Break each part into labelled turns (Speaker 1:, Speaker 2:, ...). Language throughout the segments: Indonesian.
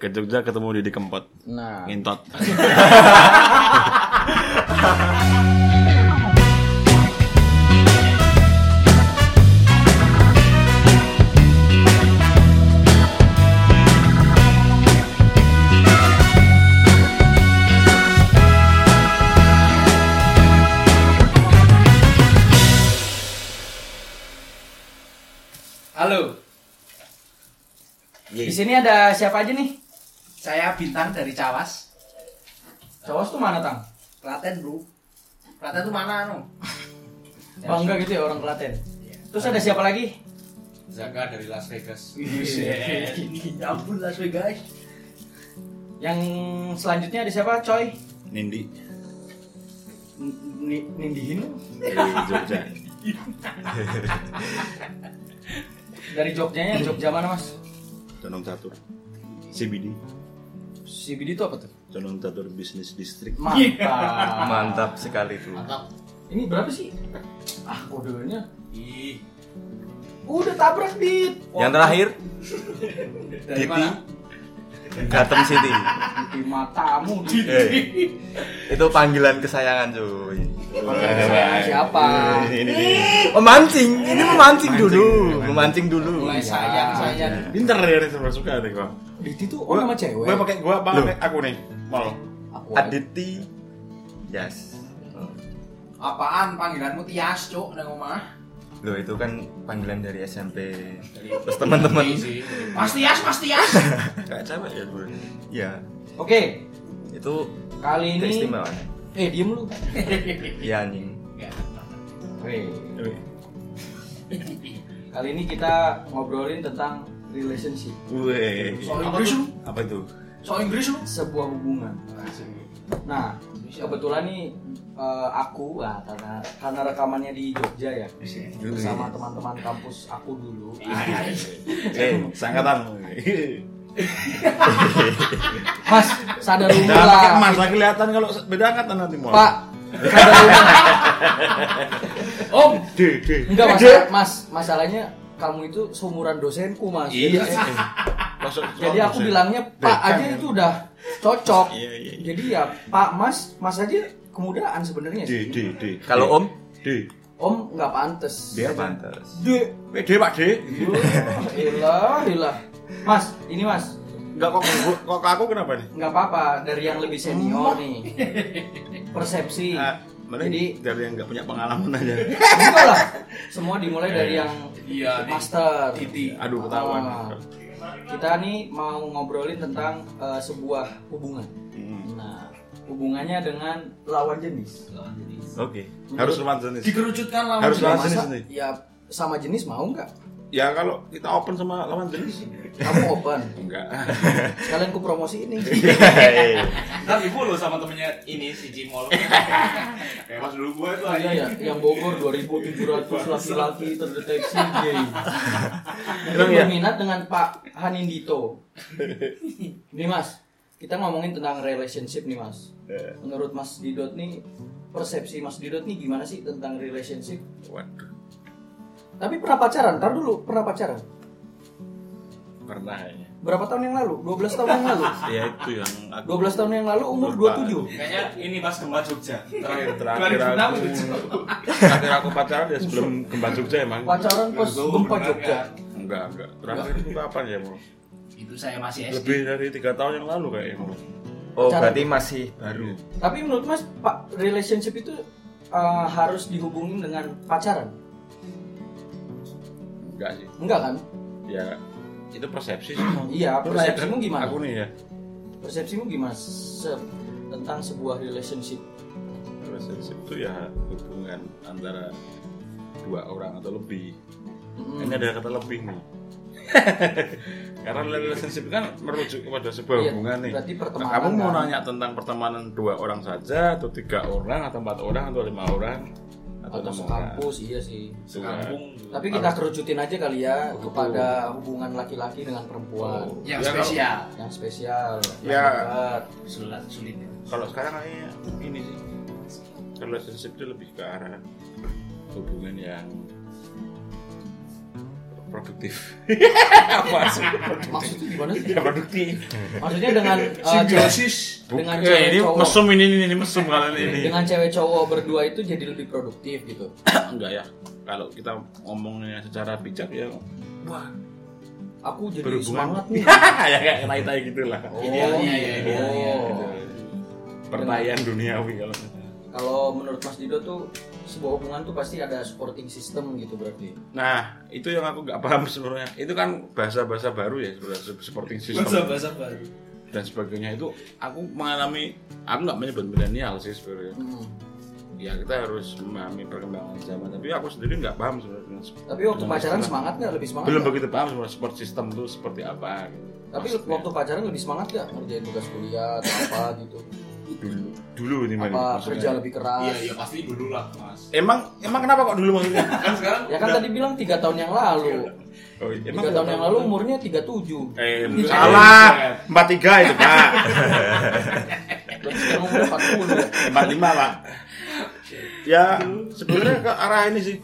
Speaker 1: Ke Jogja ketemu Didi Kempot.
Speaker 2: Nah,
Speaker 3: Gitu.
Speaker 1: Ngintot.
Speaker 4: Halo,
Speaker 2: di sini ada siapa aja nih?
Speaker 4: saya Bintang dari Cawas,
Speaker 2: Cowok tuh mana tang?
Speaker 4: Klaten bro. Klaten tuh mana anu?
Speaker 2: Bangga gitu ya orang Klaten. Terus ada siapa lagi?
Speaker 3: Zaka dari Las Vegas.
Speaker 4: Ya ampun Las Vegas.
Speaker 2: Yang selanjutnya ada siapa? Coy?
Speaker 1: Nindi
Speaker 2: Nindihin
Speaker 1: dari Jogja.
Speaker 2: dari Jogjanya, Jogja mana mas?
Speaker 1: Condong Catur. CBD.
Speaker 2: CBD itu apa tuh?
Speaker 1: Condong Catur Business District.
Speaker 2: Mantap.
Speaker 3: Mantap sekali itu.
Speaker 4: Mantap.
Speaker 2: Ini berapa sih? Ah kodenya.
Speaker 3: Ih.
Speaker 2: Udah tabrak dit.
Speaker 3: Yang terakhir
Speaker 4: Dari
Speaker 3: Titi.
Speaker 4: mana?
Speaker 3: Gotham City.
Speaker 2: Di matamu. Dit.
Speaker 3: Eh, itu panggilan kesayangan cuy.
Speaker 2: Saya siapa?
Speaker 1: Ini, ini, ini.
Speaker 3: Memancing, ini memancing dulu, memancing dulu.
Speaker 4: Mulai sayang sayang.
Speaker 1: Pinter ya, ini suka- suka nih gua.
Speaker 2: Dit itu oh nama cewek.
Speaker 1: Gue pakai gua apa
Speaker 3: Loh.
Speaker 1: pakai aku nih? Mal.
Speaker 2: Aku ada.
Speaker 3: Aditi. Yes.
Speaker 4: Apaan panggilanmu Tias cok nang omah?
Speaker 3: Loh itu kan panggilan dari SMP. Terus teman-teman.
Speaker 4: Mas Tias, Mas Tias.
Speaker 1: Kayak cewek ya gue.
Speaker 3: Iya.
Speaker 2: Oke.
Speaker 3: Itu
Speaker 2: Kali ini.
Speaker 3: keistimewaan.
Speaker 2: Eh diem lu.
Speaker 3: Iya anjing.
Speaker 2: Weh. Kali ini kita ngobrolin tentang relationship,
Speaker 1: Wih.
Speaker 4: Soal Inggris lu,
Speaker 1: Apa itu?
Speaker 4: soal Inggris lu.
Speaker 2: sebuah hubungan. Nah, kebetulan nih eh, aku lah karena karena rekamannya di Jogja ya bersama teman-teman kampus aku dulu.
Speaker 4: Iya.
Speaker 1: Eh, sangkatan.
Speaker 2: Mas, sadar umur
Speaker 1: Jangan pakai
Speaker 2: lah.
Speaker 1: emas lagi kelihatan kalau beda angkatan nanti mal.
Speaker 2: Pak, sadar umur. Om,
Speaker 1: D D.
Speaker 2: enggak mas,
Speaker 1: D.
Speaker 2: mas, masalahnya kamu itu seumuran dosenku mas.
Speaker 1: Iya.
Speaker 2: Jadi,
Speaker 1: Masuk
Speaker 2: Jadi
Speaker 1: soal
Speaker 2: aku
Speaker 1: dosen.
Speaker 2: bilangnya Pak
Speaker 1: Dekan
Speaker 2: aja
Speaker 1: ya.
Speaker 2: itu udah cocok.
Speaker 1: Iya, iya, iya.
Speaker 2: Jadi ya Pak Mas, Mas aja kemudaan sebenarnya
Speaker 1: D D
Speaker 2: sih.
Speaker 1: D.
Speaker 3: Kalau
Speaker 1: D.
Speaker 3: Om,
Speaker 1: D.
Speaker 2: Om nggak pantas.
Speaker 1: Dia apa?
Speaker 3: pantas.
Speaker 1: D. Eh, D Pak D.
Speaker 2: Ilah, ilah. Mas, ini Mas,
Speaker 1: Enggak kok kok ke aku kenapa nih?
Speaker 2: nggak apa-apa dari yang lebih senior nih. Persepsi.
Speaker 1: Ah, Mana
Speaker 2: Jadi-
Speaker 1: Jadi dari yang enggak punya pengalaman aja.
Speaker 2: Enggak lah. Semua dimulai dari yang
Speaker 4: Iya, nih.
Speaker 2: master.
Speaker 4: Titi.
Speaker 1: Aduh, ketahuan.
Speaker 2: Ah. Kita nih mau ngobrolin tentang eh, sebuah hubungan.
Speaker 1: Hmm.
Speaker 2: Nah, hubungannya dengan lawan jenis.
Speaker 3: Oke.
Speaker 1: Harus lawan jenis.
Speaker 4: Dikerucutkan lah.
Speaker 1: Harus lawan
Speaker 2: Masa-
Speaker 1: jenis nih.
Speaker 2: Ya sama jenis mau nggak?
Speaker 1: Ya kalau kita open sama lawan jenis
Speaker 2: Kamu open.
Speaker 1: enggak.
Speaker 2: Sekalian ku promosi ini.
Speaker 3: Eh.
Speaker 5: Ntar di follow sama temennya ini si Jimol. Kayak mas dulu gue tuh
Speaker 2: Iya ya, yang Bogor 2700 laki-laki terdeteksi gay. Mungkin
Speaker 3: Emang iya?
Speaker 2: berminat dengan Pak Hanindito. Nih Mas, kita ngomongin tentang relationship nih Mas.
Speaker 1: Eh,
Speaker 2: Menurut Mas Didot nih persepsi Mas Didot nih gimana sih tentang relationship?
Speaker 1: Waduh,
Speaker 2: Tapi pernah pacaran? Ntar dulu, pernah pacaran?
Speaker 1: pernah ya.
Speaker 2: Berapa tahun yang lalu? 12 tahun yang lalu.
Speaker 1: Ya itu yang aku
Speaker 2: 12 tahun yang lalu umur 27.
Speaker 5: Kayaknya ini pas gempa Jogja. Terakhir
Speaker 1: Terakhir aku,
Speaker 5: 2006 itu.
Speaker 1: terakhir aku pacaran ya sebelum gempa Jogja emang.
Speaker 2: Pacaran pas
Speaker 5: Betul,
Speaker 2: gempa
Speaker 5: benar,
Speaker 2: Jogja.
Speaker 5: ya.
Speaker 1: Enggak, enggak. Terakhir itu kapan ya, Mo?
Speaker 4: Itu saya masih SD.
Speaker 1: Lebih dari tiga tahun yang lalu kayaknya, Mo.
Speaker 3: Oh,
Speaker 2: Cara-
Speaker 3: berarti masih baru.
Speaker 2: Tapi menurut Mas, Pak, relationship itu eh, harus dihubungin dengan pacaran?
Speaker 1: Enggak sih.
Speaker 2: Enggak kan?
Speaker 1: Ya itu persepsi sih. Mo.
Speaker 2: Iya,
Speaker 1: Lu nanya
Speaker 2: persepsimu
Speaker 1: kan
Speaker 2: gimana?
Speaker 1: Aku nih ya.
Speaker 2: Persepsimu gimana se- tentang sebuah relationship?
Speaker 1: Relationship itu ya hubungan antara dua orang atau lebih.
Speaker 2: Mm.
Speaker 1: Ini ada kata lebih nih. Karena relationship kan merujuk kepada sebuah
Speaker 2: Iya,
Speaker 1: hubungan nih.
Speaker 2: berarti pertemanan
Speaker 1: Nah, kamu mau
Speaker 2: kan?
Speaker 1: nanya tentang pertemanan dua orang saja atau tiga orang atau empat orang atau lima orang atau,
Speaker 2: Atau
Speaker 1: enam orang?
Speaker 2: sekampus, iya sih.
Speaker 1: Suka.
Speaker 5: Kampung.
Speaker 2: Tapi kita kerucutin aja kali ya kepada hubungan laki-laki dengan perempuan
Speaker 4: Yang
Speaker 1: Ya, kalau-
Speaker 4: spesial.
Speaker 2: yang spesial, yang
Speaker 1: Ya.
Speaker 2: dekat.
Speaker 4: Sulit sulit. ya.
Speaker 1: Kalau sekarang kayaknya ini sih relationship itu lebih ke arah hubungan yang produktif apa sih
Speaker 2: Maksudnya gimana sih?
Speaker 1: tidak produktif
Speaker 2: Maksudnya dengan eh,
Speaker 6: Simbiosis.
Speaker 2: dengan
Speaker 1: Buk-
Speaker 2: cewek
Speaker 1: eh, ini
Speaker 2: cowok.
Speaker 1: mesum ini ini, ini mesum kalian ini
Speaker 2: dengan cewek cowok berdua itu jadi lebih produktif gitu.
Speaker 1: enggak ya kalau kita ngomongnya secara bijak ya wah
Speaker 2: Aku jadi
Speaker 1: berhubungan
Speaker 2: semangat nih.
Speaker 1: ya kayak kita gitu lah
Speaker 2: Oh,
Speaker 6: Idealnya ya,
Speaker 2: idealnya.
Speaker 1: iya, gitu. pertanyaan duniawi kalau
Speaker 2: Kalau menurut Mas Dido tuh sebuah hubungan tuh pasti ada supporting system gitu berarti.
Speaker 1: nah itu yang aku nggak paham sebenarnya itu kan bahasa bahasa baru ya sebenarnya se- supporting system
Speaker 4: Bahasa-bahasa baru.
Speaker 1: dan sebagainya itu aku mengalami aku nggak menyebut milenial sih sebenarnya
Speaker 2: Hmm.
Speaker 1: ya kita harus memahami perkembangan zaman tapi aku sendiri nggak paham sebenarnya
Speaker 2: Tapi waktu
Speaker 1: Dengan
Speaker 2: pacaran
Speaker 1: istilah.
Speaker 2: semangat nggak lebih semangat?
Speaker 1: belum
Speaker 2: nggak?
Speaker 1: begitu paham sebenarnya support system itu seperti apa gitu.
Speaker 2: iya. Tapi
Speaker 1: Maksudnya, Iya,
Speaker 2: waktu pacaran lebih semangat nggak ngerjain tugas kuliah atau apa gitu?
Speaker 1: dulu dulu ini Mari,
Speaker 2: Apa
Speaker 1: maksudnya.
Speaker 2: kerja lebih keras?
Speaker 4: Iya, iya pasti dulu lah, Mas.
Speaker 1: emang emang kenapa kok dulu maksudnya
Speaker 4: Kan sekarang
Speaker 2: Ya kan tadi bilang tiga tahun yang lalu.
Speaker 1: oh, iya.
Speaker 2: Tiga tahun yang lalu umurnya 37.
Speaker 1: eh
Speaker 4: Iya.
Speaker 1: salah empat tiga itu pak
Speaker 2: Berarti sekarang umur 40.
Speaker 1: empat lima pak ya sebenarnya ke arah ini sih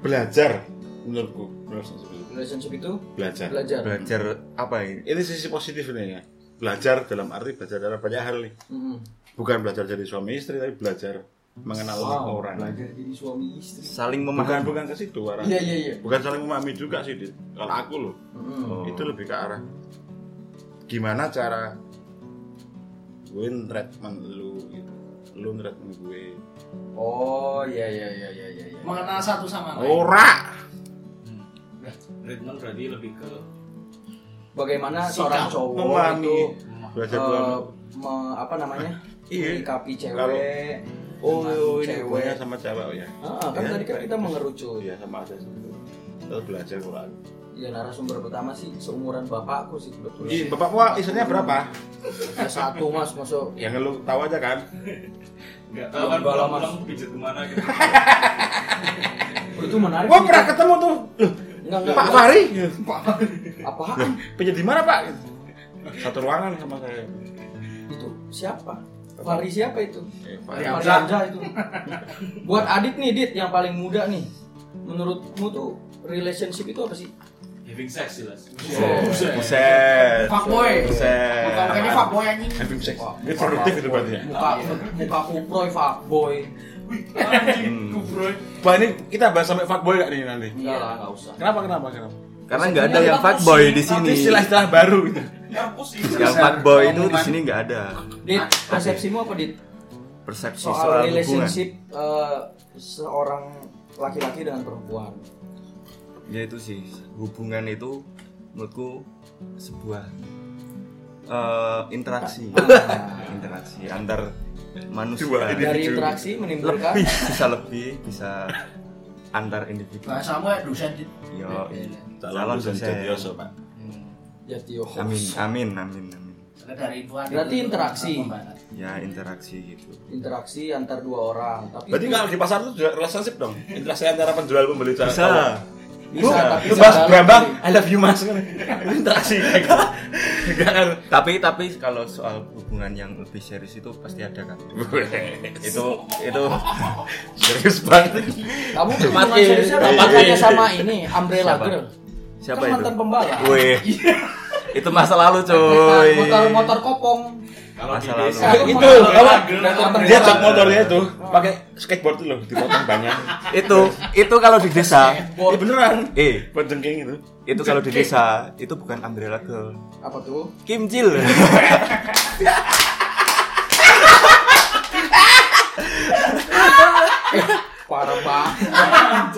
Speaker 1: belajar menurutku Menurut saya sebenarnya.
Speaker 2: Relationship itu
Speaker 1: Eh, belajar
Speaker 2: belajar.
Speaker 3: belajar apa ini
Speaker 1: ini sisi positif ini ya belajar dalam arti belajar dalam banyak hal nih
Speaker 2: Mm-mm.
Speaker 1: bukan belajar jadi suami istri tapi belajar mengenal
Speaker 2: Wow,
Speaker 1: orang
Speaker 2: belajar jadi suami istri.
Speaker 3: saling
Speaker 1: bukan
Speaker 3: memahami
Speaker 1: bukan ke situ arahnya
Speaker 2: Iya iya Hmm. iya.
Speaker 1: bukan saling memahami juga sih Dit. kalau aku loh
Speaker 2: Mm-mm.
Speaker 3: Oh.
Speaker 1: itu lebih ke arah gimana cara gue treatment lu gitu lu treatment gue
Speaker 2: Oh iya iya iya iya iya. iya.
Speaker 6: Mengenal satu sama lain.
Speaker 1: ora
Speaker 4: treatment berarti lebih ke
Speaker 2: Bagaimana seorang
Speaker 4: Sikap
Speaker 2: cowok
Speaker 1: memahami.
Speaker 2: itu
Speaker 1: belajar
Speaker 2: eh,
Speaker 1: dulu
Speaker 2: me- apa namanya?
Speaker 1: Iya.
Speaker 2: Menyikapi cewek.
Speaker 1: Kalau-
Speaker 2: dengan
Speaker 1: oh ini
Speaker 2: cewek.
Speaker 1: hubungannya sama cewek oh ya
Speaker 2: Ah, kan
Speaker 1: Ya,
Speaker 2: tadi kan
Speaker 1: baik.
Speaker 2: kita mengerucut.
Speaker 1: iya sama aja sih terus belajar kalau aku
Speaker 2: Ya narasumber pertama sih seumuran bapakku sih
Speaker 1: Ih,
Speaker 2: kebetulan.
Speaker 1: bapak gua Iya, ah, istrinya berapa
Speaker 2: Ya, satu mas masuk
Speaker 1: yang lu tahu aja kan
Speaker 4: enggak tahu kan
Speaker 2: Belum balas.
Speaker 4: pulang-pulang pijat kemana gitu.
Speaker 2: itu menarik.
Speaker 1: gua
Speaker 2: sih,
Speaker 1: pernah
Speaker 2: Kak.
Speaker 1: ketemu tuh Loh, Oh,
Speaker 2: Enggak kan- enggak. Iya,
Speaker 1: Pak Fahri
Speaker 2: Apaan?
Speaker 1: punya di mana Pak satu ruangan sama saya
Speaker 2: itu siapa? Fahri siapa itu?
Speaker 1: Eh,
Speaker 2: Fahri
Speaker 1: Fahri.
Speaker 6: Hamzah.
Speaker 2: Hamzah itu. Buat Adit nih Dit yang paling muda nih. Menurutmu tuh relationship itu apa sih?
Speaker 4: Having sex jelas.
Speaker 2: Buset.
Speaker 3: Oh, buset
Speaker 6: Fuckboy.
Speaker 3: buset
Speaker 6: Muka mukanya fuckboy anjing.
Speaker 1: having sex ini produktif itu berarti ya
Speaker 2: Muka muka kuproy fuckboy.
Speaker 4: Anjing,
Speaker 3: Hmm.
Speaker 4: kubroy.
Speaker 1: Wah ini kita bahas sampai fuckboy gak nih nanti?
Speaker 2: Iya, Enggak lah, enggak usah.
Speaker 1: Kenapa kenapa kenapa?
Speaker 3: karena nggak ada yang fuckboy di
Speaker 1: Ini
Speaker 3: sini
Speaker 1: istilah-istilah baru gitu.
Speaker 4: Kampus Ya, sih.
Speaker 3: yang fuckboy itu
Speaker 2: kan?
Speaker 3: di sini nggak ada
Speaker 2: Dit, persepsimu apa Dit?
Speaker 3: persepsi
Speaker 2: Soal
Speaker 3: soal hubungan
Speaker 2: relationship eh, seorang laki-laki dengan perempuan.
Speaker 3: ya itu sih hubungan itu menurutku sebuah eh, interaksi
Speaker 2: Ah,
Speaker 3: interaksi antar manusia
Speaker 1: Dua ini.
Speaker 2: dari interaksi menimbulkan
Speaker 3: lebih bisa lebih bisa antar individu
Speaker 6: Bahasamu ya dosen. Dit.
Speaker 3: yo iya.
Speaker 1: Calon dan jadioso pak.
Speaker 2: Hmm. jadi
Speaker 3: amin amin amin amin
Speaker 6: Soalnya Dari info gitu. Adit
Speaker 2: Berarti
Speaker 6: itu
Speaker 2: interaksi.
Speaker 6: pembahasan.
Speaker 3: ya interaksi gitu
Speaker 2: interaksi antar dua orang tapi
Speaker 1: Berarti kalau di pasar itu juga relationship dong. Interaksi antara penjual pembeli cara.
Speaker 3: bisa
Speaker 1: Lu,
Speaker 2: bisa tapi
Speaker 1: lu bahas
Speaker 2: secara-
Speaker 1: Bambang, I love you mas. Itu interaksi. gitu. Enggak kan?
Speaker 3: tapi tapi kalau soal hubungan yang lebih serius itu pasti ada kan itu itu
Speaker 1: Serius banget.
Speaker 2: Kamu
Speaker 1: Iya,
Speaker 3: Mati.
Speaker 2: hubungan seriusnya apa?
Speaker 3: Mati.
Speaker 2: Makanya sama ini Umbrella
Speaker 3: Siapa?
Speaker 2: Girl.
Speaker 3: siapa
Speaker 2: kan
Speaker 3: itu
Speaker 2: mantan pembalap. Iya.
Speaker 3: Wih, itu masa lalu coy
Speaker 2: Motor motor kopong.
Speaker 4: Kalau di
Speaker 3: Masa lalu.
Speaker 4: desa
Speaker 1: Itu,
Speaker 2: Itu,
Speaker 1: apa? Dia
Speaker 2: Dia
Speaker 1: cat motornya itu pakai skateboard itu loh, dipotong banyak.
Speaker 3: itu itu kalau di desa
Speaker 1: Ini beneran.
Speaker 3: eh
Speaker 1: Buat jengking itu.
Speaker 3: itu kalau di desa itu bukan umbrella girl
Speaker 2: Apa tuh?
Speaker 3: kimcil
Speaker 2: Parah banget.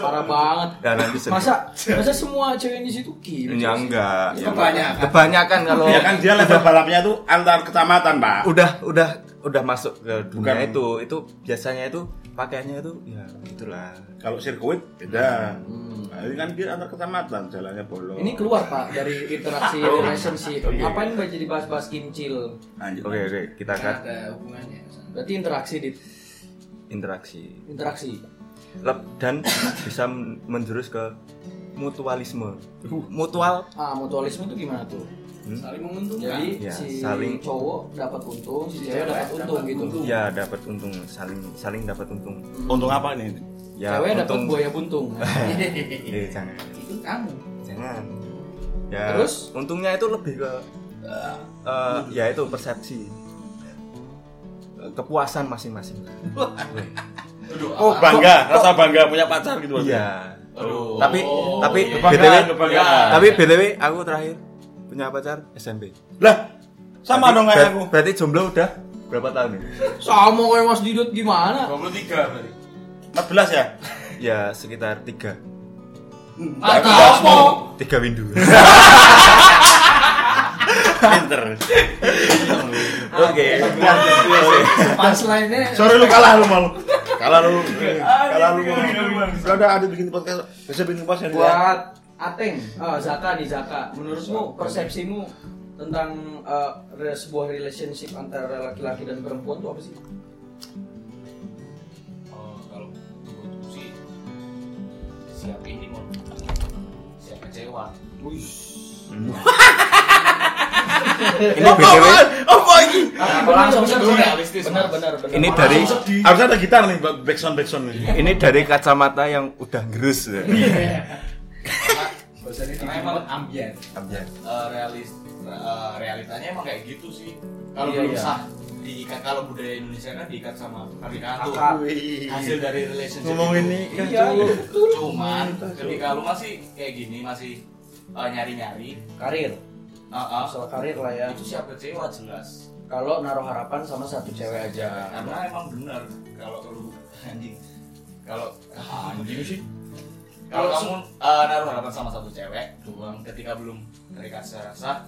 Speaker 2: Parah banget.
Speaker 3: dan Nah, nanti sedih.
Speaker 2: Masa masa semua cewek di situ kiri?
Speaker 3: Ya enggak. Ya,
Speaker 6: Kebanyakan.
Speaker 3: Kebanyakan kalau
Speaker 1: Ya kan dia level balapnya tuh antar kecamatan pak.
Speaker 3: udah udah udah masuk ke dunia
Speaker 1: Bukan.
Speaker 3: itu, itu biasanya itu pakaiannya itu ya itulah.
Speaker 1: Kalau sirkuit beda. Nah, ini kan dia antar kecamatan, jalannya bolong.
Speaker 2: Hmm. Ini keluar Pak dari interaksi
Speaker 3: Oh.
Speaker 2: relationship.
Speaker 3: iya.
Speaker 2: Ngapain Mbak jadi bahas-bahas kimcil?
Speaker 1: Lanjut.
Speaker 3: Oke oke, kita
Speaker 6: Karena
Speaker 3: akan
Speaker 6: ada hubungannya.
Speaker 3: Hmm.
Speaker 2: Berarti interaksi di
Speaker 3: interaksi.
Speaker 2: interaksi.
Speaker 3: Leb- dan bisa men- menjurus ke mutualisme. Mutual
Speaker 2: Ah, mutualisme itu gimana tuh?
Speaker 6: Saling menguntungkan.
Speaker 2: Jadi
Speaker 3: Ya,
Speaker 2: si
Speaker 3: saling-
Speaker 2: cowok dapat untung, si
Speaker 6: Si
Speaker 2: cewek
Speaker 6: cewek
Speaker 2: dapat
Speaker 6: dapat
Speaker 2: untung gitu.
Speaker 6: untung.
Speaker 3: ya dapat untung saling saling dapat untung.
Speaker 1: Untung apa ini?
Speaker 3: Ya
Speaker 2: cewek dapat
Speaker 3: untung.
Speaker 2: buaya buntung.
Speaker 3: Eh, jangan.
Speaker 6: Itu kamu.
Speaker 3: jangan ya
Speaker 2: Terus?
Speaker 3: untungnya itu lebih ke eh, ya itu persepsi Eh, kepuasan masing-masing
Speaker 4: Aduh,
Speaker 1: Oh bangga, rasa bangga punya pacar gitu maksudnya.
Speaker 3: iya
Speaker 4: aduh.
Speaker 3: tapi
Speaker 4: Oh,
Speaker 3: tapi
Speaker 4: iya.
Speaker 1: Kebanggaan,
Speaker 3: BTW
Speaker 1: kebanggaan.
Speaker 3: tapi BTW aku terakhir punya pacar SMP
Speaker 1: Lah, sama
Speaker 3: Berarti-
Speaker 1: dong kayak aku.
Speaker 3: ber- berarti jomblo udah berapa tahun nih
Speaker 2: Sama kayak Mas Didot gimana?
Speaker 4: 23 berarti.
Speaker 1: 14 ya?
Speaker 3: ya sekitar tiga
Speaker 1: Aku
Speaker 2: Atau apa?
Speaker 3: tiga windu
Speaker 1: Pinter.
Speaker 3: oke
Speaker 2: Punchline-nya
Speaker 1: Sorry lu kalah lu malu. Kalah lu. Kalah lu.
Speaker 4: Aduh, aduh, aduh.
Speaker 1: Sudah ada bikin podcast. Bisa bikin podcast ya.
Speaker 2: buat Ateng, eh, Zaka nih Zaka. Menurutmu persepsimu tentang eh, re- sebuah relationship antara laki-laki dan perempuan itu apa sih?
Speaker 4: Oh, kalau menurutku sih siap ini mau siap kecewa.
Speaker 3: ini BTW
Speaker 2: Apa Nah, langsung
Speaker 4: sebelumnya,
Speaker 2: Benar,
Speaker 4: Wistis,
Speaker 2: benar,
Speaker 4: Mas.
Speaker 2: benar, benar.
Speaker 3: ini dari
Speaker 1: Harusnya ada gitar nih, back sound back sound nih.
Speaker 3: ini dari kacamata yang udah gerus
Speaker 1: Iya.
Speaker 4: Karena emang
Speaker 7: ambien.
Speaker 3: Iya.
Speaker 4: eh, realis eh, realitanya emang kayak gitu sih. Kalau
Speaker 2: Iya,
Speaker 4: belum
Speaker 2: iya.
Speaker 4: sah diikat kalau budaya Indonesia kan diikat sama pernikahan tuh
Speaker 2: Akad.
Speaker 4: hasil dari relationship
Speaker 1: Ngomongin
Speaker 4: itu.
Speaker 1: nih.
Speaker 2: Iya, iya, betul.
Speaker 4: cuman ketika lu masih kayak gini masih eh, nyari-nyari
Speaker 2: Karir,
Speaker 4: ah, ah,
Speaker 2: masalah karir lah ya.
Speaker 4: itu siap kecewa jelas
Speaker 2: Kalau naruh harapan sama satu cewek aja.
Speaker 4: karena emang benar kalau lu anjing kalau ah, anjing sih kalau kamu eh, naruh harapan sama satu cewek doang ketika belum mereka secara sah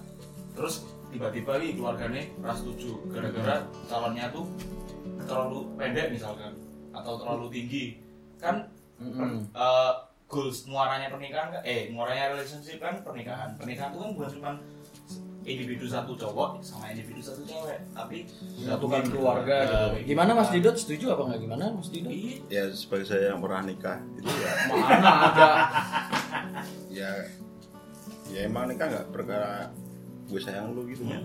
Speaker 4: terus tiba-tiba nih keluarganya ras setuju gara-gara calonnya tuh terlalu pendek misalkan atau terlalu tinggi kan
Speaker 2: Mm-mm.
Speaker 4: eh, goals muaranya pernikahan kan- eh muaranya relationship kan pernikahan pernikahan itu kan bukan cuma individu satu cowok sama individu satu cewek tapi
Speaker 2: Satukan
Speaker 4: kan.
Speaker 2: keluarga gitu. Gimana Mas Didot setuju apa enggak gimana Mas Didot?
Speaker 4: Eh, Iya.
Speaker 1: Ya sebagai saya yang pernah nikah itu ya
Speaker 2: Mana ada
Speaker 1: ya ya emang nikah nggak perkara gue sayang lu gitu ya.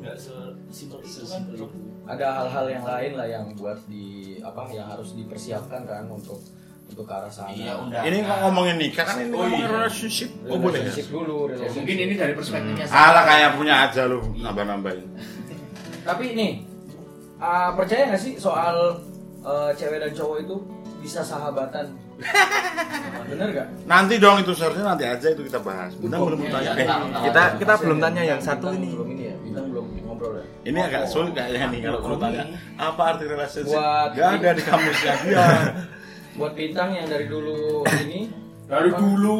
Speaker 4: nggak sesimpel itu kan bro.
Speaker 2: ada hal-hal yang lain lah yang buat di apa yang harus dipersiapkan kan untuk untuk ke arah sana.
Speaker 4: iya undang
Speaker 1: Ini kok ngomongin nikah kan ini
Speaker 4: Oh,
Speaker 1: ngomongin
Speaker 4: iya.
Speaker 1: relationship. Oh boleh ya?
Speaker 2: relationship dulu,
Speaker 4: Nah,
Speaker 2: relationship.
Speaker 7: Mungkin ini dari perspektifnya
Speaker 1: Alah kayak punya aja lu nambah-nambahin.
Speaker 2: Tapi nih ah, percaya nggak sih soal eh, cewek dan cowok itu bisa sahabatan? Bener gak?
Speaker 1: Nanti dong itu seharusnya nanti aja itu kita bahas. Bintang belum
Speaker 4: iya,
Speaker 1: tanya.
Speaker 4: iya.
Speaker 1: Eh,
Speaker 3: kita kita belum tanya yang satu
Speaker 2: Bintang
Speaker 3: ini
Speaker 2: belum ini ya, bintang belum ngobrol ya.
Speaker 1: ini agak sulit kayaknya nih kalau perlu tanya. Apa arti relationship?
Speaker 2: Buat-
Speaker 1: Gak ada di ya. Iya. kamusnya dia.
Speaker 2: Buat bintang yang dari dulu ini
Speaker 1: Dari dulu.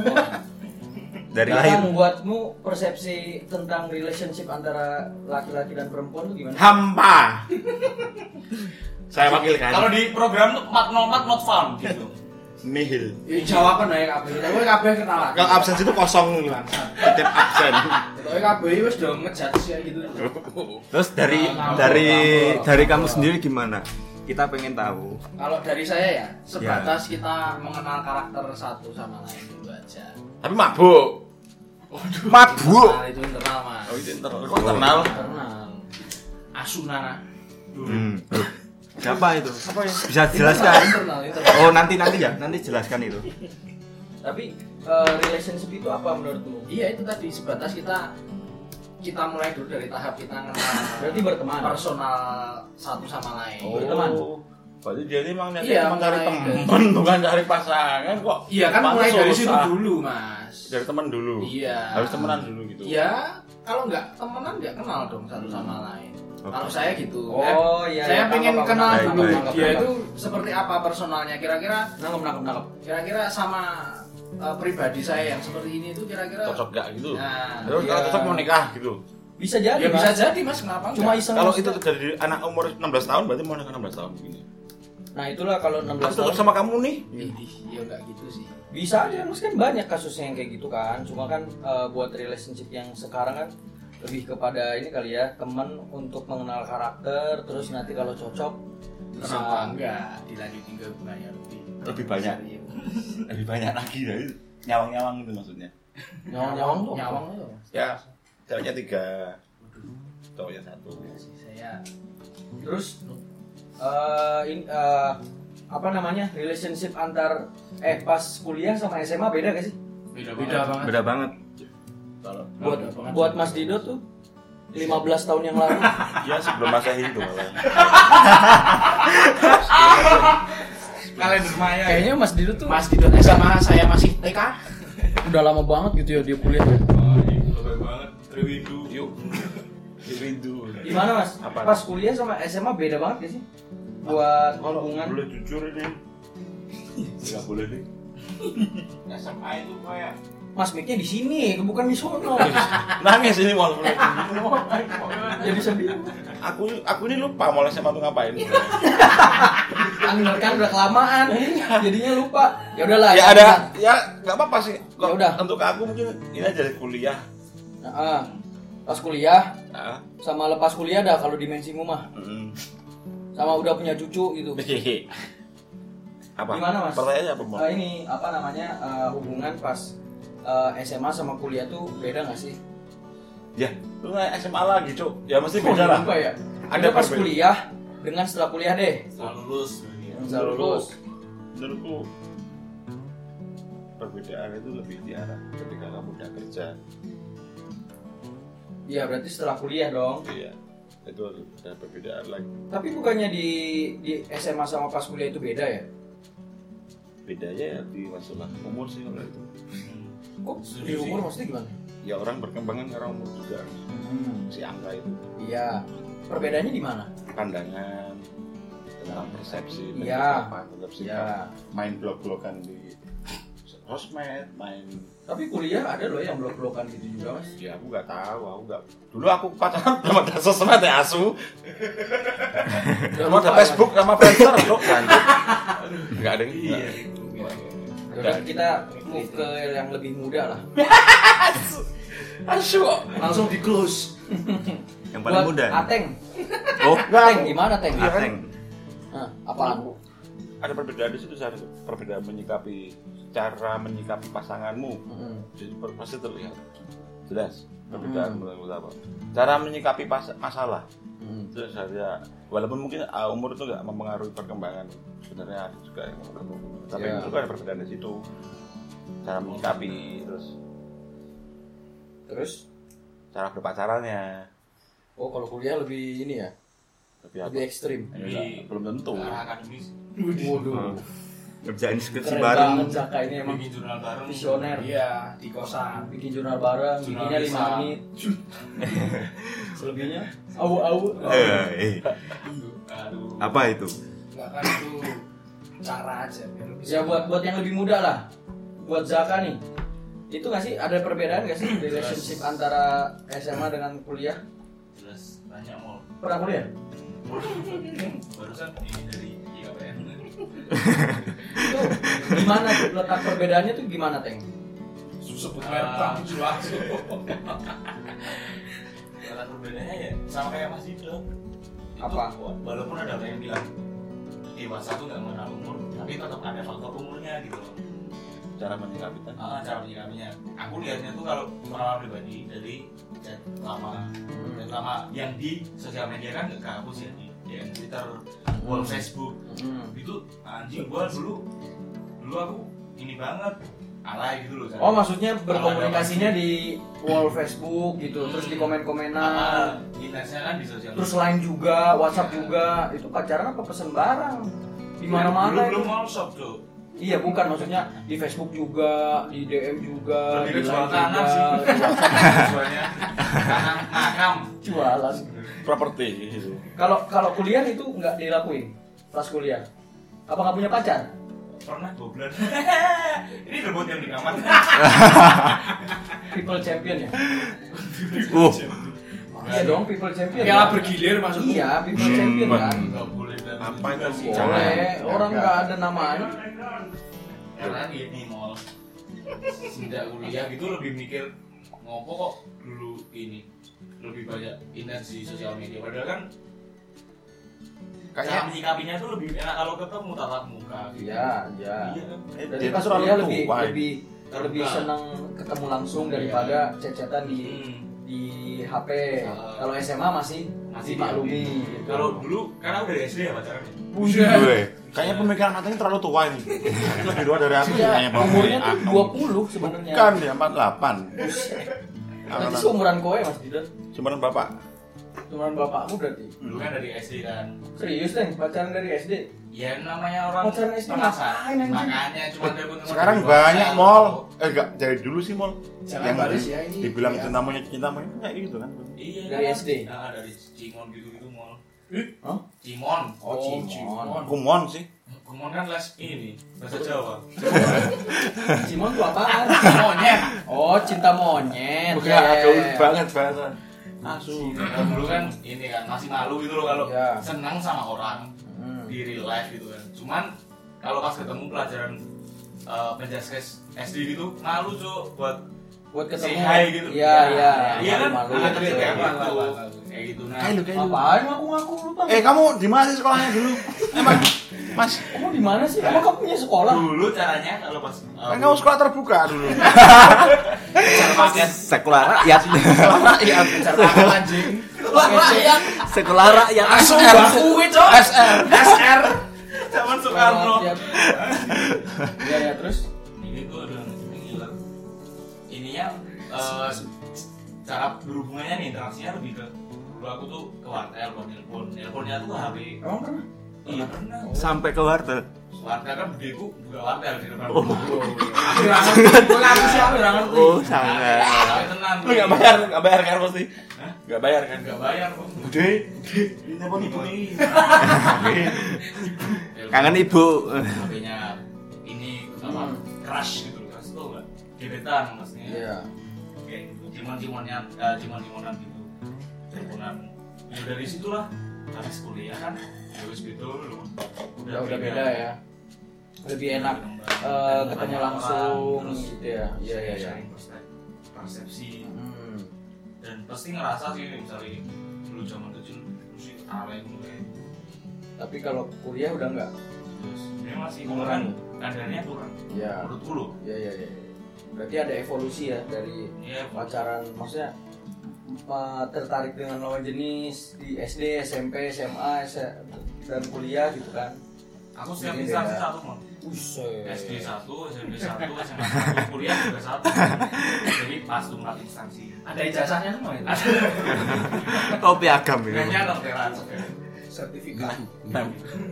Speaker 3: dari
Speaker 2: Bahkan
Speaker 3: lahir
Speaker 2: buatmu persepsi tentang relationship antara laki-laki dan perempuan itu gimana?
Speaker 1: Hampa. Saya wakilkan.
Speaker 4: kalau di program tuh 404 not found gitu
Speaker 1: Nihil.
Speaker 7: Ya, jawaban ae kabeh. Kowe kabeh kenal aku.
Speaker 1: Kalau absensi itu kosong nih bang. Titip absen.
Speaker 7: Kowe kabeh wis do ngejudge ya gitu.
Speaker 3: terus dari
Speaker 7: Ngambek,
Speaker 3: dari
Speaker 7: ngambek.
Speaker 3: dari kamu sendiri gimana kita pengen tahu
Speaker 7: Kalau dari saya ya,
Speaker 4: Iya.
Speaker 7: sebatas kita mengenal karakter satu sama lain itu aja.
Speaker 1: Tapi mabuk.
Speaker 3: mabuk
Speaker 7: Nah, itu internal, Mas.
Speaker 1: Oh itu internal. Kok internal?
Speaker 4: iya.
Speaker 7: Internal. Asu Nana.
Speaker 3: Hmm. Siapa itu?
Speaker 2: ya?
Speaker 3: Bisa
Speaker 4: kan?
Speaker 7: Internal,
Speaker 3: jelaskan?
Speaker 7: internal, internal.
Speaker 3: Oh nanti nanti ya, nanti jelaskan itu.
Speaker 2: Tapi eh, relationship itu apa menurutmu?
Speaker 7: Iya itu tadi sebatas kita kita mulai dulu dari tahap kita kenal
Speaker 2: Berarti berteman.
Speaker 7: personal satu sama lain.
Speaker 2: Oh. Berteman.
Speaker 1: Berarti dia ini emang niatnya
Speaker 7: Iya,
Speaker 1: cuma cari
Speaker 7: mulai
Speaker 1: teman,
Speaker 7: dari-
Speaker 1: bukan cari pasangan kok.
Speaker 7: Iya kan
Speaker 1: Pantes
Speaker 7: mulai dari
Speaker 1: susah.
Speaker 7: situ dulu mas.
Speaker 1: ah. Dari teman dulu.
Speaker 7: Iya.
Speaker 1: Harus temenan dulu gitu.
Speaker 7: Iya kalau nggak temenan nggak kenal dong satu sama lain.
Speaker 3: Oke.
Speaker 7: Kalau saya gitu.
Speaker 2: Oh, iya,
Speaker 7: Saya
Speaker 2: iya,
Speaker 7: pengen
Speaker 2: paham, paham,
Speaker 7: kenal
Speaker 3: paham.
Speaker 7: dulu
Speaker 3: Baik, baik.
Speaker 2: Iya,
Speaker 7: dia itu seperti apa personalnya kira-kira
Speaker 2: Nangkep, nangkep, nangkep.
Speaker 7: kira-kira sama eh, pribadi saya yang seperti ini itu kira-kira.
Speaker 1: Cocok gak gitu.
Speaker 7: Nah,
Speaker 1: Terus kalau
Speaker 2: iya.
Speaker 1: cocok mau nikah gitu.
Speaker 2: Bisa jadi,
Speaker 7: Ya bisa
Speaker 2: Mas.
Speaker 7: jadi mas kenapa
Speaker 2: Cuma
Speaker 7: enggak?
Speaker 2: iseng.
Speaker 1: Kalau
Speaker 2: Mas.
Speaker 1: itu terjadi di anak umur 16 tahun berarti mau nikah 16 tahun begini.
Speaker 2: Nah, itulah kalau 16
Speaker 1: Aku
Speaker 2: tahun
Speaker 1: cocok sama kamu nih.
Speaker 7: Ih, ya nggak gitu sih.
Speaker 2: bisa aja Mas kan banyak kasusnya yang kayak gitu kan. Cuma kan eh, buat relationship yang sekarang kan lebih kepada ini kali ya, teman untuk mengenal karakter, terus nanti kalau cocok bisa
Speaker 7: Kenapa enggak dilanjutin ke hubungan yang lebih
Speaker 1: Lebih banyak.
Speaker 7: serius.
Speaker 1: Lebih banyak lagi dari nyawang-nyawang itu maksudnya.
Speaker 2: nyawang-nyawang tuh.
Speaker 7: iya. nyawang tuh.
Speaker 1: Ya, ceweknya tiga, cowoknya satu.
Speaker 7: Saya
Speaker 2: Terus eh in- eh, apa namanya? relationship antar eh pas kuliah sama SMA beda gak sih?
Speaker 4: beda
Speaker 8: beda banget.
Speaker 4: banget
Speaker 3: beda banget
Speaker 8: Kalau-
Speaker 4: buat
Speaker 8: kalau-
Speaker 2: Buat Mas Dino tuh 15 tahun yang lalu.
Speaker 1: Ya sebelum masa Hindu malah.
Speaker 8: kalender Maya.
Speaker 2: Kayaknya Mas Dino tuh
Speaker 4: Iya, Mas Dino SMA saya masih TK
Speaker 2: udah lama banget gitu ya dia kuliah.
Speaker 8: Oh, iya, lebay banget. Triwindu. Yuk. Triwindu.
Speaker 2: Gimana Mas? Pas kuliah sama SMA beda banget gak sih? Buat hubungan.
Speaker 9: boleh jujur ini nggak boleh nih
Speaker 8: SMA itu kayak
Speaker 2: Mas mic-nya di sini, bukan di sono.
Speaker 1: Nangis ini malah.
Speaker 2: Jadi sedih.
Speaker 1: Aku aku ini lupa mau SMA tuh ngapain.
Speaker 2: Iya. Angger kan udah kelamaan. Jadinya lupa. Ya udahlah.
Speaker 1: ya ada
Speaker 2: Iya.
Speaker 1: ya nggak apa-apa sih. Kok
Speaker 2: Ya udah.
Speaker 1: untuk aku mungkin ini aja kuliah.
Speaker 2: Heeh. Pas kuliah
Speaker 1: Nah,
Speaker 2: sama lepas kuliah dah kalau dimensi rumah
Speaker 1: mm.
Speaker 2: sama udah punya cucu gitu.
Speaker 1: Hehehe. apa?
Speaker 2: Gimana, Mas?
Speaker 1: Pertanyaannya apa Bang?
Speaker 2: Eh, ini apa namanya eh, hubungan pas eh, SMA sama kuliah tuh beda nggak sih?
Speaker 1: Ya, lu nanya SMA lagi, Cuk. Ya mesti
Speaker 2: Oh,
Speaker 1: beda lah.
Speaker 2: lupa ya. Ada
Speaker 1: Ada
Speaker 2: pas
Speaker 1: perbedaan.
Speaker 2: kuliah dengan setelah kuliah deh.
Speaker 8: setelah lulus. iya.
Speaker 2: Setelah lulus.
Speaker 9: menurutku perbedaan itu lebih di arah ketika kamu udah kerja
Speaker 2: Iya berarti setelah kuliah dong.
Speaker 9: iya itu ada perbedaan lagi
Speaker 2: Tapi bukannya di di SMA sama pas kuliah itu beda ya?
Speaker 9: bedanya ya di masalah umur sih kalau itu
Speaker 2: Kok di umur maksudnya gimana?
Speaker 9: ya orang berkembang kan karena umur juga
Speaker 4: Hmm.
Speaker 9: si angka itu
Speaker 2: Iya. Perbedaannya di mana?
Speaker 9: pandangan tentang persepsi
Speaker 2: Iya.
Speaker 9: pendapat, tetap
Speaker 1: Iya.
Speaker 9: sikap main blok-blokan di sosmed main
Speaker 2: Tapi kuliah ada loh yang blok-blokan gitu juga mas.
Speaker 9: ya aku nggak tahu aku nggak
Speaker 1: Dulu aku pacaran sama ada sosmed ya asu. Sama ada
Speaker 2: lupa, ya,
Speaker 1: Facebook sama Friendster, Cuk. Lanjut. Enggak ada yang
Speaker 8: Iya.
Speaker 2: Yaudah kita move ke yang lebih muda lah.
Speaker 4: langsung di close
Speaker 3: yang paling
Speaker 2: Buat
Speaker 3: muda
Speaker 2: Ateng.
Speaker 3: oh
Speaker 2: Ateng Iya kan? gimana Teng?
Speaker 3: ateng
Speaker 2: Hah, apaan?
Speaker 9: ada perbedaan di situ Sar. perbedaan menyikapi cara menyikapi pasanganmu
Speaker 2: Mm-mm.
Speaker 9: jadi per- pasti terlihat jelas
Speaker 1: Hmm.
Speaker 9: perbedaan menurut apa cara menyikapi pas- masalah
Speaker 2: Mm.
Speaker 9: itu saja walaupun mungkin ah, umur itu nggak mempengaruhi perkembangan sebenarnya ada juga yang mempengaruhi. tapi
Speaker 2: Ya.
Speaker 9: itu kan ada perbedaan di situ cara menyikapi terus
Speaker 2: Terus?
Speaker 9: cara berpacarannya
Speaker 2: Oh kalau kuliah lebih ini ya,
Speaker 9: tapi apa
Speaker 2: lebih ekstrim.
Speaker 9: Ya, belum tentu
Speaker 8: Arah akademis.
Speaker 2: Waduh,
Speaker 3: ngerjain skripsi
Speaker 2: keren
Speaker 3: bareng
Speaker 2: banget Zaka ini emang
Speaker 8: Bikin jurnal bareng.
Speaker 2: visioner.
Speaker 4: iya di kosan
Speaker 2: Bikin jurnal bareng,
Speaker 8: Jurnal
Speaker 2: bikinnya lima
Speaker 8: bisa.
Speaker 2: menit. Selebihnya, au au.
Speaker 3: eh, eh,
Speaker 8: Aduh.
Speaker 3: apa itu
Speaker 4: nggak kan itu cara aja biar lu bisa
Speaker 2: Ya buat buat yang lebih muda lah, buat Zaka nih. Itu nggak sih ada perbedaan nggak sih relationship antara SMA dengan kuliah?
Speaker 8: Jelas tanya mau.
Speaker 2: Pernah kuliah?
Speaker 8: Barusan ini dari IKPN.
Speaker 2: Itu gimana tuh letak perbedaannya tuh gimana Teng?
Speaker 4: sebut merek gitu
Speaker 8: Merta
Speaker 4: Pak.
Speaker 8: Juwasu. Karena perbedaannya ya sama kayak Mas Dino. Itu
Speaker 2: Apa?
Speaker 8: Walaupun ada orang yang bilang dewasa tuh nggak mengenal umur, tapi tetap ada faktor umurnya gitu. loh.
Speaker 9: cara menyikapi kan
Speaker 8: Ah, cara menyikapinya. Aku lihatnya tuh kalau pengalaman pribadi dari chat lama, chat lama yang di sosial media kan nggak kehapus ya di DM Twitter, wall Facebook
Speaker 2: Hmm.
Speaker 8: itu anjing gua dulu dulu aku ini banget alay gitu loh
Speaker 2: Oh maksudnya berkomunikasinya di wall Facebook gitu, terus di komen-komenan,
Speaker 8: intensnya kan di sosial
Speaker 2: terus lain juga, WhatsApp juga, itu pacaran apa pesen barang? Di mana-mana
Speaker 8: Iya, belum
Speaker 2: itu.
Speaker 8: mau shop tuh
Speaker 2: Iya bukan maksudnya di Facebook juga, di DM juga, di
Speaker 8: lebih ke
Speaker 2: lain
Speaker 8: jual tanah sih
Speaker 2: juga,
Speaker 8: jualnya tanah makam
Speaker 2: jualan.
Speaker 1: properti gitu.
Speaker 2: Kalau kalau kuliah itu nggak dilakuin pas kuliah. Apa nggak punya pacar?
Speaker 8: pernah goblan ini debut yang di kamar
Speaker 2: People champion ya?
Speaker 3: uh
Speaker 2: Iya dong, people champion.
Speaker 4: piala
Speaker 8: Ya,
Speaker 2: kan?
Speaker 4: bergilir maksudnya
Speaker 2: Iya, people
Speaker 1: Hmm,
Speaker 2: champion kan.
Speaker 8: nggak boleh dan
Speaker 9: Apa
Speaker 8: juga
Speaker 9: itu?
Speaker 8: sih
Speaker 9: Jangan.
Speaker 2: Boleh, orang nggak ada namanya.
Speaker 8: karena di di mall sejak kuliah gitu lebih mikir ngopo kok dulu ini lebih banyak intens di sosial media padahal kan cara
Speaker 1: Kayak
Speaker 8: menyikapinya tuh lebih enak kalau ketemu tatap muka gitu.
Speaker 2: Iya, iya.
Speaker 8: Iya kan?
Speaker 1: eh,
Speaker 2: Berarti
Speaker 1: dia
Speaker 2: pas
Speaker 1: orang
Speaker 2: kuliah
Speaker 1: tua,
Speaker 2: lebih
Speaker 1: wah.
Speaker 2: lebih lebih
Speaker 8: Terbuka. Iya.
Speaker 2: senang ketemu langsung daripada cecetan di
Speaker 8: Hmm.
Speaker 2: di HP.
Speaker 8: Ah.
Speaker 2: Kalau SMA masih
Speaker 8: Masih
Speaker 2: Pak
Speaker 8: di-
Speaker 2: Lumi. gitu.
Speaker 8: Kalau dulu karena udah dari SD ya pacaran. ya?
Speaker 9: Gue. Kayaknya pemikiran Nathan ini terlalu tua ini. Lebih tua dari aku
Speaker 2: Iya,
Speaker 9: kayaknya Pak.
Speaker 2: umurnya
Speaker 9: Ah,
Speaker 2: tuh 20 sebenarnya.
Speaker 9: Bukan dia 48.
Speaker 2: Berarti seumuran kowe Mas Didan.
Speaker 9: Cuman Bapak.
Speaker 2: Seumuran bapakmu berarti.
Speaker 8: Dulu kan dari SD kan.
Speaker 2: Serius deh, pacaran dari SD.
Speaker 8: Ya namanya orang
Speaker 2: Pacaran SD ngapain, anjing?
Speaker 8: Makanya cuma telepon teman
Speaker 9: Sekarang
Speaker 8: di
Speaker 9: banyak
Speaker 8: WhatsApp.
Speaker 9: mall. Eh enggak, dari dulu sih mall.
Speaker 4: Jangan baris ya, ini
Speaker 9: dibilang
Speaker 4: ya.
Speaker 9: itu namanya cinta monyet kayak gitu kan.
Speaker 8: Iya.
Speaker 2: Dari
Speaker 8: kan?
Speaker 2: SD?
Speaker 8: Nah, dari Cimon gitu-gitu mall.
Speaker 2: Hah?
Speaker 8: Cimon.
Speaker 2: Oh, Cimon.
Speaker 9: Kumon sih.
Speaker 8: Kumon kan les ini bahasa Jawa.
Speaker 2: Cimon tuh apaan?
Speaker 8: Monyet.
Speaker 2: Oh, cinta monyet.
Speaker 9: Iya,
Speaker 2: Iya.
Speaker 3: Bukan, gaul banget bahasa.
Speaker 8: Asu. Dulu kan ini kan masih malu gitu loh kalau
Speaker 2: Iya.
Speaker 8: senang sama orang
Speaker 2: Hmm.
Speaker 8: di real life gitu kan. Cuman kalau pas ketemu pelajaran eh penjaskes SD gitu malu cok buat
Speaker 2: Buat ketemu.
Speaker 8: say hi gitu.
Speaker 2: Iya, iya.
Speaker 8: Iya kan?
Speaker 2: Malu,
Speaker 8: Anak
Speaker 2: gitu.
Speaker 8: kecil kayak gitu.
Speaker 2: iya.
Speaker 8: Kayak gitu nah.
Speaker 9: Kan
Speaker 2: Apaan aku ngaku lu, Bang?
Speaker 9: Eh kamu di mana sih sekolahnya dulu? Emang Mas,
Speaker 2: Kamu di mana sih? Emang kamu punya sekolah?
Speaker 8: Dulu caranya kalau pas eh,
Speaker 9: kan kamu sekolah terbuka dulu.
Speaker 8: cara pakai
Speaker 3: Sekular rakyat.
Speaker 8: rakyat, cara pakai anjing.
Speaker 2: Rakyat.
Speaker 3: Sekular rakyat.
Speaker 8: Langsung
Speaker 3: SR.
Speaker 8: baku weh, Cok.
Speaker 3: SR.
Speaker 8: SR. Zaman Soekarno.
Speaker 2: Rakyat. Iya, ya, terus?
Speaker 8: Ini tuh ada yang hilang. Ininya eh, cara berhubungannya nih interaksinya lebih ke dulu aku tuh ke wartel buat nelpon. Nelponnya tuh HP.
Speaker 2: Emang pernah?
Speaker 8: Iya pernah.
Speaker 3: Sampai ke wartel.
Speaker 8: Wartel kan budeku buka wartel di depan. rumah.
Speaker 2: Gue ngaku sih, aku nggak ngerti.
Speaker 3: Oh,
Speaker 8: Nah,
Speaker 3: sangat.
Speaker 8: Tapi tenang.
Speaker 3: Lu nggak bayar, nggak bayar kan pasti. Nggak bayar kan?
Speaker 8: Enggak bayar, Bang.
Speaker 3: Bude,
Speaker 9: Ini apa nih?
Speaker 3: kangen ibu.
Speaker 8: HP-nya ini sama crash gitu loh. Crush tuh enggak gebetan maksudnya.
Speaker 2: Hmm. Iya.
Speaker 8: Kayak gitu. Cimon-cimonnya eh, cimon-cimonan gitu. Teleponan. Ya dari situlah habis kuliah kan terus gitu dulu.
Speaker 2: Ya, udah beda ya. Lebih enak eh, ketemu langsung gitu ya. Iya, iya, iya.
Speaker 8: Persepsi
Speaker 2: Hmm.
Speaker 8: dan pasti ngerasa sih misalnya dulu zaman kecil dulu sih alay dulu kayak
Speaker 2: Tapi kalau kuliah udah enggak?
Speaker 8: terus dia masih
Speaker 2: Mengurangi.
Speaker 8: kurang kadarnya kurang
Speaker 2: Iya.
Speaker 8: menurutku loh
Speaker 2: Iya, iya, iya. Berarti ada evolusi ya dari
Speaker 8: ya
Speaker 2: pacaran maksudnya eh, tertarik dengan lawan jenis di SD, SMP, SMA S- dan kuliah gitu kan.
Speaker 8: aku setiap
Speaker 2: Jadi
Speaker 8: instansi
Speaker 2: beda.
Speaker 8: satu mau
Speaker 2: Buset.
Speaker 8: SD 1, SMP 1, SMA 1, kuliah juga 1 Jadi pas jumlah instansi Nah,
Speaker 4: Ada ijazahnya semua itu.
Speaker 3: Kau piagam
Speaker 8: Hanya
Speaker 3: ya.
Speaker 8: dokteran
Speaker 4: Sertifikat.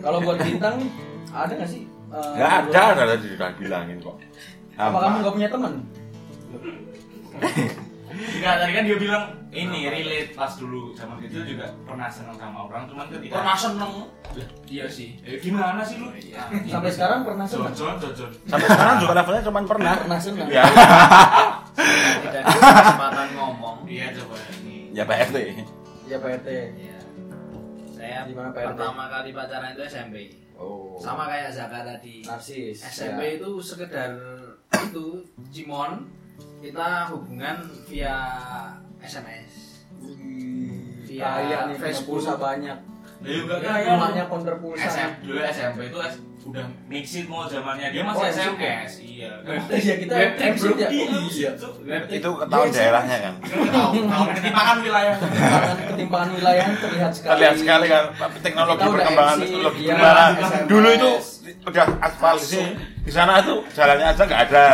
Speaker 2: Kalau buat bintang nih, ada Iya. nggak sih? eh,
Speaker 9: Enggak
Speaker 2: menurut-
Speaker 9: ada, enggak ada sudah bilangin kok.
Speaker 2: Apa kamu nggak punya teman?
Speaker 8: Enggak, tadi kan dia bilang ini relate pas dulu zaman kecil juga pernah seneng sama orang Cuman ketika
Speaker 4: Pernah seneng. Iya sih.
Speaker 8: Eh, Gimana sih lu? Nah, iya.
Speaker 2: Sampai sekarang pernah seneng?
Speaker 8: Jojon, jojon
Speaker 9: Sampai sekarang juga levelnya cuma pernah.
Speaker 2: Pernah seneng?
Speaker 9: Ya,
Speaker 4: Tidak ada kesempatan ngomong.
Speaker 8: Iya coba ini
Speaker 9: ya Pak RT.
Speaker 2: Iya Pak RT.
Speaker 4: Iya. Saya
Speaker 2: Di mana, Pak RT?
Speaker 4: pertama kali pacaran itu SMP.
Speaker 2: Oh.
Speaker 4: Sama kayak Zaka tadi.
Speaker 2: narsis. ya.
Speaker 4: SMP itu sekedar itu Cimon kita hubungan via SMS.
Speaker 2: Ya. Kaya nih,
Speaker 4: Facebook.
Speaker 2: pulsa banyak.
Speaker 8: Dia juga kan
Speaker 2: Kaya banyak counter pulsa.
Speaker 8: SMP dulu SMP itu S- udah mixit mau zamannya dia masih
Speaker 2: Oh,
Speaker 8: SMS iya
Speaker 2: Iya kita
Speaker 4: Web
Speaker 2: MC
Speaker 4: bro.
Speaker 2: ya.
Speaker 8: iya
Speaker 9: Itu ketahuan daerahnya kan.
Speaker 8: tahu ketimakan wilayah
Speaker 2: Ketimpangan, ketimpangan wilayah terlihat sekali.
Speaker 9: Terlihat sekali kan tapi teknologi
Speaker 2: Kita udah
Speaker 9: perkembangan
Speaker 2: MC,
Speaker 9: itu lebih
Speaker 2: iya,
Speaker 9: gimana.
Speaker 2: SMS.
Speaker 9: Dulu itu udah aspal di sini. Di sana tuh jalannya aja nggak ada.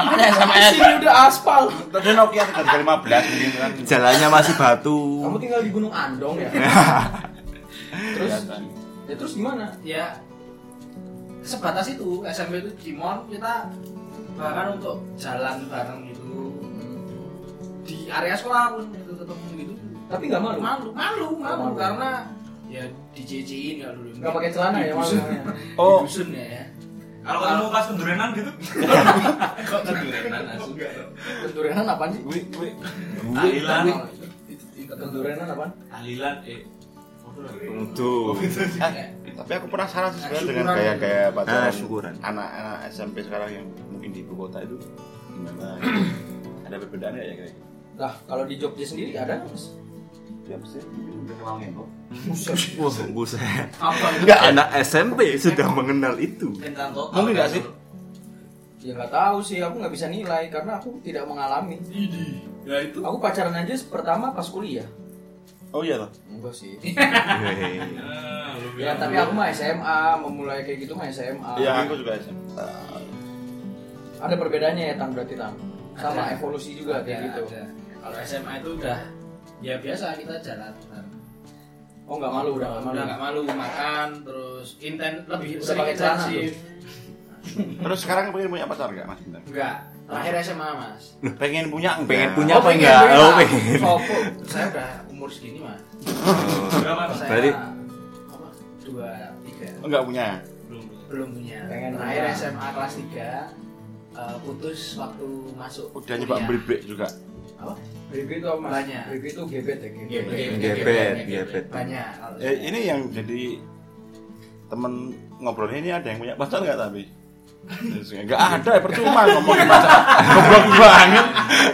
Speaker 9: Makanya
Speaker 2: Di
Speaker 9: SMS.
Speaker 2: Sini udah aspal.
Speaker 9: Tadi Nokia 3315 mungkin kan.
Speaker 3: Jalannya masih batu.
Speaker 2: Kamu tinggal di Gunung Andong ya. terus ya terus gimana?
Speaker 4: Ya sebatas itu SMP itu Cimon kita bahkan untuk jalan bareng gitu di area sekolah pun itu ketemu gitu
Speaker 2: Tapi nggak malu.
Speaker 4: malu malu malu,
Speaker 2: Malu.
Speaker 4: karena ya dijeciin kalau dulu
Speaker 2: Nggak pakai celana ya
Speaker 4: Dibusun.
Speaker 2: malunya.
Speaker 3: Oh.
Speaker 4: Dibusun ya
Speaker 8: kalau ketemu pas kendurenan gitu
Speaker 4: kok kendurenan asu
Speaker 2: Kendurenan apaan sih?
Speaker 3: Wih, wih.
Speaker 8: alilan
Speaker 2: Kendurenan apaan?
Speaker 8: alilan eh foto lagi.
Speaker 9: Tuh. Eh, tapi aku penasaran sih sebenarnya dengan
Speaker 4: Syukuran.
Speaker 9: gaya-gaya pacaran
Speaker 3: Ah, syukuran.
Speaker 9: anak-anak SMP sekarang yang mungkin di ibu kota itu gimana? Ada perbedaan nggak ya kira-kira?
Speaker 2: Lah kalau di Jogja sendiri ada nggak mas? Iya,
Speaker 9: Ya mesti udah kenal kok.
Speaker 3: Wah, buset.
Speaker 4: apa itu
Speaker 3: Enggak anak SMP sudah mengenal itu.
Speaker 8: Bintang total.
Speaker 9: Mungkin nggak sih?
Speaker 2: Ya nggak tahu sih, aku nggak bisa nilai karena aku tidak mengalami.
Speaker 4: ya itu
Speaker 2: Aku pacaran aja pertama pas kuliah.
Speaker 1: Oh iya toh.
Speaker 2: Enggak sih.
Speaker 4: Nah, lu
Speaker 2: Ya,
Speaker 4: bilang.
Speaker 2: tapi aku mah SMA, memulai kayak gitu mah SMA.
Speaker 1: Iya aku juga SMA.
Speaker 2: Ada perbedaannya ya Tan berarti Tan. Sama
Speaker 4: Ada.
Speaker 2: evolusi juga kayak
Speaker 4: Ada,
Speaker 2: gitu.
Speaker 4: ada. Kalau SMA itu udah ya biasa kita jalan.
Speaker 2: Oh nggak malu udah nggak malu.
Speaker 4: Udah nggak malu makan terus inten lebih
Speaker 2: Udah
Speaker 4: sering
Speaker 2: pakai celana
Speaker 4: intensif.
Speaker 2: Mm-hmm.
Speaker 1: Terus sekarang pengen punya pacar gak mas? Bentar.
Speaker 4: Enggak. Terakhir SMA mas.
Speaker 1: Loh, pengen punya enggak?
Speaker 10: Pengen punya
Speaker 2: Oh,
Speaker 10: apa
Speaker 2: pengen,
Speaker 10: enggak?
Speaker 2: pengen,
Speaker 10: Oh,
Speaker 2: Pak.
Speaker 10: pengen.
Speaker 2: Oh, kok.
Speaker 4: Saya udah umur segini mas.
Speaker 8: Udah mas.
Speaker 4: Saya
Speaker 10: Berarti-
Speaker 4: apa, dua tiga
Speaker 1: Enggak punya.
Speaker 8: Belum.
Speaker 4: belum punya.
Speaker 2: Pengen
Speaker 4: Terakhir
Speaker 2: punya.
Speaker 4: SMA kelas tiga eh, putus waktu masuk.
Speaker 1: Udah nyoba
Speaker 4: kuliah.
Speaker 1: beribrik juga.
Speaker 4: Apa?
Speaker 2: BB itu apa mas?
Speaker 4: Banyak.
Speaker 2: BB itu gebet ya gebet.
Speaker 8: Gebet.
Speaker 10: Gebet, gebet.
Speaker 4: Banyak. kalau
Speaker 1: Eh,
Speaker 4: saya.
Speaker 1: ini yang jadi temen ngobrolnya ini ada yang punya pacar nggak tapi? Enggak ada, ya, percuma ngomongin pacar. Goblok banget.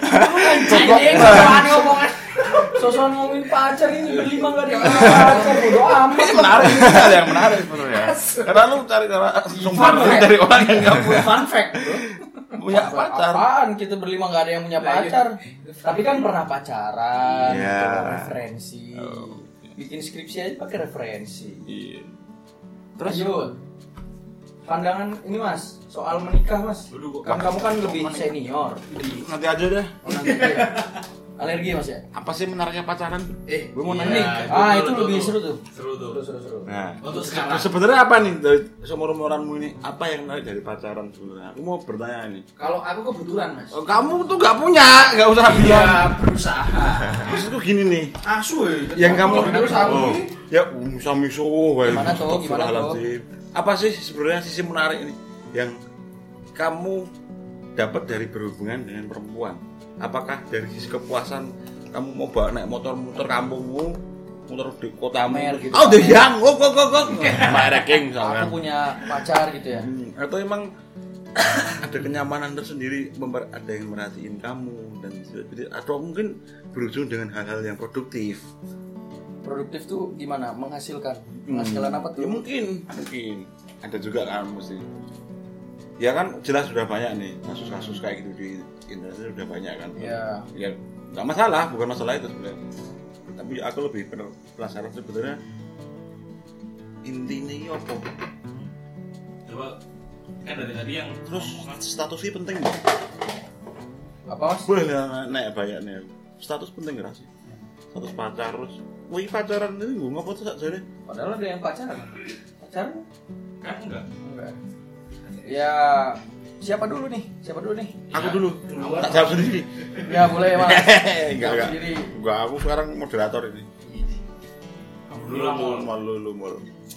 Speaker 1: Goblok
Speaker 4: Anjing,
Speaker 1: banget.
Speaker 4: apaan ngomongan?
Speaker 2: Sosokan ngomongin pacar ini berlima nggak ada yang punya pacar bodo amat.
Speaker 1: Ini menarik, ini ada yang menarik sebenarnya. Karena lu cari cara sumber dari orang yang nggak punya-
Speaker 4: Fun fact bro.
Speaker 1: punya pacar.
Speaker 2: Apaan kita berlima nggak ada yang punya
Speaker 4: iya.
Speaker 2: pacar. Tapi kan pernah pacaran,
Speaker 10: Iya.
Speaker 2: bikin referensi. Bikin skripsi aja pakai referensi.
Speaker 1: Iya.
Speaker 2: Terus pandangan ini mas soal menikah mas. Kan kamu kan lebih senior.
Speaker 1: Nanti aja deh.
Speaker 2: Oh, nanti ya. Alergi mas ya.
Speaker 1: Apa sih menariknya pacaran?
Speaker 4: Eh,
Speaker 1: Gue mau
Speaker 8: Iya,
Speaker 1: nanya.
Speaker 8: itu
Speaker 2: Ah itu
Speaker 8: tuh,
Speaker 2: lebih
Speaker 8: tuh.
Speaker 2: seru tuh.
Speaker 8: Seru tuh.
Speaker 2: Seru seru seru.
Speaker 1: Nah,
Speaker 8: Untuk
Speaker 1: Nah,
Speaker 8: sekarang.
Speaker 1: sebenarnya apa nih dari seumur umuranmu ini apa yang menarik dari pacaran sebenarnya? Aku mau bertanya ini.
Speaker 4: Kalau aku kebetulan mas.
Speaker 1: Oh, Kamu tuh nggak punya, nggak usah bilang.
Speaker 4: Iya berusaha.
Speaker 1: Maksudku gini nih,
Speaker 4: Asu ya.
Speaker 2: eh.
Speaker 1: yang kamu
Speaker 4: terus aku
Speaker 1: Oh,
Speaker 4: ini.
Speaker 1: ya bisa misuh. wah,
Speaker 2: Gimana tuh, gimana tuh?
Speaker 1: astagfirullahaladzim. Apa sih sebenarnya sisi menarik ini yang kamu dapat dari berhubungan dengan perempuan? Apakah dari sisi kepuasan kamu mau bawa naik motor muter kampungmu, muter di kotamu?
Speaker 2: Pamer gitu. Iya,
Speaker 1: Oh, the young, oh, kok, kok, kok, Mereking misalnya.
Speaker 2: Aku punya pacar gitu ya.
Speaker 1: Hmm, atau emang ada kenyamanan tersendiri memper- ada yang merhatiin kamu dan sebagainya. atau mungkin berujung dengan hal-hal yang produktif
Speaker 2: Produktif tuh gimana? Menghasilkan. Menghasilkan apa tuh?
Speaker 1: ya mungkin mungkin ada juga kan mesti ya kan jelas sudah banyak nih kasus-kasus kayak gitu di Indonesia sudah banyak kan
Speaker 2: Iya.
Speaker 1: ya nggak masalah bukan masalah itu sebenarnya tapi aku lebih pener- penasaran sebenarnya intinya ini apa
Speaker 8: Coba kan dari tadi yang
Speaker 1: terus
Speaker 8: ngomong kan.
Speaker 1: statusnya penting nggak?
Speaker 2: Apa mas?
Speaker 1: Boleh lah naik banyaknya. Status penting gak sih? Status pacar terus. Wih pacaran ini gue ngapa tuh jadi?
Speaker 2: Padahal ada yang pacaran. Pacaran?
Speaker 8: kan enggak.
Speaker 2: Enggak. Ya siapa dulu nih? Siapa dulu nih?
Speaker 1: Aku dulu. Tak jawab sendiri.
Speaker 2: Ya boleh mas.
Speaker 1: Enggak enggak.
Speaker 2: Sendiri.
Speaker 1: Enggak aku sekarang moderator ini.
Speaker 8: Kamu dulu
Speaker 1: Lu
Speaker 8: lah
Speaker 1: mul
Speaker 8: mau.
Speaker 1: mul lu lu mul.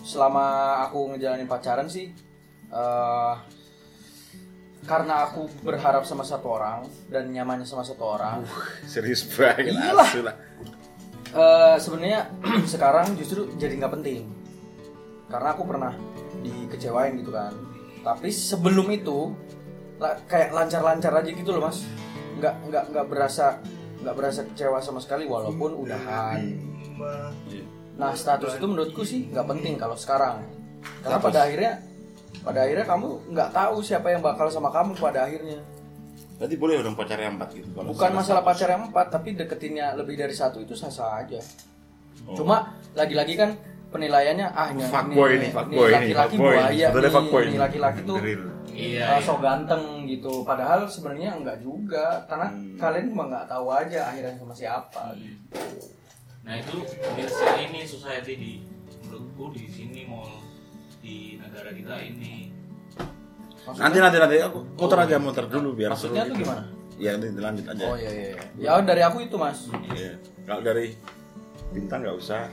Speaker 2: Selama aku ngejalanin pacaran sih, eh karena aku berharap sama satu orang dan nyamannya sama satu orang.
Speaker 1: Serius banget.
Speaker 2: Iyalah.
Speaker 1: asu lah.
Speaker 2: Eh, sebenarnya sekarang justru jadi nggak penting karena aku pernah dikecewain gitu kan tapi sebelum itu la- kayak lancar-lancar aja gitu loh mas nggak nggak nggak berasa nggak berasa kecewa sama sekali walaupun udahan nah status itu menurutku sih nggak penting kalau sekarang karena pada akhirnya pada akhirnya kamu nggak tahu siapa yang bakal sama kamu pada akhirnya
Speaker 1: Berarti boleh dong pacarnya empat gitu. kalau
Speaker 2: Bukan
Speaker 1: secara
Speaker 2: masalah
Speaker 1: status.
Speaker 2: pacar yang empat, tapi deketinnya lebih dari satu itu sah-sah aja.
Speaker 4: Oh.
Speaker 2: Cuma lagi-lagi kan penilaiannya ah ini
Speaker 1: Fuckboy nih, fuckboy nih,
Speaker 2: laki-laki
Speaker 1: fuckboy nih.
Speaker 2: buaya
Speaker 1: Sebetulnya
Speaker 2: nih,
Speaker 1: fuckboy
Speaker 2: ini
Speaker 1: nih.
Speaker 2: laki-laki tuh
Speaker 1: Benerin.
Speaker 4: Iya.
Speaker 2: uh, sok ganteng gitu. Padahal sebenarnya enggak juga, karena
Speaker 1: Hmm.
Speaker 2: kalian cuma nggak tahu aja akhirnya sama siapa. gitu.
Speaker 8: Nah itu biasanya ini society di menurutku di sini mau di negara kita ini
Speaker 2: Maksudnya,
Speaker 1: Nanti nanti nanti aku muter aja muter dulu biar
Speaker 2: maksudnya
Speaker 1: seru
Speaker 2: tuh
Speaker 1: gitu.
Speaker 2: gimana?
Speaker 1: Ya nanti lanjut aja.
Speaker 2: Oh iya iya. iya. Ya dari aku itu mas.
Speaker 1: Iya. Kalau dari bintang nggak usah.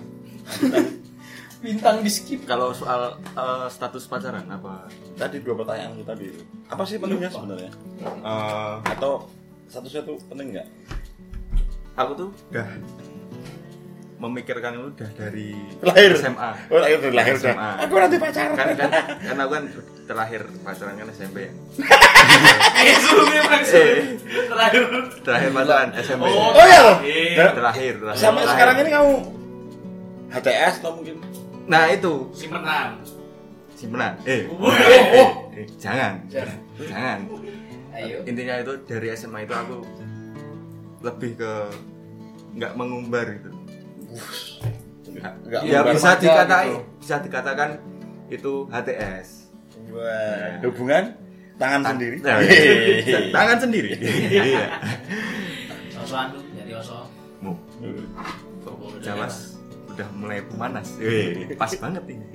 Speaker 2: Bintang di skip.
Speaker 3: Kalau soal eh, status pacaran apa?
Speaker 1: tadi dua pertanyaan itu tadi apa sih pentingnya sebenarnya Eh, atau statusnya tuh penting nggak
Speaker 3: Aku tuh udah memikirkan itu udah dari
Speaker 1: Lahir.
Speaker 3: SMA.
Speaker 1: oh lahir dari lahir dah
Speaker 3: SMA.
Speaker 1: aku nanti pacaran
Speaker 3: Kan kan kan aku kan terakhir pacaran kan SMP ya.
Speaker 8: eh sebelumnya Max
Speaker 3: Eh,
Speaker 8: terakhir
Speaker 3: terakhir pacaran SMP.
Speaker 8: Oh.
Speaker 1: oh ya
Speaker 2: Eh.
Speaker 8: Iya.
Speaker 1: Nah,
Speaker 3: Terakhir,
Speaker 1: sampai
Speaker 3: terakhir. Terakhir.
Speaker 1: sekarang ini kan? kamu HTS atau mungkin
Speaker 3: Nah, itu
Speaker 8: si menang
Speaker 3: si menang. Eh,
Speaker 8: oh, oh.
Speaker 3: eh, jangan.
Speaker 4: Jangan.
Speaker 3: Jangan.
Speaker 4: Ayo.
Speaker 3: Intinya itu dari SMA itu aku lebih ke nggak mengumbar gitu
Speaker 1: Nggak- nggak
Speaker 3: ya
Speaker 1: mengumbar
Speaker 3: bisa
Speaker 2: warga
Speaker 3: dikatain
Speaker 2: gitu.
Speaker 3: bisa dikatakan itu HTS
Speaker 1: Wah, hubungan tangan sendiri. Iya,
Speaker 3: Nah, tangan sendiri Iya.
Speaker 4: Sosokan tuh jadi oso.
Speaker 3: Mu.
Speaker 4: Bobo udah
Speaker 8: ya.
Speaker 3: Jawas udah mulai pemanas
Speaker 8: Iya,
Speaker 3: Wih, pas banget ini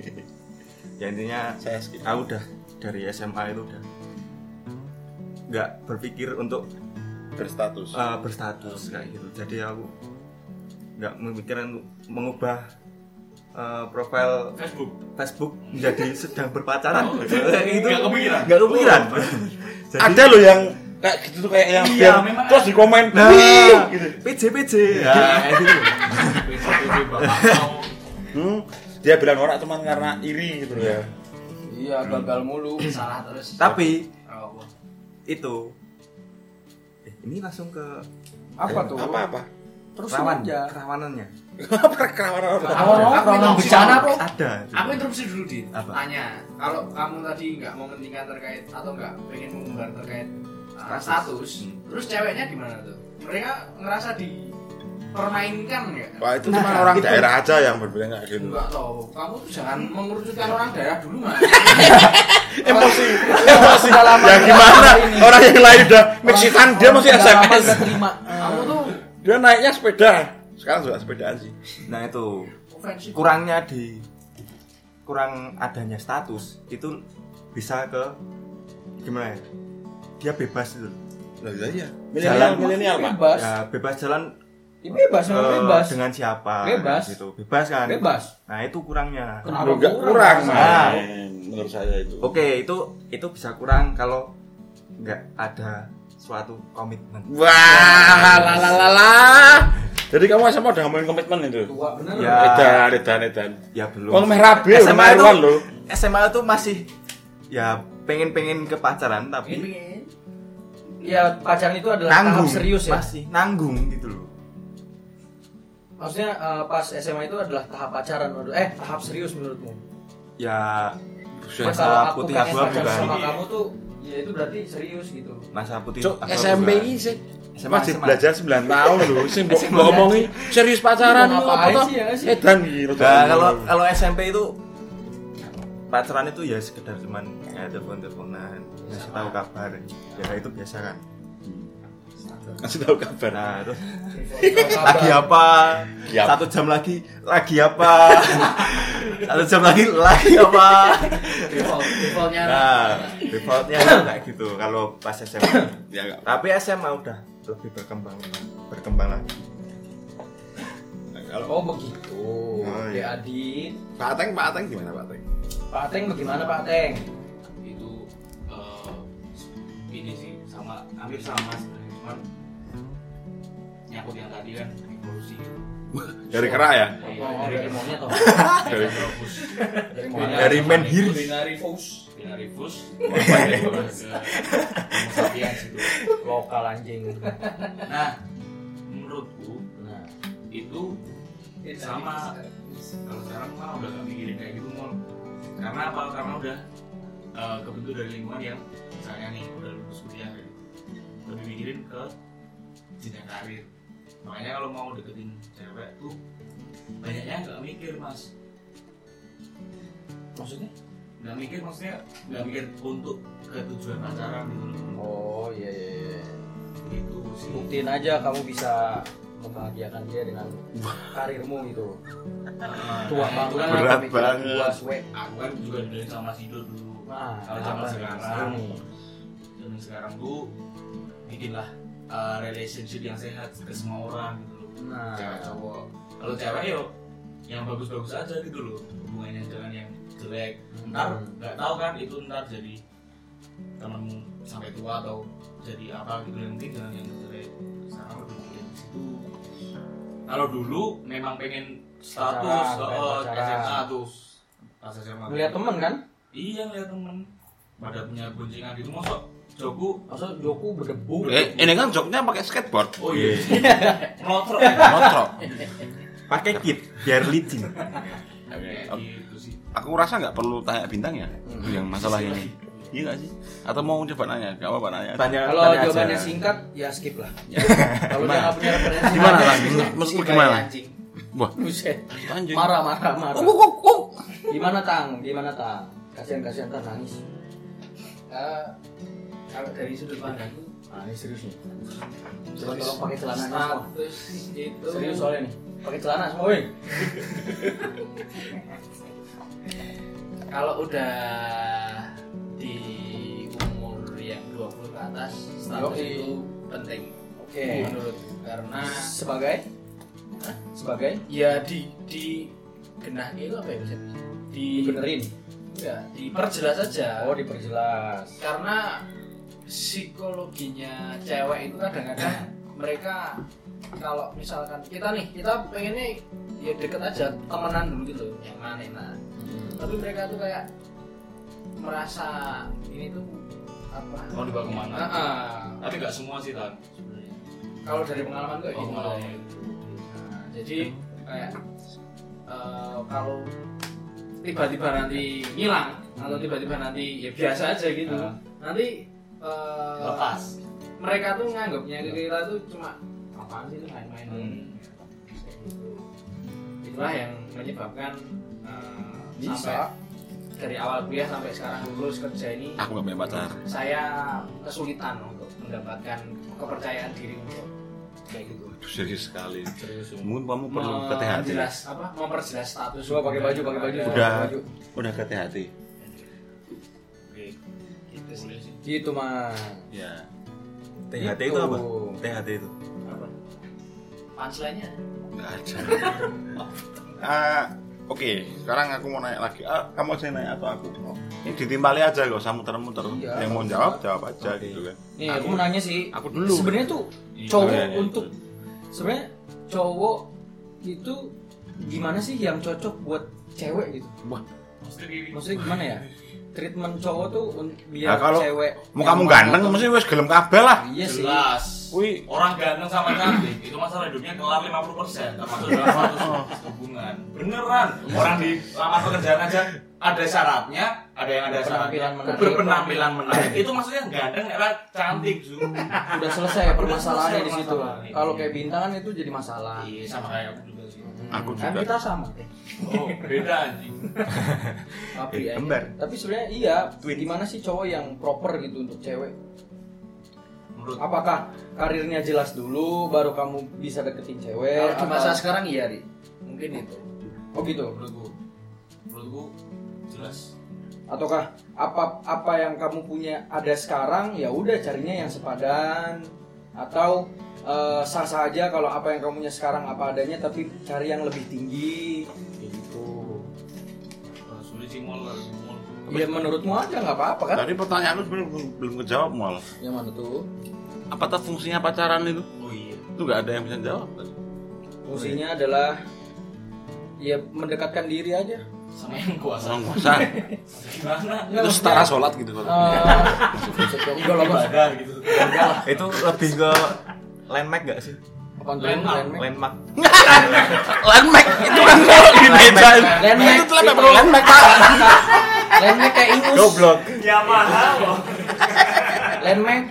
Speaker 3: ya intinya
Speaker 1: Saya skip.
Speaker 3: aku udah dari SMA itu udah nggak berpikir untuk
Speaker 1: Berstatus.
Speaker 3: eh, berstatus kayak gitu jadi aku nggak memikirkan untuk mengubah eh, profil
Speaker 8: Facebook
Speaker 3: Facebook menjadi sedang berpacaran
Speaker 8: Oh,
Speaker 3: Gitu. itu
Speaker 8: nggak kepikiran? Oh,
Speaker 3: nggak kepikiran Jadi-
Speaker 1: Ada loh yang kayak gitu tuh kayak yang
Speaker 8: Iya,
Speaker 1: yang-
Speaker 8: memang
Speaker 1: terus di komen.
Speaker 3: nah
Speaker 1: "Wih!" gitu.
Speaker 3: PJ PJ ya, kayak gitu.
Speaker 8: PCPC bapak mau
Speaker 1: Hmm, dia bilang orang cuma karena iri gitu ya.
Speaker 2: Iya, gagal mulu.
Speaker 4: Salah terus.
Speaker 3: tapi
Speaker 4: Oh, apa?
Speaker 3: itu eh, ini langsung ke
Speaker 2: Apa tuh?
Speaker 1: Apa apa?
Speaker 2: Terus
Speaker 3: rawan
Speaker 2: aja.
Speaker 3: ya, kerawanannya
Speaker 1: Apa kerawan apa?
Speaker 4: Aku- aku
Speaker 2: Orang-orang
Speaker 4: interupsi
Speaker 2: bencana
Speaker 4: kamu.
Speaker 2: kok.
Speaker 3: ada
Speaker 4: Aku interupsi dulu di
Speaker 3: Apa?
Speaker 4: tanya. Kalau kamu tadi nggak mau mementingkan terkait atau nggak pengen mengumbar terkait uh,
Speaker 3: Status.
Speaker 4: status,
Speaker 3: Hmm.
Speaker 4: terus ceweknya gimana tuh? Mereka ngerasa dipermainkan nggak?
Speaker 1: Wah, itu kan-
Speaker 3: Nah,
Speaker 1: cuma orang
Speaker 3: itu.
Speaker 1: daerah aja yang berbilang kayak gitu.
Speaker 4: Enggak toh, kamu tuh jangan mengerucutkan orang daerah dulu mas
Speaker 1: Emosi, emosi. Ya gimana? Orang yang lain udah Meksikan dia masih SMS.
Speaker 2: terima.
Speaker 4: Kamu tuh
Speaker 1: Dia naiknya sepeda. Sekarang juga sepedaan sih.
Speaker 3: nah itu
Speaker 4: ofensif
Speaker 3: kurangnya di kurang adanya status itu bisa ke gimana ya dia bebas itu
Speaker 1: Lah iya. Milenial,
Speaker 3: Jalan.
Speaker 1: milenial, Pak.
Speaker 2: Bebas.
Speaker 3: ya bebas jalan
Speaker 2: Ya, bebas, memang
Speaker 3: eh,
Speaker 2: bebas.
Speaker 3: dengan siapa
Speaker 2: Bebas.
Speaker 3: gitu bebas kan
Speaker 2: Bebas.
Speaker 3: nah itu kurangnya
Speaker 2: Kenapa
Speaker 1: Loh, nggak kurang,
Speaker 2: kurang, Mas?
Speaker 1: Mas. Oh, menurut saya itu.
Speaker 3: oke itu itu bisa kurang kalau nggak ada suatu komitmen
Speaker 1: Wah, la la la la. Jadi kamu SMA udah ngomongin komitmen itu?
Speaker 2: Tua bener.
Speaker 3: ya
Speaker 1: Edan, edan, edan.
Speaker 3: ya belum
Speaker 1: Wong meh rabe, udah
Speaker 3: SMA itu
Speaker 1: maruan lho.
Speaker 3: SMA itu masih ya pengen pengen ke pacaran tapi
Speaker 2: Ya pacaran itu adalah
Speaker 3: nanggung
Speaker 2: tahap serius ya.
Speaker 3: masih nanggung gitu loh
Speaker 2: Maksudnya eh, pas SMA itu adalah tahap pacaran menurut eh tahap serius menurutmu.
Speaker 3: ya
Speaker 2: Nah,
Speaker 3: masa putih
Speaker 2: pengen
Speaker 3: abu-abu
Speaker 2: pacaran
Speaker 3: kan.
Speaker 2: sama kamu tuh ya itu berarti serius gitu.
Speaker 3: masa putih
Speaker 1: Cuk,
Speaker 3: abu-abu
Speaker 1: SMP
Speaker 3: kan.
Speaker 1: ini sih
Speaker 3: SMA,
Speaker 1: masih
Speaker 3: SMA.
Speaker 1: belajar 9 tahun lho. Sing mbok
Speaker 3: SMA.
Speaker 1: mbok omongi serius pacaran
Speaker 2: Mau
Speaker 1: lho,
Speaker 2: ngapain
Speaker 1: apa toh?
Speaker 2: sih ya, sih?
Speaker 1: Edan gitu.
Speaker 3: Nah, kalau kalau SMP itu pacaran itu ya sekedar cuman ya telepon teleponan ngasih tahu kabar ya itu biasa kan
Speaker 1: kasih tahu kabar.
Speaker 3: nah terus lagi
Speaker 2: Lagi
Speaker 3: apa
Speaker 1: Yap.
Speaker 3: satu jam lagi lagi apa satu jam lagi lagi apa
Speaker 4: default defaultnya
Speaker 2: Ya.
Speaker 3: nah defaultnya itu kayak gitu kalau pas SMA
Speaker 1: Ya enggak.
Speaker 3: tapi SMA udah lebih berkembang berkembang lagi
Speaker 1: Kalau
Speaker 2: Oh begitu.
Speaker 3: Oh,
Speaker 2: Oke
Speaker 3: iya.
Speaker 2: Adit.
Speaker 1: Pak Ateng, Pak Ateng gimana Pak Ateng?
Speaker 2: Pak Teng bagaimana Pak Teng?
Speaker 8: itu eh, ini sih sama hampir sama sebenarnya cuman nyangkut yang tadi kan evolusi
Speaker 1: Dari kera ya?
Speaker 8: Iya,
Speaker 2: Oh,
Speaker 8: dari
Speaker 2: dari maunya toh.
Speaker 1: Dari
Speaker 8: Evolusi.
Speaker 2: Dari
Speaker 3: Dari Menhir.
Speaker 2: Binary Fouse.
Speaker 8: binary fus kemudian situ
Speaker 2: Lokal anjing.
Speaker 8: nah menurutku
Speaker 2: Nah,
Speaker 8: itu sama kalau sekarang mah udah gak mikirin kayak gitu mall karena apa karena udah eh, kebentuk dari lingkungan yang misalnya nih udah lulus kuliah kayak gitu. lebih mikirin ke jenjang karir makanya kalau mau deketin cewek tuh banyaknya nggak mikir mas
Speaker 2: maksudnya?
Speaker 8: nggak mikir maksudnya nggak mikir untuk ke tujuan pacaran gitu loh
Speaker 2: Oh iya iya. iya.
Speaker 8: itu sih
Speaker 2: Buktiin aja kamu bisa membahagiakan dia dengan karirmu gitu.
Speaker 8: Eh,
Speaker 2: Tua
Speaker 8: nah,
Speaker 2: banget.
Speaker 8: itu kan
Speaker 3: Berat
Speaker 2: pemikiran
Speaker 3: banget.
Speaker 2: Gua suwe.
Speaker 8: aku kan juga dulu sama Sido dulu
Speaker 2: Nah,
Speaker 8: kalau
Speaker 2: apa?
Speaker 8: zaman sekarang
Speaker 2: Ini.
Speaker 8: zaman sekarang tuh bikinlah uh, relationship yang sehat ke semua orang gitu loh
Speaker 2: Nah.
Speaker 8: cewek cowok kalau cewek yuk yang bagus-bagus aja gitu loh hubungannya jangan yang jelek ntar
Speaker 2: Hmm.
Speaker 8: nggak tahu kan itu ntar jadi temenmu sampai tua atau jadi apa gitu yang penting jangan yang jelek sekarang lebih mikir di situ kalau dulu memang pengen status
Speaker 2: Pacaran, pengen
Speaker 8: oh,
Speaker 2: pacaran.
Speaker 8: SMA tuh pas SMA
Speaker 2: Ngeliat temen kan?
Speaker 8: iya ngeliat temen pada punya goncengan gitu mosok Joku
Speaker 2: Maksud Joku berdebu.
Speaker 1: Eh, ini kan joknya pakai skateboard.
Speaker 8: Oh iya. Melotrok.
Speaker 1: Motrok.
Speaker 3: pakai kit biar licin
Speaker 8: Kayak gitu sih.
Speaker 1: Iya. Aku rasa nggak perlu tanya bintang ya yang masalah ini. Iya nggak sih? Atau mau coba nanya? Gak apa-apa nanya.
Speaker 3: Tanya,
Speaker 2: Kalau
Speaker 3: tanya aja.
Speaker 2: jawabannya singkat, ya skip lah.
Speaker 1: Ya.
Speaker 2: Kalau dia nggak punya referensi,
Speaker 1: Gimana
Speaker 2: ya
Speaker 1: lah?
Speaker 2: skip lah.
Speaker 1: Menurutmu gimana?
Speaker 8: anjing.
Speaker 1: Wah,
Speaker 2: Buset.
Speaker 1: anjing. Oh,
Speaker 2: Marah, marah, marah. Gimana tang? Gimana tang? Kasihan, kasihan tang nangis.
Speaker 4: Eh, kalau dari sudut pandangku
Speaker 2: Nah, ini serius nih. Coba tolong pakai celana semua.
Speaker 4: status itu
Speaker 2: Serius soalnya nih. Pakai celana semua, woi.
Speaker 4: kalau udah di umur yang 20 ke atas status
Speaker 2: Yoi.
Speaker 4: itu penting
Speaker 2: Oke.
Speaker 4: menurut karena
Speaker 2: Sebagai
Speaker 4: Hah?
Speaker 2: sebagai
Speaker 4: ya di di genah itu apa ya bisa di
Speaker 2: dibenerin.
Speaker 4: ya, diperjelas aja
Speaker 2: Oh, diperjelas.
Speaker 4: karena psikologinya cewek itu kadang-kadang mereka kalau misalkan kita nih kita pengennya ya deket aja temenan dulu gitu yang mana enak tapi mereka tuh kayak merasa ini tuh apa
Speaker 8: Mau dibawa kemana?
Speaker 4: Ah, ah.
Speaker 8: Tapi nggak semua sih tan.
Speaker 4: Sebenarnya. kalau dari pengalaman kayak
Speaker 8: Oh,
Speaker 4: gitu
Speaker 8: pengalaman.
Speaker 4: Nah, jadi kayak eh, kalau tiba-tiba nanti ngilang atau tiba-tiba nanti ya biasa aja gitu
Speaker 8: Ah.
Speaker 4: nanti eh,
Speaker 2: Ah.
Speaker 8: Lepas.
Speaker 4: mereka tuh nganggapnya kita tuh cuma apaan sih itu main-main
Speaker 8: Hmm.
Speaker 4: itulah yang menyebabkan eh,
Speaker 2: Bisa.
Speaker 4: sampai dari awal kuliah sampai sekarang lulus kerja ini
Speaker 1: Aku gak punya pacar.
Speaker 4: saya kesulitan untuk mendapatkan kepercayaan diri untuk kayak gitu
Speaker 1: Aduh, serius sekali.
Speaker 8: Serius.
Speaker 1: Mungkin kamu perlu ke THT.
Speaker 4: memperjelas apa memperjelas status
Speaker 2: Coba pakai baju, pakai baju.
Speaker 4: Ada-
Speaker 1: Udah.
Speaker 2: pakai baju.
Speaker 1: Udah ke THT.
Speaker 4: gitu sih
Speaker 2: Gitu, Mas.
Speaker 1: Ya.
Speaker 3: THT itu apa?
Speaker 2: Itu.
Speaker 3: THT itu.
Speaker 4: apa punchline-nya
Speaker 1: Nggak ada. Ah, Oke, sekarang aku mau nanya lagi. Ah, kamu aja yang nanya atau aku? Ini ditimpali aja gak usah muter-muter.
Speaker 2: Iya,
Speaker 1: yang mau
Speaker 2: bagus.
Speaker 1: jawab jawab aja gitu kan.
Speaker 2: Nih, aku mau nanya sih.
Speaker 1: aku dulu.
Speaker 2: Sebenarnya tuh
Speaker 8: Iya,
Speaker 2: cowok
Speaker 1: iya, iya.
Speaker 2: untuk sebenarnya cowok itu gimana sih yang cocok buat cewek gitu?
Speaker 1: Wah,
Speaker 2: Maksudnya gimana ya? Treatment cowok tuh un-
Speaker 1: Nah,
Speaker 2: biar
Speaker 1: kalau
Speaker 2: cewek
Speaker 1: mau kamu
Speaker 2: nyaman
Speaker 1: ganteng
Speaker 2: atau-
Speaker 1: mesti wes gelem kabel lah.
Speaker 2: Iya sih.
Speaker 8: Jelas.
Speaker 1: Wih.
Speaker 8: Orang ganteng sama cantik itu masalah hidupnya kelar 50% termasuk dalam status hubungan. Beneran. Orang di lamar pekerjaan aja ada syaratnya, ada yang ada syaratnya
Speaker 2: Berpenampilan menarik.
Speaker 8: berpenampilan menarik. Itu maksudnya ganteng nek cantik, Zu.
Speaker 2: Udah selesai permasalahannya
Speaker 8: selesai
Speaker 2: di situ.
Speaker 8: permasalahan.
Speaker 2: Kalau kayak bintangan itu jadi masalah.
Speaker 8: Iya, sama kayak aku juga sih.
Speaker 1: Aku
Speaker 2: kan
Speaker 1: juga.
Speaker 2: kita sama. eh.
Speaker 8: Oh, beda anjing.
Speaker 2: Tapi
Speaker 3: Eh,
Speaker 2: ya.
Speaker 3: kembar.
Speaker 2: Tapi sebenarnya iya,
Speaker 3: Twin.
Speaker 2: gimana sih cowok yang proper gitu untuk cewek?
Speaker 8: Menurut
Speaker 2: Apakah karirnya jelas dulu baru kamu bisa deketin cewek?
Speaker 4: kalau di masa
Speaker 2: atau-
Speaker 4: sekarang iya Ri mungkin itu
Speaker 2: Oh gitu.
Speaker 8: menurutku menurutku jelas
Speaker 2: ataukah apa apa yang kamu punya ada sekarang ya udah carinya yang sepadan atau eh, sah-sah aja kalau apa yang kamu punya sekarang apa adanya tapi cari yang lebih tinggi Kayak gitu
Speaker 8: Eh, sulit sih mall mall
Speaker 2: ya menurutmu aja nggak apa-apa kan
Speaker 1: Tadi pertanyaanku sebenarnya belum, belum kejawab mal.
Speaker 2: Nah, yang mana tuh
Speaker 1: Apa tuh fungsinya pacaran itu?
Speaker 8: oh iya
Speaker 1: Itu nggak ada yang bisa jawab.
Speaker 2: fungsinya adalah ya mendekatkan diri aja
Speaker 8: sama yang kuasa
Speaker 1: Orang kuasa.
Speaker 8: gimana
Speaker 1: Itu setara sholat gitu.
Speaker 2: Eh, enggak lah mas
Speaker 8: ibadah gitu
Speaker 3: Itu lebih ke landmark gak sih?
Speaker 2: apaan tuh
Speaker 8: Landmark,
Speaker 2: landmark
Speaker 1: Landmark
Speaker 3: Landmark.
Speaker 1: itu kan kalau di meja itu.
Speaker 2: Landmark.
Speaker 1: Itu telah nggak perlu landmark pak.
Speaker 2: landmark kayak ingus
Speaker 3: Goblok.
Speaker 2: landmark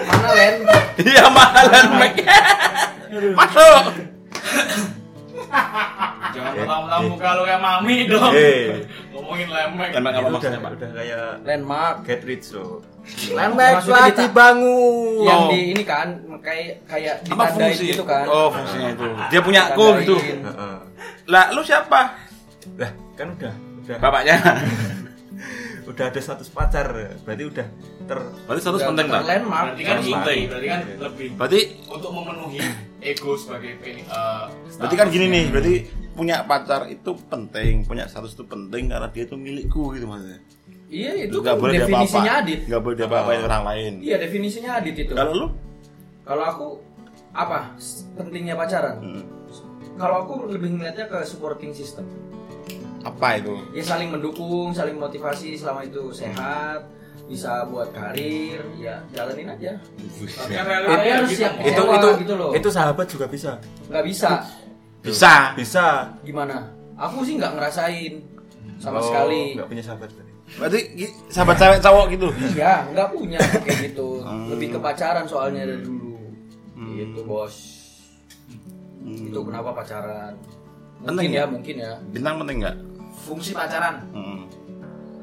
Speaker 2: mana land
Speaker 1: Iya mahal landmark. Masuk.
Speaker 8: jangan
Speaker 3: Eh,
Speaker 8: pertama-tama
Speaker 3: eh.
Speaker 8: muka lu kayak mami dong
Speaker 3: Eh.
Speaker 8: ngomongin lemek
Speaker 1: Landmark apa
Speaker 3: Itu Iya, udah,
Speaker 1: maksudnya pak?
Speaker 3: udah kayak
Speaker 2: landmark
Speaker 3: get rich loh.
Speaker 2: landmark
Speaker 3: Suati bangun.
Speaker 2: yang di ini kan kayak kayak
Speaker 1: Apa
Speaker 2: ditandai
Speaker 1: fungsi?
Speaker 2: gitu kan
Speaker 1: Oh fungsinya itu. Dia punya aku gitu.
Speaker 2: Ditandain.
Speaker 3: Heeh.
Speaker 1: Lah lu siapa?
Speaker 3: Lah, kan udah udah
Speaker 1: Bapaknya.
Speaker 3: udah ada status pacar. Berarti udah ter
Speaker 1: Berarti status
Speaker 2: Udah
Speaker 1: penting lah.
Speaker 2: landmark
Speaker 8: berarti kan
Speaker 1: Harus
Speaker 8: ini
Speaker 1: penting.
Speaker 8: berarti kan lebih
Speaker 1: Berarti
Speaker 8: untuk memenuhi ego sebagai pilih eh,
Speaker 1: Berarti kan gini nih, berarti punya pacar itu penting, punya status itu penting karena dia itu milikku gitu maksudnya.
Speaker 2: iya itu
Speaker 1: Nggak
Speaker 2: kan definisinya adit
Speaker 1: Gak boleh dia apa-apain orang lain.
Speaker 2: iya definisinya adit itu
Speaker 1: Kalau lu,
Speaker 2: kalau aku apa s- pentingnya pacaran
Speaker 1: hmm,
Speaker 2: kalau aku lebih ngeliatnya ke supporting system
Speaker 1: apa itu?
Speaker 2: ya saling mendukung saling motivasi selama itu sehat bisa buat karir ya jalanin aja
Speaker 3: ya?
Speaker 8: kan
Speaker 2: Tapi
Speaker 8: realita
Speaker 2: harus
Speaker 8: gitu
Speaker 2: siap.
Speaker 8: Mo.
Speaker 3: itu
Speaker 2: Kecewa
Speaker 3: itu
Speaker 2: gitu loh.
Speaker 3: itu sahabat juga bisa.
Speaker 2: nggak bisa
Speaker 1: Bisa.
Speaker 3: Bisa.
Speaker 2: gimana aku sih nggak ngerasain sama
Speaker 3: Oh,
Speaker 1: Oh,
Speaker 2: sekali
Speaker 3: Nggak punya sahabat berarti.
Speaker 1: Berarti i- sahabat cewek cowok gitu.
Speaker 2: Iya, nggak punya kayak gitu.
Speaker 1: Hmm.
Speaker 2: Lebih ke pacaran soalnya dari dulu. Gitu, Bos. Itu kenapa pacaran? Mungkin
Speaker 1: Penting Hmm.
Speaker 2: ya,
Speaker 1: ya?
Speaker 2: mungkin ya.
Speaker 1: Bintang penting nggak?
Speaker 4: fungsi pacaran
Speaker 1: Hmm.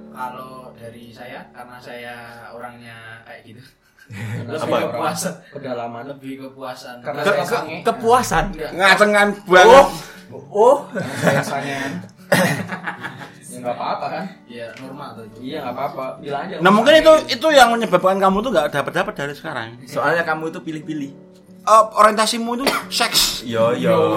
Speaker 4: kalau dari saya karena saya orangnya kayak gitu
Speaker 2: Karena saya
Speaker 4: Lebih ke
Speaker 2: orang
Speaker 4: puasa.
Speaker 2: Kedalaman.
Speaker 4: lebih kepuasan Iya,
Speaker 2: Karena
Speaker 4: Ke-
Speaker 2: saya
Speaker 4: ke-
Speaker 8: eh.
Speaker 2: sange.
Speaker 11: Kepuasan.
Speaker 8: Iya.
Speaker 4: enggak
Speaker 9: ngacengan banget
Speaker 11: Oh,
Speaker 2: Karena saya sangean. ya nggak apa-apa kan?
Speaker 4: ya normal tuh itu
Speaker 2: Iya, nggak apa-apa. Bilang aja.
Speaker 1: Nah mungkin itu itu yang menyebabkan kamu tuh nggak dapat dapat dari sekarang.
Speaker 3: Soalnya kamu itu pilih-pilih.
Speaker 1: Eh, orientasimu itu seks.
Speaker 3: Yo yo.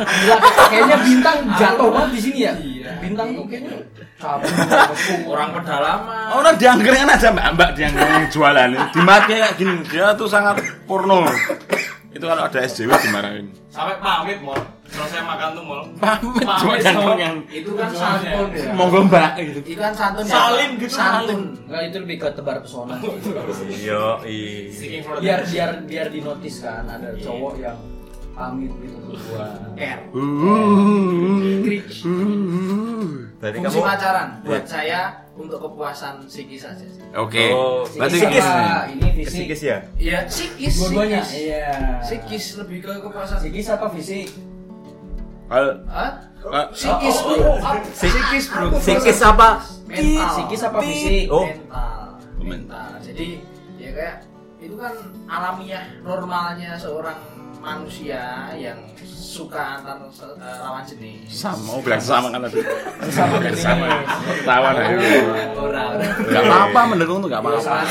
Speaker 2: Gila, kayaknya bintang jatuh banget di sini ya. Bintang tuh kayaknya cabut, kepung, orang
Speaker 4: orang pedalaman
Speaker 1: Orang diangkringan aja mbak mbak diangkringan yang jualan. Dimatnya kayak gini dia tuh sangat porno. itu kalau ada SJW dimarahin.
Speaker 8: Sampai pamit mall. Selesai makan tuh mall.
Speaker 1: Pamit cuma diangkringan.
Speaker 4: itu kan santun ya
Speaker 1: Monggo mbak gitu.
Speaker 4: itu kan santun ya
Speaker 8: Salim gitu,
Speaker 4: santun
Speaker 2: Nggak, itu lebih ke tebar pesona.
Speaker 3: Yo i.
Speaker 8: Seeking for
Speaker 2: biar biar biar dinotis kan ada cowok yang pamit gitu ke gua.
Speaker 4: care
Speaker 3: Berarti
Speaker 4: fungsi
Speaker 3: kamu Iya.
Speaker 4: pacaran buat saya untuk kepuasan psikis aja sih.
Speaker 1: Oke.
Speaker 3: Oh, berarti
Speaker 2: Psikis
Speaker 3: kamu-
Speaker 2: apa? ini fisik.
Speaker 3: Psikis ya?
Speaker 4: Iya, psikis.
Speaker 2: Dua-duanya.
Speaker 4: psikis.
Speaker 2: Iya.
Speaker 4: Psikis lebih ke kepuasan.
Speaker 2: Psikis apa fisik?
Speaker 1: Kalau-
Speaker 4: Hah?
Speaker 1: eh,
Speaker 4: Psikis, bro. Psikis, bro.
Speaker 11: sikis apa?
Speaker 4: Mental.
Speaker 2: Psikis apa fisik?
Speaker 3: Oh.
Speaker 4: Mental. Mental. Jadi ya kayak itu kan alamiah normalnya seorang manusia yang suka antar eh, lawan jenis.
Speaker 1: sama, oh, bilang sama kan tadi.
Speaker 2: Sesama jenis.
Speaker 1: Tawa nah.
Speaker 4: Orang.
Speaker 1: Gak apa-apa mendukung tuh gak apa-apa.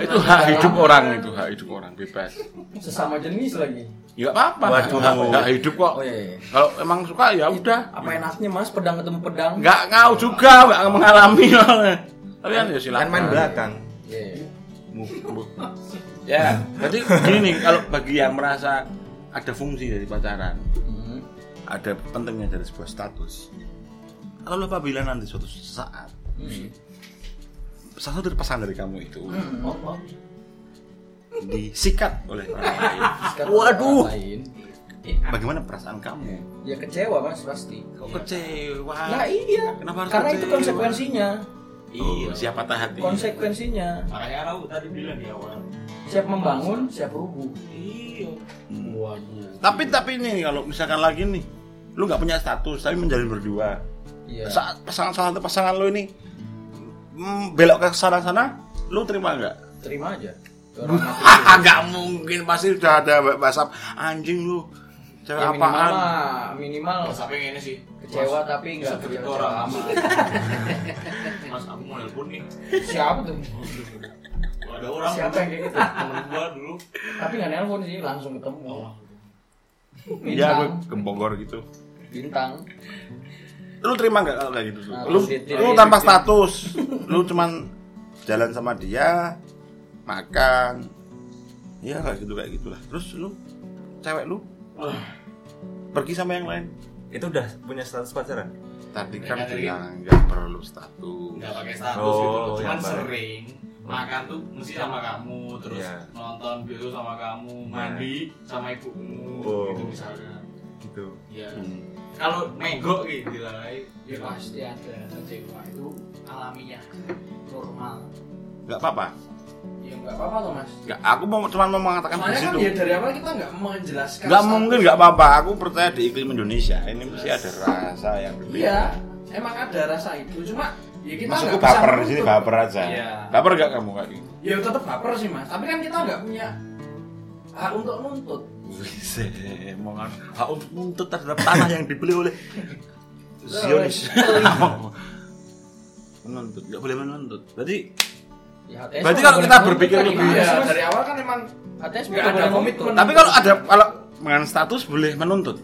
Speaker 1: Itu hak hidup orang itu hak hidup orang bebas.
Speaker 2: Sesama jenis lagi.
Speaker 1: Ya gak apa-apa.
Speaker 3: Waduh.
Speaker 1: Hak, hak hidup kok.
Speaker 2: Oh iya. iya.
Speaker 1: Kalau emang suka ya udah.
Speaker 2: Apa enaknya Mas pedang ketemu pedang?
Speaker 1: Nggak ngau juga, nggak mengalami. Tapi kan ya
Speaker 3: Kan
Speaker 1: silakan.
Speaker 3: main belakang.
Speaker 2: Iya.
Speaker 1: Ya, berarti gini nih, kalau bagi yang merasa ada fungsi dari pacaran,
Speaker 2: Hmm.
Speaker 1: ada pentingnya dari sebuah status. Lalu apabila nanti suatu saat
Speaker 2: Hmm.
Speaker 1: salah satu dari pasangan dari kamu itu
Speaker 2: Oh, oh.
Speaker 1: disikat oleh orang lain,
Speaker 2: Sekarang
Speaker 1: Waduh.
Speaker 2: orang lain.
Speaker 1: bagaimana perasaan kamu?
Speaker 2: Ya kecewa Mas pasti.
Speaker 1: Kok kecewa?
Speaker 2: Nah iya.
Speaker 1: Kenapa harus
Speaker 2: Karena itu
Speaker 1: kecewa?
Speaker 2: konsekuensinya.
Speaker 1: Iya, siapa tahan hati?
Speaker 2: Konsekuensinya.
Speaker 8: Makanya aku tadi bilang di awal.
Speaker 2: Siap membangun, siap rubuh.
Speaker 1: Tapi tapi nih kalau misalkan lagi nih, lu nggak punya status tapi menjalin berdua.
Speaker 2: Iya.
Speaker 1: Saat pasangan salah satu pasangan lu ini mm, belok ke sana sana, lu terima nggak?
Speaker 2: Terima aja.
Speaker 1: Ah, nggak mungkin pasti udah ada bahasa anjing lu. Cewek
Speaker 2: Ya, minimal
Speaker 1: apaan?
Speaker 2: mah, minimal
Speaker 8: Sampai ini sih.
Speaker 2: kecewa tapi
Speaker 8: Bisa
Speaker 2: nggak
Speaker 8: begitu
Speaker 2: kecewa.
Speaker 8: orang aman. Mas aku mau nelpon nih.
Speaker 2: Siapa tuh?
Speaker 8: Ada orang
Speaker 2: Siapa yang kayak gitu?
Speaker 8: temen gua dulu.
Speaker 2: tapi nggak nelpon sih, langsung ketemu.
Speaker 1: Iya,
Speaker 2: Bintang,
Speaker 1: gue ke Bogor gitu.
Speaker 2: bintang.
Speaker 1: Lu terima nggak kalau kayak gitu?
Speaker 2: Nah,
Speaker 1: Lu,
Speaker 2: positif.
Speaker 1: lu
Speaker 4: Iya,
Speaker 1: tanpa status, lu cuman jalan sama dia, makan, ya kayak gitu kayak gitulah. Terus lu, cewek lu, pergi sama yang lain.
Speaker 3: Itu udah punya status pacaran?
Speaker 1: Tadi
Speaker 8: Mereka
Speaker 1: kan
Speaker 8: dari-
Speaker 1: bilang nggak perlu status.
Speaker 8: nggak pakai status
Speaker 3: Oh,
Speaker 8: gitu cuman
Speaker 3: yang baik.
Speaker 8: sering makan tuh mesti sama kamu terus
Speaker 3: Iya.
Speaker 8: nonton video sama kamu mandi sama ibumu
Speaker 3: Oh.
Speaker 8: gitu misalnya
Speaker 3: Gitu.
Speaker 8: ya kalau mego gitu lah ya
Speaker 4: Ya pasti ada kecewa itu alamiah normal.
Speaker 1: Nggak apa-apa.
Speaker 4: Ya nggak apa-apa tuh mas.
Speaker 1: Nggak, aku mau cuman mau mengatakan di
Speaker 4: Soalnya kan
Speaker 1: situ.
Speaker 4: ya dari awal kita nggak menjelaskan.
Speaker 1: Nggak
Speaker 4: status.
Speaker 1: mungkin nggak apa-apa. Aku percaya di iklim Indonesia ini mesti ada rasa yang berbeda.
Speaker 4: Iya, emang ada rasa itu. Cuma ya kita
Speaker 1: Masukku
Speaker 4: nggak bisa
Speaker 1: baper di sini
Speaker 4: menutup.
Speaker 1: baper aja.
Speaker 8: Iya.
Speaker 1: Baper nggak kamu kayak gitu?
Speaker 4: Ya tetap baper sih mas. Tapi kan kita nggak punya hak untuk nuntut.
Speaker 1: Wih, mau untuk terhadap tanah yang dibeli oleh Zionis. menuntut, nggak boleh menuntut. Berarti
Speaker 2: Ya, HTS
Speaker 1: Berarti
Speaker 2: mah
Speaker 1: kalau
Speaker 2: nggak
Speaker 1: kita
Speaker 2: boleh
Speaker 1: berpikir
Speaker 2: nuntut,
Speaker 1: lebih- ya.
Speaker 2: Mas.
Speaker 4: Iya, dari awal kan emang
Speaker 2: HTS mah
Speaker 4: Nggak
Speaker 2: nggak
Speaker 4: ada
Speaker 2: boleh
Speaker 4: komitmen.
Speaker 2: komitmen.
Speaker 1: tapi kalau ada kalau dengan status boleh menuntut.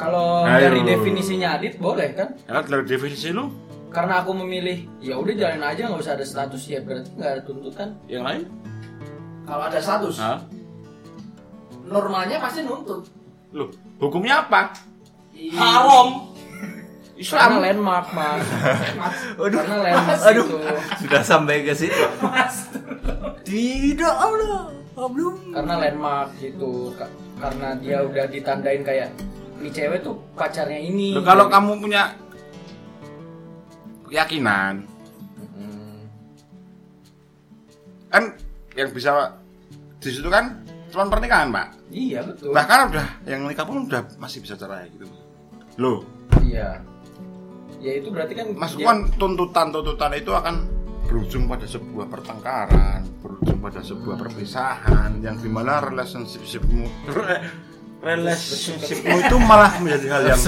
Speaker 2: kalau
Speaker 1: Ayo.
Speaker 2: dari definisinya Adit boleh kan?
Speaker 1: Ya, dari definisi lu
Speaker 2: Karena aku memilih, ya udah jalanin aja nggak usah ada status ya berarti nggak ada tuntutan.
Speaker 1: yang lain?
Speaker 4: kalau ada status,
Speaker 1: Hah?
Speaker 4: normalnya pasti nuntut. Iya.
Speaker 1: Loh, hukumnya apa?
Speaker 4: Haram.
Speaker 2: Karena
Speaker 1: Islam.
Speaker 2: landmark mas.
Speaker 3: Aduh,
Speaker 2: Karena landmark
Speaker 3: aduh.
Speaker 8: gitu.
Speaker 2: itu.
Speaker 3: Sudah sampai ke situ. Tidak Allah, belum.
Speaker 2: Karena landmark gitu. Ka- Karena dia udah ditandain kayak ini cewek tuh pacarnya ini.
Speaker 1: Loh, kalau kamu punya keyakinan kan yang bisa di situ kan cuma pernikahan pak
Speaker 2: Iya betul.
Speaker 1: bahkan udah yang nikah pun udah masih bisa cerai gitu loh
Speaker 2: Iya. Ya itu berarti kan
Speaker 1: masukan tuntutan-tuntutan itu akan berujung pada sebuah pertengkaran, berujung pada sebuah perpisahan yang dimana relationshipmu relationshipmu itu malah menjadi hal yang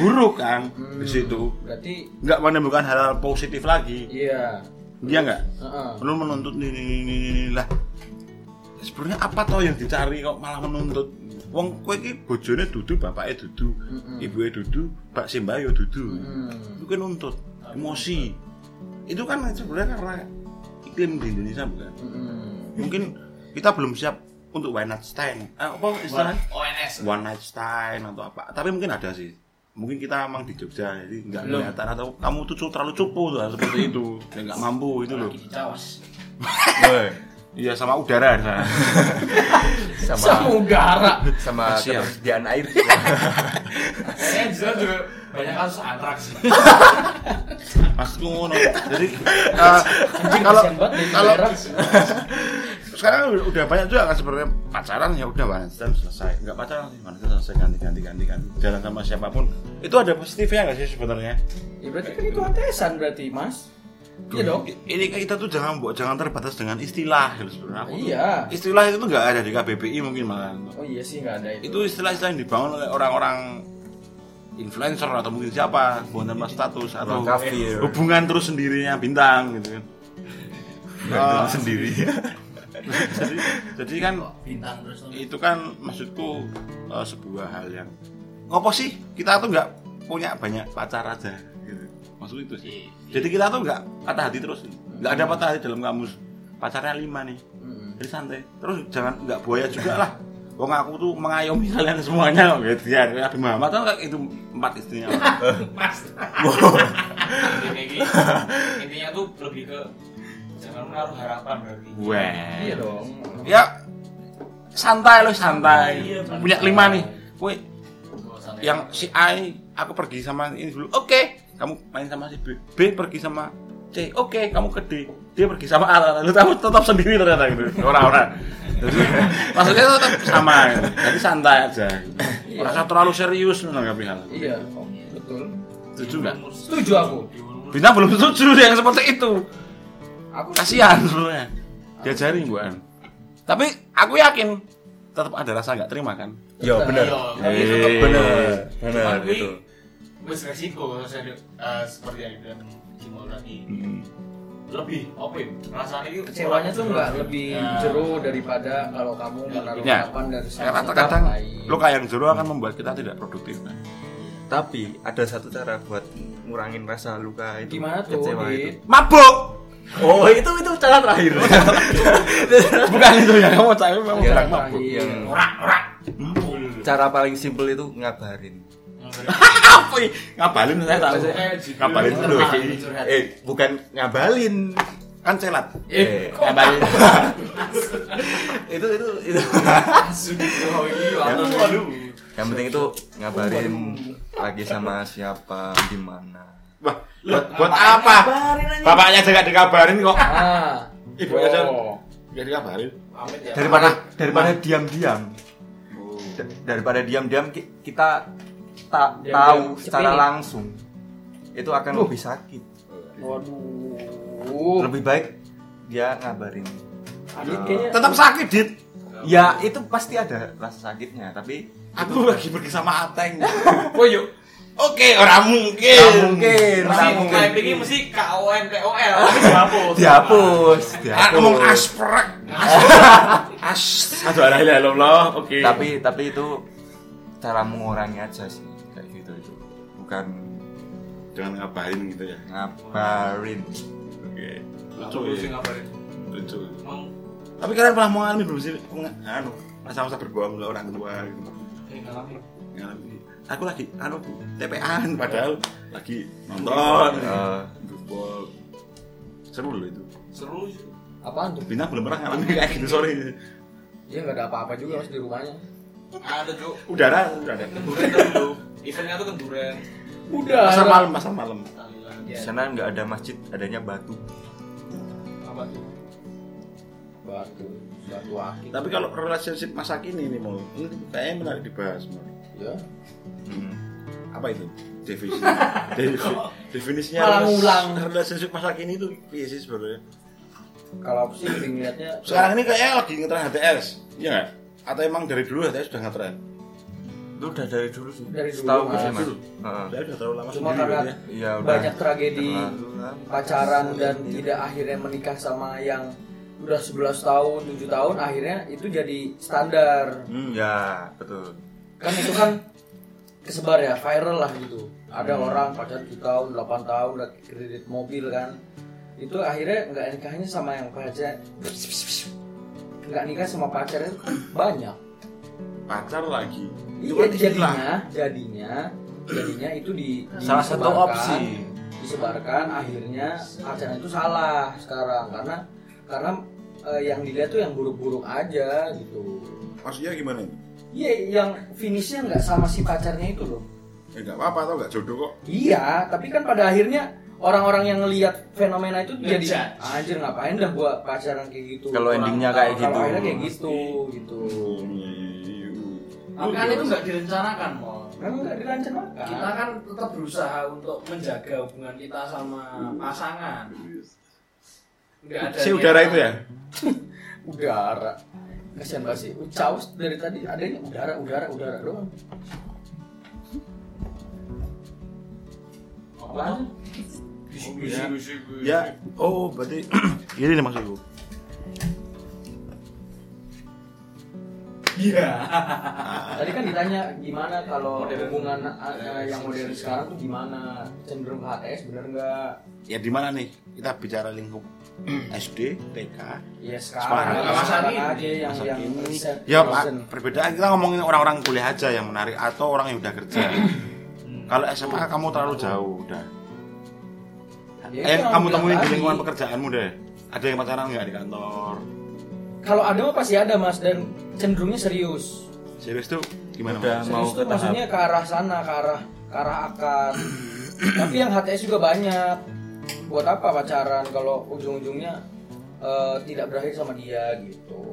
Speaker 1: buruk kan di situ
Speaker 2: berarti
Speaker 1: nggak menemukan hal-hal positif lagi
Speaker 2: iya.
Speaker 1: dia nggak
Speaker 2: Heeh.
Speaker 1: perlu menuntut ini ini ini, ini, ini lah Ya sebenarnya apa toh yang dicari kok malah menuntut wong kowe iki bojone dudu bapaknya dudu
Speaker 2: Mm-mm.
Speaker 1: ibunya dudu pak simbayo dudu
Speaker 2: Hmm.
Speaker 1: itu kan nuntut emosi itu kan sebenarnya karena iklim di Indonesia bukan
Speaker 2: Hmm.
Speaker 1: mungkin kita belum siap untuk one night stand Eh, apa istilahnya
Speaker 4: Oh,
Speaker 8: ONS
Speaker 1: one night stand atau apa tapi mungkin ada sih mungkin kita emang di Jogja jadi nggak kelihatan atau kamu tuh cu- terlalu cupu tuh, seperti itu ya nggak mampu itu loh
Speaker 8: di Cawas
Speaker 3: Woi,
Speaker 1: iya sama udara di sana.
Speaker 3: sama
Speaker 2: Samudara.
Speaker 3: sama
Speaker 1: Siap.
Speaker 3: ketersediaan air.
Speaker 8: saya juga juga banyak kasus antraks
Speaker 1: maksudku ngono jadi eh, kalau
Speaker 2: Kasian banget dari
Speaker 1: kalau
Speaker 2: daerah.
Speaker 1: sekarang udah- udah banyak juga kan sebenarnya pacaran ya udah one night stand selesai nggak pacaran sih one night stand selesai ganti ganti ganti ganti jalan sama siapapun itu ada positifnya nggak sih sebenarnya
Speaker 2: Ya berarti kan itu atasan berarti mas. Iya dong.
Speaker 1: ini kan kita tuh jangan buat jangan terbatas dengan istilah gitu sebenarnya aku tuh-
Speaker 2: Iya.
Speaker 1: istilah itu tuh nggak ada di KBBI mungkin malah
Speaker 2: Oh iya sih nggak ada itu.
Speaker 1: itu istilah-istilah yang dibangun oleh orang-orang influencer atau mungkin siapa hubungan tanpa status atau
Speaker 3: Orang kafir.
Speaker 1: hubungan terus sendirinya bintang gitu kan Ah.
Speaker 3: Bantuan Nah, sendiri.
Speaker 1: jadi, jadi kan
Speaker 8: bintang terus tuh.
Speaker 1: itu kan maksudku eh, sebuah hal yang ngopo sih kita tuh nggak punya banyak pacar aja gitu. maksud itu sih Hmm. jadi kita tuh nggak patah hati terus nggak ada patah hati dalam kamus pacarnya lima nih jadi santai terus jangan nggak buaya juga lah Wong aku tuh mengayomi kalian semuanya kok gitu ya. Nabi Muhammad tuh kayak itu empat istrinya.
Speaker 8: mas Kayak gini. intinya tuh lebih ke jangan menaruh harapan berarti
Speaker 2: Iya
Speaker 1: Wah.
Speaker 2: dong.
Speaker 1: Ya santai lo santai.
Speaker 8: Iya,
Speaker 1: Punya
Speaker 8: santai.
Speaker 1: lima nih. Woi,
Speaker 8: Gua santai.
Speaker 1: yang si A aku pergi sama ini dulu oke kamu main sama si B B pergi sama C oke kamu ke D D pergi sama A lalu kamu tetap sendiri ternyata gitu orang-orang jadi maksudnya tetap sama gitu. jadi santai aja gitu. Nggak usah terlalu serius menanggapi hal itu
Speaker 2: Iya. Betul.
Speaker 1: setuju nggak
Speaker 2: Setuju aku.
Speaker 1: Bintang belum setuju yang seperti itu
Speaker 2: Aku
Speaker 1: kasihan sebenarnya diajari Bu An tapi aku yakin tetap ada rasa nggak terima kan
Speaker 3: Yo, bener.
Speaker 8: Iya, tapi tetap
Speaker 1: Eh.
Speaker 3: Bener, bener gitu.
Speaker 8: Cuman kui,
Speaker 3: itu.
Speaker 8: wis resiko saya- eh, seperti yang dibilang Cimo tadi lebih apa ya rasanya itu
Speaker 2: kecewanya tuh nggak lebih
Speaker 8: Nah,
Speaker 2: jeru daripada kalau kamu menaruh
Speaker 1: Ya.
Speaker 2: harapan dari
Speaker 1: karena
Speaker 2: seorang
Speaker 1: terkadang
Speaker 2: orang lain.
Speaker 1: luka kan yang jeru akan membuat kita tidak produktif kan?
Speaker 3: Tapi ada satu cara buat ngurangin rasa luka itu.
Speaker 2: gimana tuh?
Speaker 3: kecewa itu.
Speaker 2: Dit?
Speaker 1: mabuk
Speaker 3: Oh, itu itu cara terakhir.
Speaker 1: bukan itu ya kamu cari kamu
Speaker 2: Iya,
Speaker 3: Ya,
Speaker 1: bilang
Speaker 2: terakhir.
Speaker 1: mabuk
Speaker 3: yang cara paling simpel itu ngabarin.
Speaker 1: apa ini? ngabalin saya tahu ngabalin dulu
Speaker 3: Eh, bukan ngabalin.
Speaker 1: kan celat
Speaker 3: Eh,
Speaker 1: ngabalin
Speaker 3: itu itu itu.
Speaker 8: Waduh, waduh.
Speaker 3: Yang penting itu ngabarin lagi sama siapa, di mana.
Speaker 1: Wah, buat, buat apa bapaknya aja nggak dikabarin kok
Speaker 2: Ah.
Speaker 1: ibunya aja
Speaker 2: Oh.
Speaker 1: nggak dikabarin
Speaker 8: Amit ya.
Speaker 3: daripada daripada diam-diam
Speaker 2: Oh.
Speaker 3: Da- daripada diam-diam ki- kita ta-
Speaker 2: Diam-diam. Oh.
Speaker 3: tahu secara
Speaker 2: Cepet.
Speaker 3: langsung itu akan lebih sakit
Speaker 2: Waduh.
Speaker 3: lebih baik dia ngabarin
Speaker 2: Adit kayaknya
Speaker 1: tetap sakit dit
Speaker 3: ya itu pasti ada rasa sakitnya tapi
Speaker 1: aku lagi pergi sama ateng oh yuk oke orang
Speaker 2: Eh,
Speaker 1: mungkin
Speaker 3: nggak mungkin
Speaker 8: Mesti
Speaker 3: nggak mungkin
Speaker 2: gitu.
Speaker 8: KMP ini mesti KON POL tapi dihapus.
Speaker 3: dihapus
Speaker 1: Ah,
Speaker 3: dihapus
Speaker 1: ngomong asprek as aduh la ilaha illallah oke
Speaker 3: tapi tapi itu cara mengurangi aja sih kayak gitu itu bukan
Speaker 1: jangan ngabarin gitu ya
Speaker 3: ngabarin
Speaker 1: oke lucu
Speaker 8: Aku sih
Speaker 1: ya
Speaker 8: ngabarin.
Speaker 1: lucu
Speaker 8: Emang
Speaker 1: Tapi kalian pernah mengalami belum sih? Enggak, anu, masa-masa berbohong oleh orang tua gitu.
Speaker 8: eh, ngalamin.
Speaker 1: Ngalami. Aku lagi anu Bu, TPA-an padahal lagi nonton.
Speaker 3: Eh,
Speaker 1: Berbohong. Seru loh itu.
Speaker 8: seru sih.
Speaker 2: apaan tuh?
Speaker 1: Bintang belum pernah ngalamin kayak gitu, sorry.
Speaker 2: Iya nggak ada apa-apa juga mas di rumahnya.
Speaker 8: Ada, Cuk.
Speaker 1: Udara, udara.
Speaker 8: Kenduren dulu. Eventnya tuh kenduren.
Speaker 2: udah
Speaker 1: Pasar malam, pasar malam.
Speaker 2: Iya.
Speaker 3: Di sana nggak ada masjid, adanya batu.
Speaker 4: apa tuh
Speaker 2: batu batu akik
Speaker 1: Tapi kalau relationship masa kini nih mau, ini kayaknya menarik dibahas mau.
Speaker 2: ya
Speaker 1: Apa itu? Definisi. Defi- definisinya
Speaker 2: Malah
Speaker 1: relas-
Speaker 2: ngulang.
Speaker 1: relationship masa kini itu iya sih sebenarnya.
Speaker 2: kalau aku sih lebih ngeliatnya
Speaker 1: Sekarang ini kayaknya lagi ngetren HTS, iya nggak? Atau emang dari dulu HTS sudah ngetren?
Speaker 3: Itu udah dari dulu sih.
Speaker 2: Dari dulu,
Speaker 3: Setahu gue
Speaker 2: Mas.
Speaker 3: sih, Mas. Heeh.
Speaker 1: Saya sudah terlalu lama
Speaker 2: cuma
Speaker 1: sendiri, gitu
Speaker 2: karena
Speaker 1: ya.
Speaker 3: Iya, udah. Iya.
Speaker 2: banyak tragedi
Speaker 3: Terlalu lama.
Speaker 2: pacaran dan tidak akhirnya menikah sama yang udah 11 tahun, 7 tahun akhirnya itu jadi standar.
Speaker 3: Hmm, ya, betul.
Speaker 2: Kan itu kan kesebar ya, viral lah gitu. Ada
Speaker 3: Hmm.
Speaker 2: orang pacaran 7 tahun, 8 tahun udah kredit mobil kan. Itu akhirnya nggak nikahnya sama yang pacar. Nggak nikah sama pacarnya itu kan banyak.
Speaker 1: Pacar lagi. Itu
Speaker 2: Iya,
Speaker 3: kan
Speaker 1: berarti hilang.
Speaker 2: jadinya, jadinya, jadinya itu di,
Speaker 3: Salah satu
Speaker 2: disebarkan-
Speaker 3: opsi.
Speaker 2: disebarkan akhirnya acara itu salah sekarang karena karena eh, yang dilihat tuh yang buruk-buruk aja gitu
Speaker 1: Maksudnya gimana ini?
Speaker 2: iya yang finishnya nggak sama si pacarnya itu loh
Speaker 1: Ya nggak apa-apa tau nggak jodoh kok.
Speaker 2: iya tapi kan pada akhirnya orang-orang yang ngelihat fenomena itu jadi
Speaker 4: Ngejudge.
Speaker 2: anjir ngapain dah gua pacaran kayak gitu
Speaker 3: Kalau
Speaker 2: Orang-
Speaker 3: endingnya kayak
Speaker 2: kalau
Speaker 3: gitu.
Speaker 2: akhirnya kayak gitu gitu
Speaker 1: Oh,
Speaker 4: tapi
Speaker 1: iya.
Speaker 4: kan itu nggak direncanakan mau
Speaker 2: memang nggak direncanakan
Speaker 4: kita kan tetap berusaha untuk menjaga hubungan kita sama pasangan nggak ada
Speaker 1: Si
Speaker 4: niatan.
Speaker 1: udara itu ya?
Speaker 2: udara kasihan banget sih caus dari tadi adanya udara udara udara doang
Speaker 4: Apaan?
Speaker 1: Ya, ya. oh berarti ini nih maksud gue.
Speaker 2: Tadi kan ditanya gimana kalau hubungan eh, yang modern sekarang tuh gimana? Cenderung ke HTS bener nggak?
Speaker 1: Ya di mana nih? Kita bicara lingkup Hmm. SD, TK.
Speaker 2: Ya
Speaker 1: Sekarang.
Speaker 2: sekarang, sekarang, aja yang
Speaker 1: Masa
Speaker 2: yang
Speaker 1: kini.
Speaker 2: riset
Speaker 1: Ya
Speaker 2: dosen.
Speaker 1: Pak, perbedaan kita ngomongin orang-orang kuliah aja yang menarik atau orang yang udah kerja. Kalau SMA kamu terlalu jauh udah.
Speaker 2: Ya,
Speaker 1: Eh,
Speaker 2: itu yang
Speaker 1: kamu
Speaker 2: bilang
Speaker 1: temuin di
Speaker 2: tadi.
Speaker 1: lingkungan pekerjaanmu deh. Ada yang pacaran nggak di kantor?
Speaker 2: Kalau ada mah pasti ada mas dan cenderungnya serius.
Speaker 1: Serius tuh gimana?
Speaker 3: Udah
Speaker 1: Mas?
Speaker 3: Iya, mau
Speaker 2: Serius
Speaker 3: ke
Speaker 2: tuh
Speaker 3: tahap
Speaker 2: maksudnya ke arah sana, ke arah ke arah akad. Tapi yang HTS juga banyak. Buat apa pacaran kalau ujung-ujungnya eh, tidak berakhir sama dia gitu.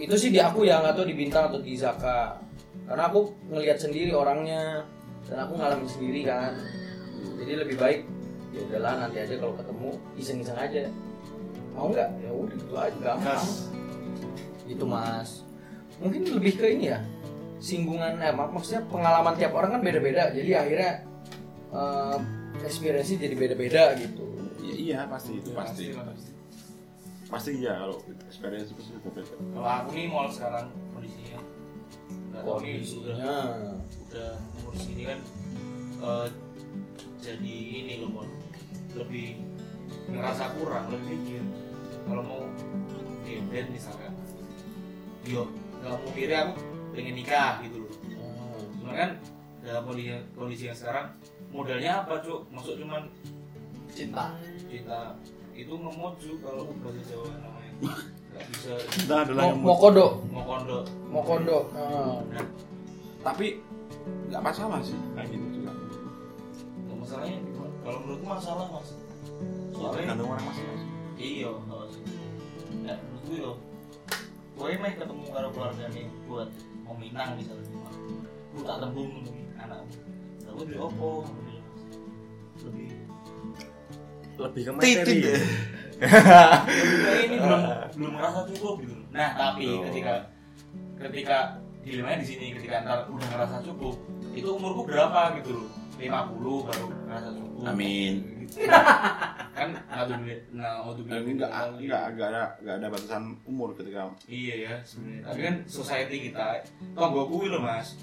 Speaker 2: Itu sih di aku ya nggak tahu di bintang atau di Zaka. Karena aku ngelihat sendiri orangnya dan aku ngalamin sendiri kan. Jadi lebih baik ya udahlah nanti aja kalau ketemu iseng-iseng aja. Mau nggak? Ya udah gitu aja gampang. Gitu mas mungkin lebih ke ini ya singgungan eh, mak- maksudnya pengalaman tiap orang kan beda-beda jadi akhirnya eh, experience jadi beda-beda gitu
Speaker 1: Ya, iya pasti itu pasti. Pasti iya kalau experience itu pasti berbeda.
Speaker 8: Kalau aku nih mall sekarang kondisinya. Nggak tahu nih sudah
Speaker 2: kondisinya
Speaker 8: udah umur segini kan eh, jadi ini loh mall lebih ngerasa kurang lebih mikir kalau mau gembel misalkan yo nggak mau mikir aku pengen nikah gitu loh cuman kan dalam kondisi, kondisi yang sekarang modalnya apa cuk masuk cuman
Speaker 4: cinta
Speaker 8: cinta itu ngemoju kalau bahasa Jawa namanya nggak bisa
Speaker 1: Kita adalah
Speaker 2: Mo-
Speaker 1: yang
Speaker 2: mokodo
Speaker 8: mau kondo
Speaker 2: mokodo eh.
Speaker 8: nah
Speaker 1: tapi nggak masalah sih kayak gitu juga.
Speaker 8: nggak masalahnya di mana? kalau menurutku masalah mas soalnya
Speaker 1: Tergantung orang masing-masing.
Speaker 8: iya kalau sih nah, menurutku yo gue main ketemu karo keluarga nih buat mau minang misalnya lu tak tembung anak aku di opo lebih
Speaker 3: lebih ke materi.
Speaker 1: Titik.
Speaker 3: ya.
Speaker 8: Ketika ini belum belum merasa cukup gitu loh. Nah tapi
Speaker 1: Iya.
Speaker 3: Betul.
Speaker 8: ketika ketika dilemanya di sini ketika ntar udah ngerasa cukup itu umurku berapa gitu loh 50 baru ngerasa cukup
Speaker 1: Amin.
Speaker 8: kan nggak tuh nggak mau tuh
Speaker 1: Dan ini nggak nggak nggak ada nggak ada batasan umur ketika
Speaker 8: iya ya sebenarnya tapi kan society kita tonggo kuwi loh mas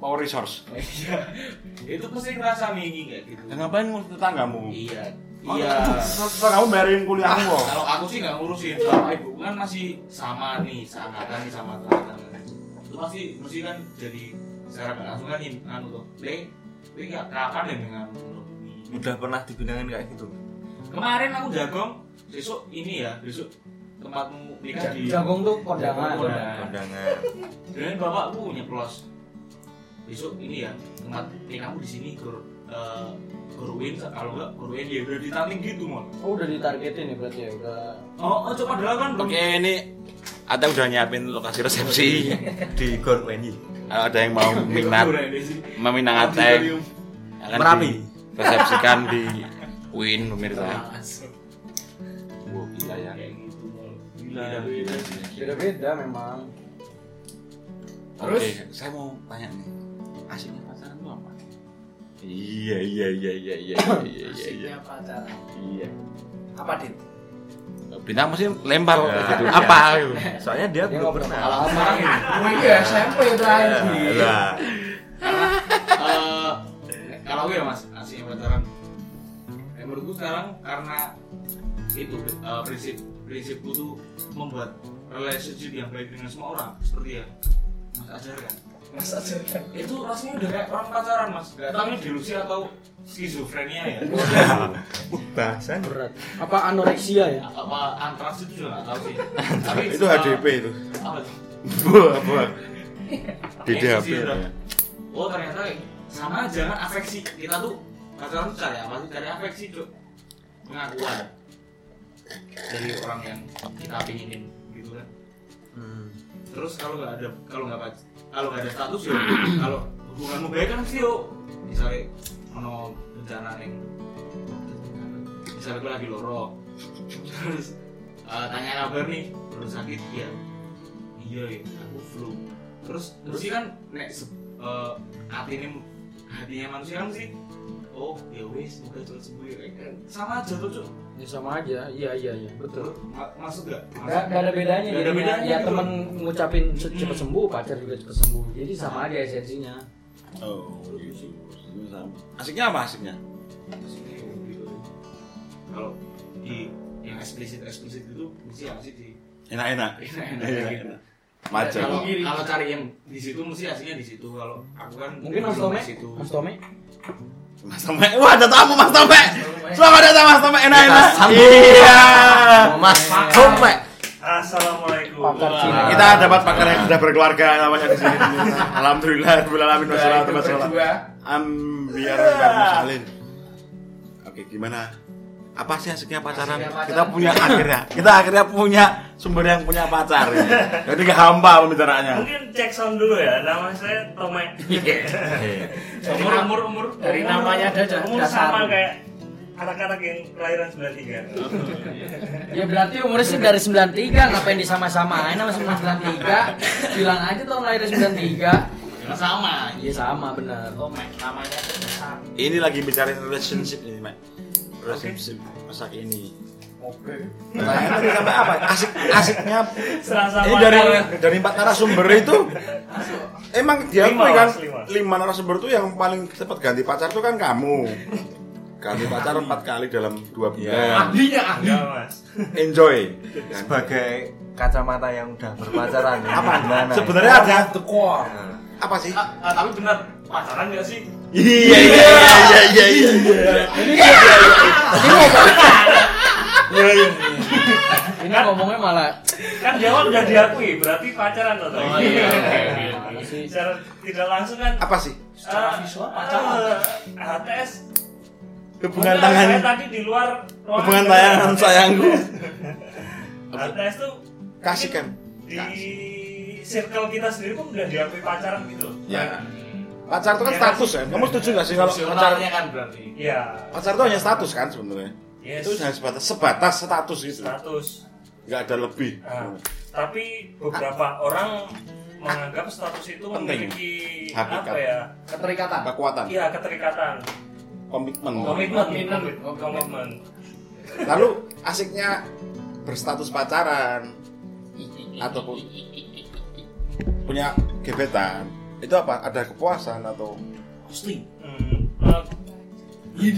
Speaker 1: power resource.
Speaker 8: Iya. itu pasti ngerasa mingi kayak
Speaker 9: Ya
Speaker 8: gitu
Speaker 1: Dan ngapain ngurus tetanggamu?
Speaker 8: iya
Speaker 1: Oh,
Speaker 8: iya
Speaker 1: Tetanggamu bayarin kuliahmu kok.
Speaker 8: kalau aku sih nggak ngurusin bapak ibu kan masih sama nih seangkatan nih sama teman-teman itu pasti mesti kan jadi secara nggak langsung kan im- anu tuh le le nggak kapan ya dengan
Speaker 3: Udah pernah dibilangin kayak gitu.
Speaker 8: kemarin aku jagong besok ini ya besok tempatmu nikah di
Speaker 2: jagong tuh kondangan
Speaker 8: Kondangan.
Speaker 3: Kondangan.
Speaker 8: dan bapakku nyeplos besok ini ya tempat eh, kamu di sini gur eh, guruin kalau enggak guruin ya udah ditanting gitu mon
Speaker 2: oh udah ditargetin ya berarti ya udah
Speaker 8: oh, oh coba padahal kan
Speaker 9: Oke ini Ata udah nyiapin lokasi resepsi.
Speaker 3: di Gor Wenyi
Speaker 9: Kalau ada yang mau
Speaker 1: Iya,
Speaker 9: minat meminang Ateng akan
Speaker 3: Merapi.
Speaker 9: resepsikan ya kan di Win
Speaker 12: Iya,
Speaker 9: pemirsa. Wow, gila ya.
Speaker 8: kayak gitu mon
Speaker 9: Gila, gila, gila.
Speaker 2: beda beda memang
Speaker 9: Terus saya mau tanya nih. Asiknya pacaran itu apa? Iya iya iya iya iya iya iya iya.
Speaker 4: Asiknya pacaran.
Speaker 9: Iya.
Speaker 4: Apa dit?
Speaker 9: Bintang mesti lempar
Speaker 3: Ya.
Speaker 9: gitu. Apa? gitu.
Speaker 3: Eh, soalnya dia
Speaker 2: dia nggak
Speaker 3: belum
Speaker 2: pernah
Speaker 3: pernah Iya.
Speaker 2: pengalaman Oh, iya,
Speaker 4: Gue itu SMP terakhir.
Speaker 3: Lah,
Speaker 8: Eh, kalau gue ya mas aslinya veteran yang menurut gue sekarang karena itu eh, prinsip prinsipku tuh membuat relationship yang baik dengan semua orang seperti ya mas ajar kan
Speaker 4: Mas aja kan.
Speaker 8: itu rasanya udah kayak orang pacaran mas gak tahu ini delusi atau skizofrenia ya
Speaker 3: bahasan
Speaker 2: berat apa anoreksia ya
Speaker 8: apa antraks itu juga gak tahu sih tapi
Speaker 1: itu
Speaker 8: eh,
Speaker 1: HDP itu
Speaker 8: apa tuh?
Speaker 1: buah buah DDHP
Speaker 8: Iya, iya. oh ternyata sama aja kan afeksi kita tuh pacaran tuh cari apa sih cari afeksi tuh pengakuan dari orang yang kita pinginin gitu kan terus kalau nggak ada kalau nggak pac- kalau nggak ada status yo kalau hubunganmu baik kan sih yo misalnya ono bencana yang misalnya gue lagi loro terus eh, tanya kabar nih perlu sakit ya iya ya aku flu terus terus sih kan nek se- eh, atine- hatinya manusia kan sih oh ya wis semoga cepat sembuh ya Eh, sama aja tuh Cuk.
Speaker 2: ya sama aja iya iya iya betul
Speaker 8: Ma- masuk gak
Speaker 2: Gak, gak ada bedanya
Speaker 8: Gak ada
Speaker 2: jadinya.
Speaker 8: bedanya
Speaker 2: ya
Speaker 8: gitu.
Speaker 2: temen ngucapin se- cepet sembuh pacar juga cepet sembuh jadi sama aja esensinya
Speaker 9: Oh, gitu. Asiknya apa asiknya?
Speaker 8: Maksudnya ya gitu. kalau di yang eksplisit eksplisit itu mesti apa sih di
Speaker 9: Enak-enak. Iya, Enak-enak. Macam.
Speaker 8: kalau kalau cari yang di situ mesti aslinya di situ kalau aku kan
Speaker 2: mungkin
Speaker 8: belum
Speaker 2: mas Tome
Speaker 8: di situ
Speaker 2: mas Tome
Speaker 9: Mas Tome, wah ada tamu Mas Tome. Selamat datang Mas Tome, enak-enak. Iya.
Speaker 2: Eh,
Speaker 11: Mas Tome.
Speaker 3: assalamualaikum
Speaker 2: pakar Cina
Speaker 1: kita dapat pakar yang sudah berkeluarga namanya di sini alhamdulillah alhamdulillah masalah tempat sholat am biar biar misalin oke gimana
Speaker 9: Apa sih asiknya pacaran?
Speaker 4: Asiknya pacaran.
Speaker 9: Kita punya
Speaker 1: akhirnya kita akhirnya punya sumber yang punya pacar ya. jadi gak hampa pembicaraannya
Speaker 12: Mungkin cek sound dulu ya. Nama saya Tome.
Speaker 8: umur umur umur
Speaker 4: Dari namanya ada dah-
Speaker 12: Umur
Speaker 4: dasar.
Speaker 12: sama kayak anak-anak yang kelahiran 93.
Speaker 2: ya berarti umurnya sih dari 93 ngapain disama-samain sama 93 bilang aja tahun lahir 93
Speaker 8: Nah, sama
Speaker 2: ya sama bener
Speaker 8: Tome namanya sama
Speaker 9: Ini lagi bicara relationship ini, Mak. Relationship masak ini.
Speaker 1: Pertanyaannya tadi Nah, sampai apa asik asiknya
Speaker 12: Serasa
Speaker 1: ini
Speaker 12: makan
Speaker 1: dari dari empat narasumber itu emang dia
Speaker 12: Lima,
Speaker 1: akui kan
Speaker 12: Mas, lima.
Speaker 1: lima narasumber itu yang paling cepat ganti pacar itu kan kamu ganti pacar empat kali dalam dua bulan
Speaker 8: ahlinya ahli
Speaker 12: Ya, Mas.
Speaker 1: enjoy
Speaker 3: sebagai kacamata yang udah berpacaran ya,
Speaker 1: apa
Speaker 3: gimana ya?
Speaker 1: sebenarnya ada apa sih
Speaker 8: Ah, ah, tapi benar pacaran gak sih
Speaker 1: iya iya iya iya iya
Speaker 2: ini ngomongnya malah
Speaker 12: Kan jawab udah diakui, berarti pacaran toh.
Speaker 8: Oh, iya, oke, oke, oke.
Speaker 12: Secara tidak langsung kan eh,
Speaker 1: apa sih
Speaker 12: secara
Speaker 8: visual pacaran.
Speaker 12: HTS
Speaker 1: hubungan
Speaker 12: Enggak,
Speaker 1: tangan
Speaker 12: saya tadi di luar ruangan.
Speaker 1: hubungan tangan sayangku
Speaker 12: HTS tuh
Speaker 1: kasih
Speaker 12: mungkin
Speaker 1: kan
Speaker 12: di circle kita sendiri pun udah diakui pacaran gitu. loh.
Speaker 1: ya pacar itu kan status kan kamu setuju gak sih kalau pacar
Speaker 8: Fungsionalnya kan berarti
Speaker 12: Iya.
Speaker 1: pacar itu hanya status kan sebenarnya
Speaker 12: Yes.
Speaker 1: itu hanya sebatas sebatas status gitu
Speaker 12: status.
Speaker 1: nggak ada lebih Hmm.
Speaker 12: Nah, tapi beberapa orang menganggap status itu
Speaker 1: Penting.
Speaker 12: memiliki
Speaker 1: Hakikat.
Speaker 12: apa ya?
Speaker 4: Keterikatan.
Speaker 1: kekuatan
Speaker 12: Iya, keterikatan.
Speaker 1: komitmen
Speaker 12: Komitmen,
Speaker 4: Komitmen.
Speaker 12: komitmen, komitmen.
Speaker 1: lalu asiknya berstatus pacaran ataupun punya gebetan itu apa ada kepuasan atau
Speaker 8: Pasti.
Speaker 12: Hmm, eh,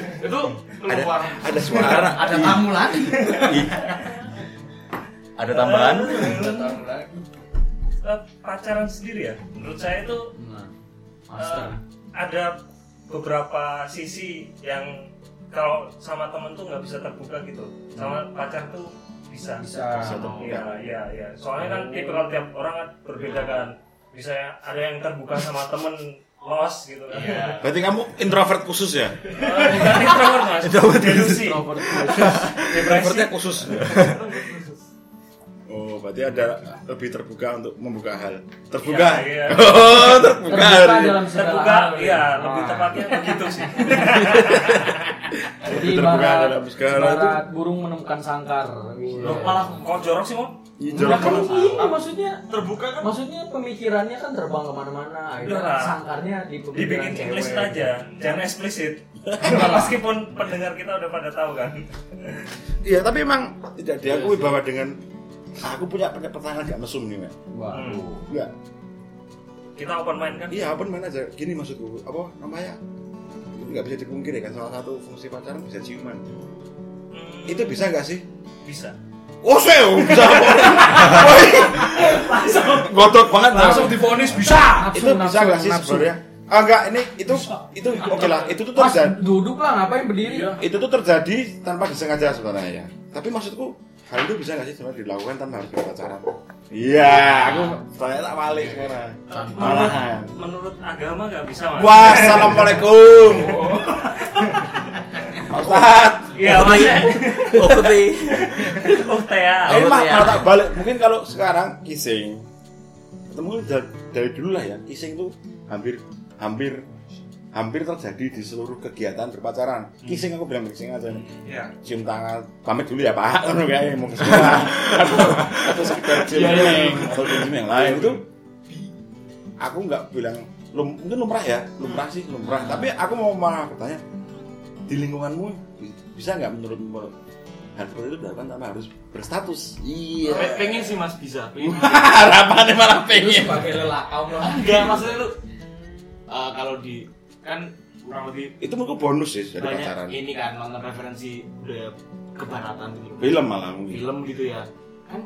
Speaker 8: Itu
Speaker 1: ada
Speaker 8: keluar.
Speaker 1: ada suara
Speaker 4: Ada tamu lagi.
Speaker 3: ada tambahan
Speaker 12: eh, eh, pacaran sendiri ya. Menurut saya itu
Speaker 8: Master.
Speaker 12: eh, ada beberapa sisi yang kalau sama temen tuh nggak bisa terbuka gitu. Sama pacar tuh bisa.
Speaker 2: bisa
Speaker 1: Bisa terbuka.
Speaker 12: Iya, iya, iya. Soalnya kan tipikal tiap orang kan berbeda kan. bisa ada yang terbuka sama temen los gitu kan Oh,
Speaker 8: Iya.
Speaker 1: Berarti kamu introvert khusus ya?
Speaker 12: bukan introvert mas delusi Iya,
Speaker 1: Introvertnya khusus. Oh, berarti ada lebih terbuka untuk membuka hal. Terbuka.
Speaker 12: Iya, iya.
Speaker 1: Oh, terbuka.
Speaker 2: terbuka dalam segala
Speaker 12: terbuka
Speaker 2: hal.
Speaker 12: iya
Speaker 2: Nah,
Speaker 12: lebih tepatnya begitu sih
Speaker 2: Jadi
Speaker 1: terbuka
Speaker 2: ibarat,
Speaker 1: dalam segala hal itu.
Speaker 2: ibarat burung menemukan sangkar.
Speaker 12: Loh, malah kok jorok sih mau
Speaker 2: Nah, kan ini maksudnya
Speaker 12: terbuka kan
Speaker 2: maksudnya pemikirannya kan terbang kemana-mana. akhirnya
Speaker 12: Lah.
Speaker 2: Sangkarnya di pemikiran
Speaker 12: dibikin
Speaker 2: cewek.
Speaker 12: implisit aja jangan eksplisit meskipun pendengar kita udah pada tahu kan
Speaker 1: Iya, tapi emang tidak
Speaker 12: Iya.
Speaker 1: diakui bahwa dengan aku punya punya pertanyaan gak mesum nih, Mbak.
Speaker 2: Waduh.
Speaker 12: Hmm.
Speaker 1: Iya.
Speaker 12: kita open mind kan
Speaker 1: Iya, open mind aja. Gini maksudku, apa namanya? Nggak bisa dipungkiri kan salah satu fungsi pacaran bisa ciuman.
Speaker 12: Hmm,
Speaker 1: Itu bisa nggak sih?
Speaker 12: bisa
Speaker 1: Oh, saya bisa. Gotok banget langsung
Speaker 4: difonis bisa.
Speaker 2: Nafsu,
Speaker 1: itu bisa
Speaker 2: nafsu,
Speaker 1: nggak sih
Speaker 2: nafsu.
Speaker 1: sebenarnya? Ah enggak, ini itu itu oke lah, itu tuh
Speaker 2: Mas
Speaker 1: terjadi.
Speaker 2: duduk lah ngapain berdiri?
Speaker 12: Iya.
Speaker 1: Itu tuh terjadi tanpa disengaja sebenarnya ya. Tapi maksudku hal itu bisa nggak sih sebenarnya dilakukan tanpa harus berpacaran? Iya, aku saya tak balik sekarang. Malahan.
Speaker 12: menurut agama nggak bisa mas
Speaker 1: Wassalamualaikum. Ustaz,
Speaker 12: iya maksudnya
Speaker 13: Oke.
Speaker 12: oh tea
Speaker 1: ini mah
Speaker 13: iya.
Speaker 1: malah tak balik. Mungkin kalau sekarang kissing, ketemu dari, dari dulu lah ya. Kissing tuh hampir hampir hampir terjadi di seluruh kegiatan berpacaran.
Speaker 12: Hmm.
Speaker 1: Kissing aku bilang kissing aja.
Speaker 12: Iya.
Speaker 1: cium tangan pamit dulu ya pak kan kayaknya mau ke sekolah atau, atau sekedar cium
Speaker 8: Iya,
Speaker 1: tangan, atau cium yang lain itu aku nggak bilang lum, mungkin lumrah ya lumrah sih lumrah tapi aku mau malah bertanya di lingkunganmu bi- bisa nggak menurutmu hal seperti itu dilakukan tanpa harus berstatus iya
Speaker 8: Pe- pengen sih mas bisa pengen
Speaker 1: harapannya malah pengen
Speaker 4: Sebagai lelakau lah.
Speaker 8: enggak maksudnya lu eh, kalau di kan kurang lebih
Speaker 1: itu menurutku bonus sih dari
Speaker 8: banyak
Speaker 1: pacaran
Speaker 8: ini kan nonton referensi budaya kebaratan gitu
Speaker 1: film malah mungkin
Speaker 8: film gitu ya kan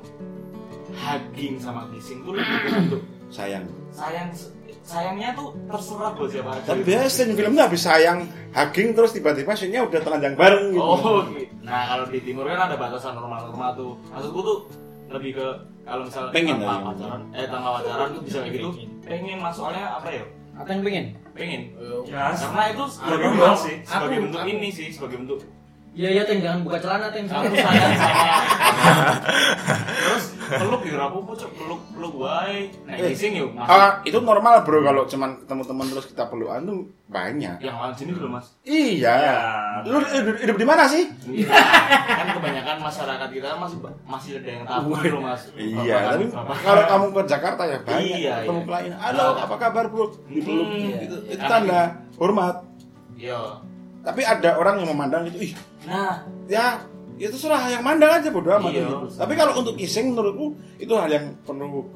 Speaker 8: hugging sama kissing tuh lebih ke bentuk
Speaker 1: sayang
Speaker 8: sayang sayangnya tuh terserah buat siapa aja
Speaker 1: tapi biasanya filmnya habis sayang hugging terus tiba-tiba scene-nya udah telanjang bareng gitu
Speaker 8: Oh, oke. Nah, kalau di timur kan ada batasan norma-norma tuh. Maksudku tuh lebih ke kalau misalnya
Speaker 1: Pengen
Speaker 8: tanpa
Speaker 1: tadi.
Speaker 8: pacaran, eh tanpa pacaran tuh bisa kayak gitu. Pengen mas soalnya apa ya?
Speaker 2: Apa yang pengen?
Speaker 8: Pengen.
Speaker 12: Jelas.
Speaker 8: Karena itu sebagai
Speaker 12: Aku-
Speaker 8: bentuk,
Speaker 12: aku-
Speaker 8: sebagai bentuk
Speaker 4: aku-
Speaker 8: ini sih, sebagai bentuk
Speaker 2: Iya iya teng jangan buka celana teng.
Speaker 8: aku sayang sama. Terus peluk ya aku pucuk peluk peluk wae. Nah,
Speaker 1: Eh,
Speaker 8: kissing yuk mas.
Speaker 1: Ah, itu normal bro kalau cuman ketemu teman terus kita pelukan tuh banyak.
Speaker 8: Yang lawan sini dulu mas.
Speaker 1: Iya.
Speaker 12: Ya.
Speaker 1: Lu hidup, hidup di mana sih?
Speaker 8: kan kebanyakan masyarakat kita kan masih masih ada yang tabu dulu mas.
Speaker 1: Iya, tapi
Speaker 8: Bapak-
Speaker 1: kalau kamu ke Jakarta ya banyak
Speaker 8: Iya,
Speaker 1: ketemu
Speaker 8: iya.
Speaker 1: klien. Halo, apa kabar bro? Dipeluk.
Speaker 8: Hmm,
Speaker 1: Itu,
Speaker 8: iya.
Speaker 1: itu tanda hormat.
Speaker 8: Yo.
Speaker 1: Tapi ada orang yang memandang itu, ih,
Speaker 8: Nah,
Speaker 1: ya ya terserah yang mandang aja bodo amat.
Speaker 8: Iya.
Speaker 1: gitu. Tapi kalau untuk kissing menurutku itu hal yang perlu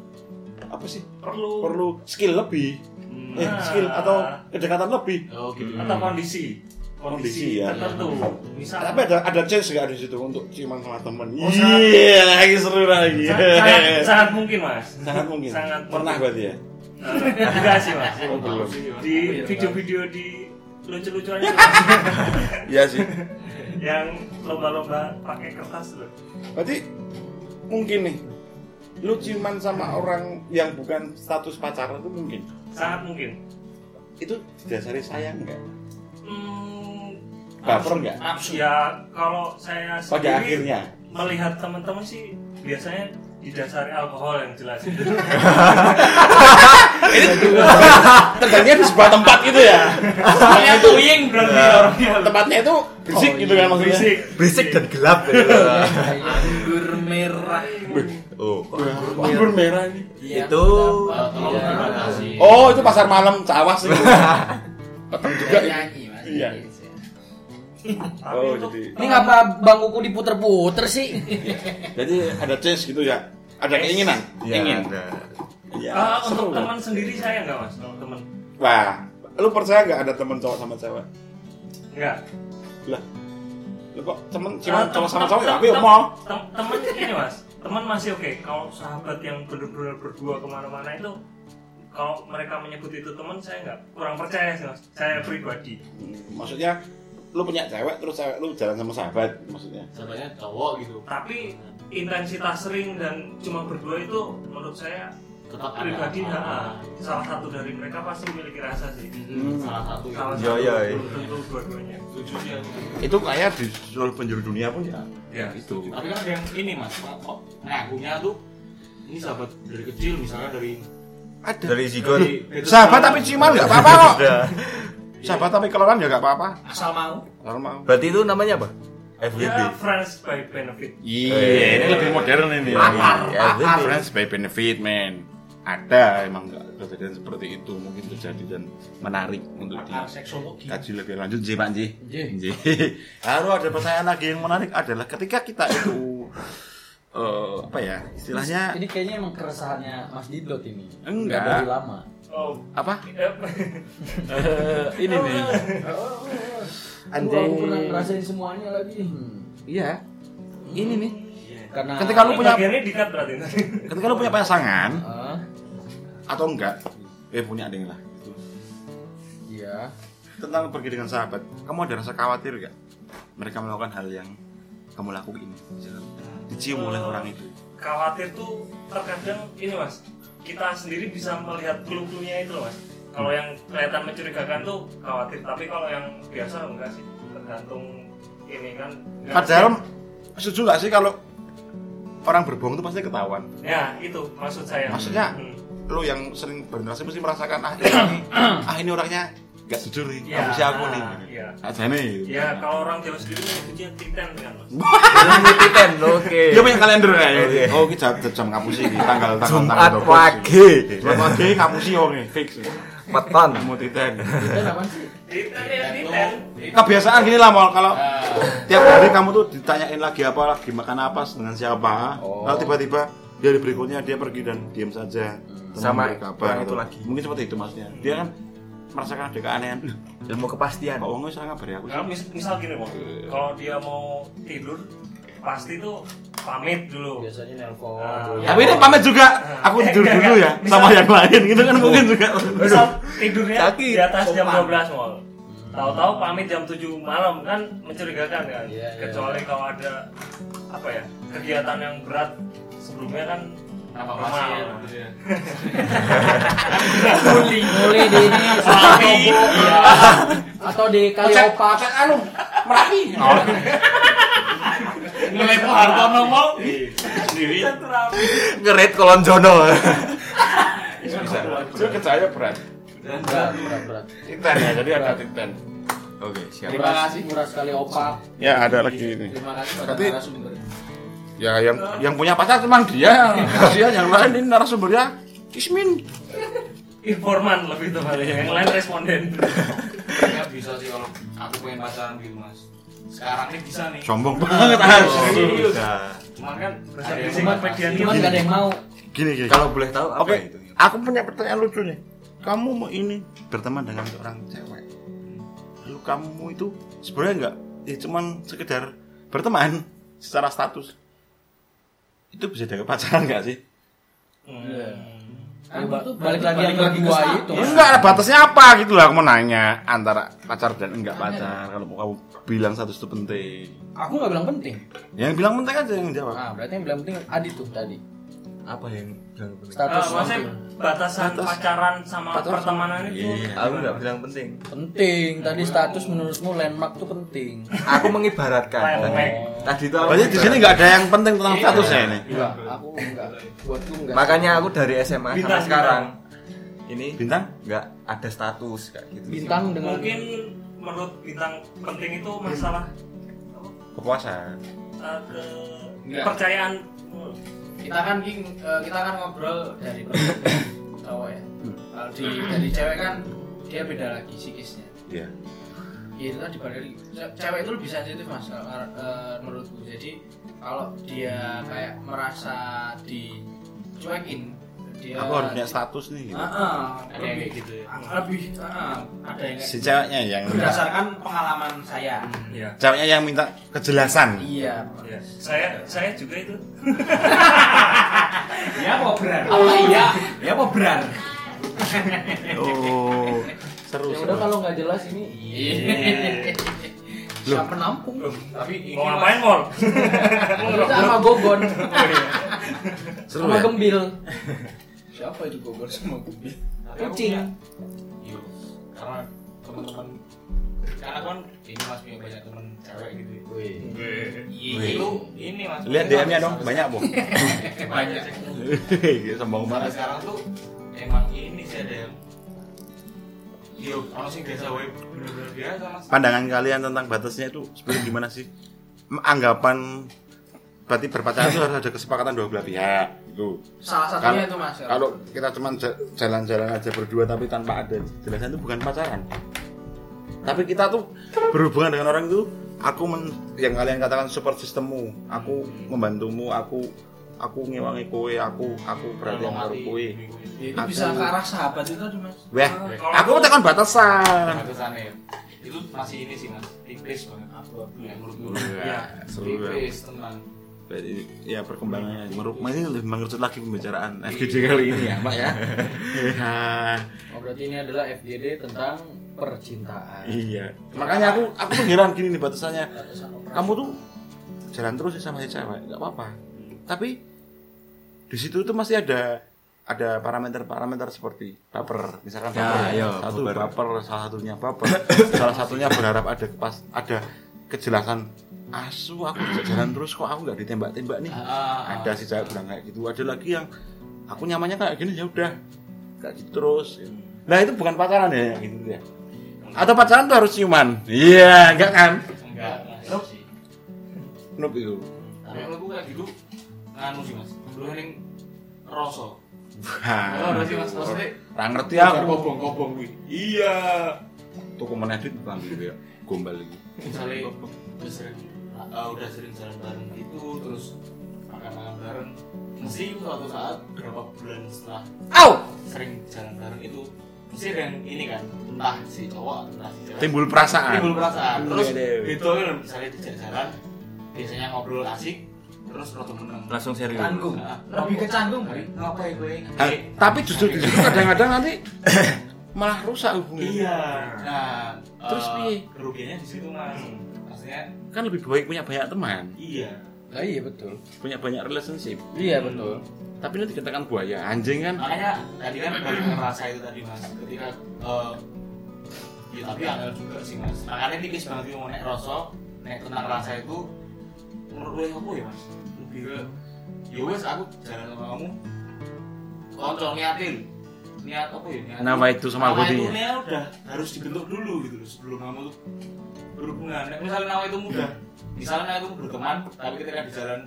Speaker 1: apa sih?
Speaker 12: perlu
Speaker 1: Perlu skill lebih.
Speaker 8: hmm,
Speaker 1: Eh, skill atau kedekatan lebih.
Speaker 8: oh gitu.
Speaker 12: atau kondisi iya.
Speaker 1: Kondisi, ya.
Speaker 12: tertentu misal
Speaker 1: Tapi ada ada chance nggak di situ untuk ciuman sama temen? Iya,
Speaker 12: Oh, sangat.
Speaker 1: lagi seru lagi.
Speaker 12: Sa- sangat, sangat mungkin mas
Speaker 1: Sangat mungkin.
Speaker 12: sangat
Speaker 1: Pernah berarti ya?
Speaker 12: Eh, enggak sih mas
Speaker 1: belum.
Speaker 12: di video-video di lucu-lucuan itu
Speaker 1: Iya sih.
Speaker 12: yang lomba-lomba pakai kertas loh
Speaker 1: Berarti mungkin nih lu ciuman sama orang yang bukan status pacaran itu mungkin
Speaker 12: sangat mungkin
Speaker 1: itu didasari sayang nggak
Speaker 12: Hmm,
Speaker 1: baper nggak
Speaker 4: Nafsu.
Speaker 12: ya kalau saya
Speaker 1: pada
Speaker 12: sendiri
Speaker 1: akhirnya
Speaker 12: melihat teman-teman sih biasanya didasari alkohol yang jelas
Speaker 1: terjadinya di sebuah tempat gitu ya
Speaker 12: soalnya tuying berarti orangnya
Speaker 1: tempatnya itu berisik
Speaker 12: Oh,
Speaker 1: gitu kan maksudnya
Speaker 12: berisik
Speaker 3: Berisik dan gelap. ya.
Speaker 4: Anggur merah.
Speaker 3: oh.
Speaker 1: anggur merah ini
Speaker 3: Itu
Speaker 2: Oh,
Speaker 4: Eh, Tolong dibatasi.
Speaker 1: oh itu pasar malam cawas itu petang juga
Speaker 4: Saya
Speaker 1: ya Oh,
Speaker 4: nyanyi mas.
Speaker 1: Iya.
Speaker 12: tapi untuk
Speaker 2: Ini ngapa bangkuku diputer-puter sih?
Speaker 1: jadi ada chance gitu ya ada keinginan
Speaker 3: ingin.
Speaker 1: Iya,
Speaker 12: Ah,
Speaker 1: seru
Speaker 12: untuk
Speaker 1: kan?
Speaker 12: teman sendiri saya enggak mas untuk teman
Speaker 1: Wah, lu percaya nggak ada temen cowok sama cewek?
Speaker 12: enggak
Speaker 1: Lah, lu kok temen
Speaker 12: Ah,
Speaker 1: cuma
Speaker 12: tem-
Speaker 1: cowok sama
Speaker 12: tem-
Speaker 1: cowok?
Speaker 12: tem-
Speaker 1: Tapi ya
Speaker 12: tem-
Speaker 1: mau.
Speaker 12: tem- temen ini mas teman masih oke kalau sahabat yang benar-benar berdua kemana-mana itu kalau mereka menyebut itu teman saya nggak kurang percaya sih mas saya pribadi
Speaker 1: Hmm, Maksudnya, lu punya cewek terus cewek lu jalan sama sahabat maksudnya.
Speaker 8: Sebenarnya cowok gitu.
Speaker 12: tapi intensitas sering dan cuma berdua itu menurut saya
Speaker 8: tetap ada.
Speaker 12: pribadi
Speaker 8: Ah,
Speaker 12: nah, salah satu dari mereka pasti memiliki rasa sih
Speaker 8: hmm, salah satu
Speaker 12: salah
Speaker 8: yang
Speaker 12: satu
Speaker 3: iya, iya.
Speaker 12: belum tentu dua-duanya
Speaker 8: setuju sih aku.
Speaker 1: itu kayak di seluruh penjuru dunia pun ya
Speaker 12: ya
Speaker 3: Gitu.
Speaker 1: itu
Speaker 8: tapi kan ada yang ini mas kok- kok ngagumnya tuh ini sahabat dari kecil misalnya dari
Speaker 1: ada
Speaker 3: dari Zigon
Speaker 1: sahabat tapi ciuman nggak apa-apa kok
Speaker 3: Udah.
Speaker 1: sahabat tapi keloran ya nggak apa-apa
Speaker 4: asal mau
Speaker 1: kalau mau
Speaker 3: berarti itu namanya apa Iya.
Speaker 12: ya
Speaker 3: FWB
Speaker 12: friends by benefit
Speaker 1: iya ini lebih modern ini
Speaker 3: Iya.
Speaker 1: friends by benefit man ada emang nggak kejadian seperti itu mungkin terjadi dan menarik untuk di
Speaker 4: seksologi
Speaker 1: kaji lebih lanjut Ji Pak Ji. Ji. Lalu ada pertanyaan lagi yang menarik adalah ketika kita itu eh, apa ya istilahnya
Speaker 2: Ini kayaknya emang keresahannya Mas Didot ini.
Speaker 1: Enggak.
Speaker 2: Dari lama.
Speaker 12: oh
Speaker 1: apa
Speaker 2: ini nih.
Speaker 1: Anjing.
Speaker 2: Aku pernah ngerasain semuanya lagi. Hmm.
Speaker 1: iya ini nih
Speaker 2: Karena
Speaker 1: Ketika lu-
Speaker 12: ini
Speaker 1: punya-
Speaker 12: bagiannya dikat berarti nanti
Speaker 1: ketika lu punya pasangan
Speaker 2: Ah,
Speaker 1: atau enggak eh punya ada yang lah gitu.
Speaker 2: iya.
Speaker 1: tentang pergi dengan sahabat kamu ada rasa khawatir gak mereka melakukan hal yang kamu lakuin misalnya, dicium oleh orang itu
Speaker 12: khawatir tuh terkadang ini mas kita sendiri bisa melihat clue-cluenya itu loh mas kalau yang kelihatan mencurigakan tuh khawatir tapi kalau yang biasa enggak sih tergantung ini kan enggak
Speaker 1: padahal setuju gak sih kalau orang berbohong itu pasti ketahuan
Speaker 12: sih. ya itu maksud saya
Speaker 1: Maksudnya?
Speaker 12: Hmm.
Speaker 1: lu yang sering berinteraksi mesti merasakan ah ini, ah ini orangnya gak jujur nih
Speaker 12: Ya,
Speaker 1: ya, si aku nih Nah,
Speaker 12: iya.
Speaker 1: aja nih
Speaker 12: ya kalau orang jawa sendiri menyebutnya titan kan mas
Speaker 11: Titen, oke.
Speaker 1: dia punya kalender ya
Speaker 3: Iya.
Speaker 1: oh kita jam, jam ngapusi ini tanggal tanggal
Speaker 11: Jumat
Speaker 1: tanggal
Speaker 11: wage.
Speaker 1: Jumat wage ngapusi oh nih fix
Speaker 11: Weton.
Speaker 1: mau titen
Speaker 2: Kita apa sih?
Speaker 12: titan ya titan
Speaker 1: kebiasaan gini lah mal kalau
Speaker 12: Iya.
Speaker 1: tiap hari kamu tuh ditanyain lagi apa lagi makan apa dengan siapa
Speaker 2: Oh.
Speaker 1: lalu tiba-tiba di hari berikutnya dia pergi dan diam saja
Speaker 12: Hmm.
Speaker 1: Tidak
Speaker 3: Sama
Speaker 1: memberi kabar
Speaker 3: orang itu
Speaker 1: atau-
Speaker 3: lagi.
Speaker 1: mungkin seperti itu maksudnya dia kan merasakan ada keanehan
Speaker 3: ilmu kepastian
Speaker 1: kok wongnya sangat ngabari aku sih?
Speaker 12: Nah, mis- misal gini kok kalau dia mau tidur pasti tuh pamit dulu
Speaker 2: Biasanya nelpon.
Speaker 12: Ah.
Speaker 2: terus.
Speaker 1: Tapi ini pamit juga, aku tidur
Speaker 12: enggak,
Speaker 1: dulu ya
Speaker 12: enggak.
Speaker 1: sama yang lain gitu kan mungkin juga.
Speaker 12: misal tidurnya
Speaker 11: Sakit.
Speaker 12: di atas jam 12 mal tahu-tahu pamit jam 7 malam kan mencurigakan kan
Speaker 2: Iya, iya.
Speaker 12: kecuali kalau ada apa ya kegiatan yang berat sebelumnya kan
Speaker 8: apa
Speaker 12: normal.
Speaker 8: masih ya, gitu ya.
Speaker 2: Muli, muli di ini
Speaker 12: Merapi.
Speaker 2: Iya. atau di Kaliopak.
Speaker 1: anu merapi.
Speaker 8: ngelepo Hartono mau
Speaker 12: sendiri
Speaker 3: ngeret kolon jono
Speaker 1: Itu kecaya berat.
Speaker 2: Berat, berat, berat.
Speaker 1: Titan ya, jadi ada titan.
Speaker 3: oke siap
Speaker 2: Terima kasih. Murah sekali opak.
Speaker 1: Ya ada lagi ini.
Speaker 2: Terima kasih pada
Speaker 1: Berarti-
Speaker 2: narasumber.
Speaker 1: Ya yang yang punya pacar cuma dia. Kasihan yang lain ini ya. narasumbernya Ismin.
Speaker 12: informan lebih tepatnya yang lain responden
Speaker 8: Kayaknya bisa sih kalau aku pengen pacaran gitu mas sekarang nih bisa nih
Speaker 1: Sombong banget
Speaker 3: iya,
Speaker 1: harus.
Speaker 12: serius
Speaker 3: Nah,
Speaker 8: cuman kan
Speaker 12: Bahasa
Speaker 8: ada yang
Speaker 12: Inggrisnya
Speaker 8: mau
Speaker 12: Wikipedia
Speaker 8: pasti.
Speaker 2: Cuman gak ada yang mau.
Speaker 1: Gini gini.
Speaker 3: kalau boleh tahu apa
Speaker 1: Oke,
Speaker 3: itu
Speaker 1: aku punya pertanyaan lucu nih. Kamu mau ini berteman dengan seorang cewek. Lalu kamu itu sebenarnya enggak ya cuman sekedar berteman secara status. Itu bisa dianggap pacaran enggak sih?
Speaker 2: Ya, ba- balik lagi yang kedua itu.
Speaker 1: Enggak, ada batasnya apa gitu lah aku mau nanya antara pacar dan enggak pacar. Kalau mau kamu bilang status itu penting.
Speaker 2: Aku nggak bilang penting.
Speaker 1: Yang bilang penting aja yang jawab.
Speaker 2: Nah, berarti yang bilang penting Adi tuh tadi.
Speaker 3: apa yang bilang penting
Speaker 12: Eh,
Speaker 2: Status
Speaker 8: Ah,
Speaker 12: maksudnya
Speaker 2: penting.
Speaker 12: batasan
Speaker 1: Batas-
Speaker 12: pacaran sama
Speaker 1: pacaran
Speaker 12: pertemanan
Speaker 1: sama-
Speaker 12: itu
Speaker 1: Iya.
Speaker 3: aku nggak bilang penting
Speaker 2: penting. Tadi status menurutmu landmark tuh penting.
Speaker 3: aku mengibaratkan
Speaker 12: Lain,
Speaker 3: tadi,
Speaker 12: lain.
Speaker 3: tadi itu aku
Speaker 1: Berarti di sini enggak ada yang penting tentang statusnya ini.
Speaker 2: Enggak, aku enggak. Buatku enggak.
Speaker 3: makanya aku dari SMA sampai
Speaker 12: Bintang,
Speaker 3: sekarang ini
Speaker 1: Bintang?
Speaker 3: nggak ada status kayak gitu
Speaker 2: bintang dengan
Speaker 12: mungkin menurut bintang penting itu masalah
Speaker 1: Kepuasan.
Speaker 12: eh, ke
Speaker 4: Enggak.
Speaker 12: kepercayaan
Speaker 4: kita kan king eh, kita kan ngobrol dari perempuan, cowok ya kalau di
Speaker 8: Hmm.
Speaker 4: dari cewek kan dia beda lagi psikisnya
Speaker 1: Iya.
Speaker 4: ya itu tadi balik lagi. Ce- cewek itu lebih sensitif mas kalau- kalau- eh, menurutku jadi kalau dia kayak merasa dicuekin dia
Speaker 1: Aku harus punya status nih gitu.
Speaker 4: Ah, ah,
Speaker 8: ada yang kayak
Speaker 4: lebih,
Speaker 8: gitu ya
Speaker 4: lebih ah, ah, ada yang kayak
Speaker 1: Si ceweknya yang
Speaker 4: berdasarkan pengalaman saya
Speaker 8: Hmm.
Speaker 12: ya
Speaker 1: ceweknya yang minta kejelasan
Speaker 4: iya
Speaker 12: Ya, saya saya juga itu
Speaker 4: ya apa beran
Speaker 8: Oh.
Speaker 4: apa iya ya apa beran
Speaker 1: oh seru
Speaker 2: Ya udah kalau nggak jelas ini
Speaker 4: Iya. siap menampung
Speaker 8: tapi ini
Speaker 12: mau ngapain mall
Speaker 2: Kita sama Gogon,
Speaker 4: Iya.
Speaker 1: seru
Speaker 2: sama
Speaker 1: ya
Speaker 2: Gembil.
Speaker 4: siapa itu gogor sama gue
Speaker 8: Tapi aku
Speaker 2: Kucing.
Speaker 4: ya?
Speaker 8: punya. Iya. Karena teman-teman karena kan ini mas punya banyak teman cewek gitu. Iya.
Speaker 1: Wih.
Speaker 8: Itu ini mas.
Speaker 9: Lihat DM-nya dong,
Speaker 8: Sampai-
Speaker 9: banyak bu.
Speaker 8: Banyak.
Speaker 1: Iya,
Speaker 9: Sembang
Speaker 8: Sampai
Speaker 9: banget.
Speaker 8: sekarang tuh emang ini sih ada yang Iya, orang sih biasa web bener-bener biasa mas.
Speaker 1: pandangan kalian tentang batasnya itu sebenarnya gimana sih? M- Anggapan berarti berpacaran itu harus ada kesepakatan dua belah pihak. gitu. Itu. Kalau-
Speaker 2: Iya,
Speaker 4: salah satunya itu mas
Speaker 1: Kalau kita cuma j- jalan-jalan aja berdua tapi tanpa ada jelasan itu bukan pacaran. Tapi kita tuh berhubungan dengan orang itu, aku men- yang kalian katakan support sistemmu, aku membantumu, aku aku ngewangi kowe, aku aku berarti yang karo kowe.
Speaker 4: Ya, itu bisa
Speaker 1: Aku-
Speaker 4: ke arah sahabat itu tadi mas
Speaker 1: Weh, aku tekan batasan.
Speaker 8: Batasannya ya. itu masih ini sih mas, tipis banget. Aku aku ya menurut gue.
Speaker 1: Wah, seru ya.
Speaker 8: Tipis teman.
Speaker 1: Jadi, ya perkembangannya meru- ini lebih mengerucut lagi pembicaraan FGD kali ini ya Pak ya Nah,
Speaker 2: Oh, berarti ini adalah FGD tentang percintaan.
Speaker 1: iya makanya aku aku tuh heran gini nih batasannya kamu tuh jalan terus sih sama si cewek nggak apa-apa tapi di situ tuh masih ada ada parameter-parameter seperti baper misalkan
Speaker 3: Ya,
Speaker 1: baper
Speaker 3: ayo,
Speaker 1: satu
Speaker 3: baper.
Speaker 1: baper. salah satunya baper salah satunya berharap ada pas ada kejelasan asu aku bisa jalan terus kok aku nggak ditembak-tembak nih ada sih saya bilang kayak gitu ada lagi yang aku nyamannya kayak gini ya udah kayak gitu terus nah itu bukan pacaran ya yang gitu ya atau pacaran tuh harus ciuman iya enggak kan
Speaker 8: Enggak, Mas. sih.
Speaker 1: Nope itu
Speaker 8: Tapi kalau gue kayak gitu, nganu sih mas, belum yang rosok.
Speaker 1: Wah,
Speaker 8: Kalau sih mas, maksudnya
Speaker 1: nggak ngerti aku
Speaker 8: kobong-kobong gue. Iya.
Speaker 1: tuh komen edit bang gitu ya gombal lagi
Speaker 8: Misalnya udah sering, ah, udah sering jalan bareng gitu, terus makan makan bareng. Mesti suatu saat berapa bulan setelah sering jalan bareng itu, mesti ada yang ini kan, entah si cowok, entah si cewek.
Speaker 1: timbul perasaan
Speaker 8: timbul perasaan
Speaker 9: Iya,
Speaker 8: terus
Speaker 9: deh.
Speaker 8: itu misalnya di jalan biasanya ngobrol asik terus rotok menang
Speaker 3: langsung serius
Speaker 4: canggung
Speaker 8: Ah.
Speaker 4: lebih ke canggung
Speaker 8: Hari, ngapain gue
Speaker 1: Nah,
Speaker 8: Eh,
Speaker 1: tapi justru di situ kadang-kadang nanti malah rusak hubungan
Speaker 8: iya nah
Speaker 1: Terus
Speaker 8: eh,
Speaker 1: piye?
Speaker 8: kerugiannya di situ mas maksudnya
Speaker 2: Iya.
Speaker 1: kan lebih baik punya banyak teman
Speaker 8: iya
Speaker 2: Nah, iya betul.
Speaker 1: punya banyak relationship
Speaker 2: Iya betul.
Speaker 1: tapi nanti dikatakan buaya anjing kan
Speaker 8: makanya tadi kan baru ngerasa itu tadi mas ketika eh ya tapi angel juga sih mas makanya tipis banget itu mau naik rosok naik tentang rasa itu menurut gue apa ya mas lebih ke ya wes aku jalan sama kamu koncol niatin niat apa ya niat
Speaker 1: Nama itu sama ya?
Speaker 8: nama
Speaker 1: bodinya.
Speaker 8: itu niat udah harus dibentuk dulu gitu loh sebelum kamu tuh berhubungan Nek, misalnya nama itu mudah misalnya nama itu berteman tapi ketika di jalan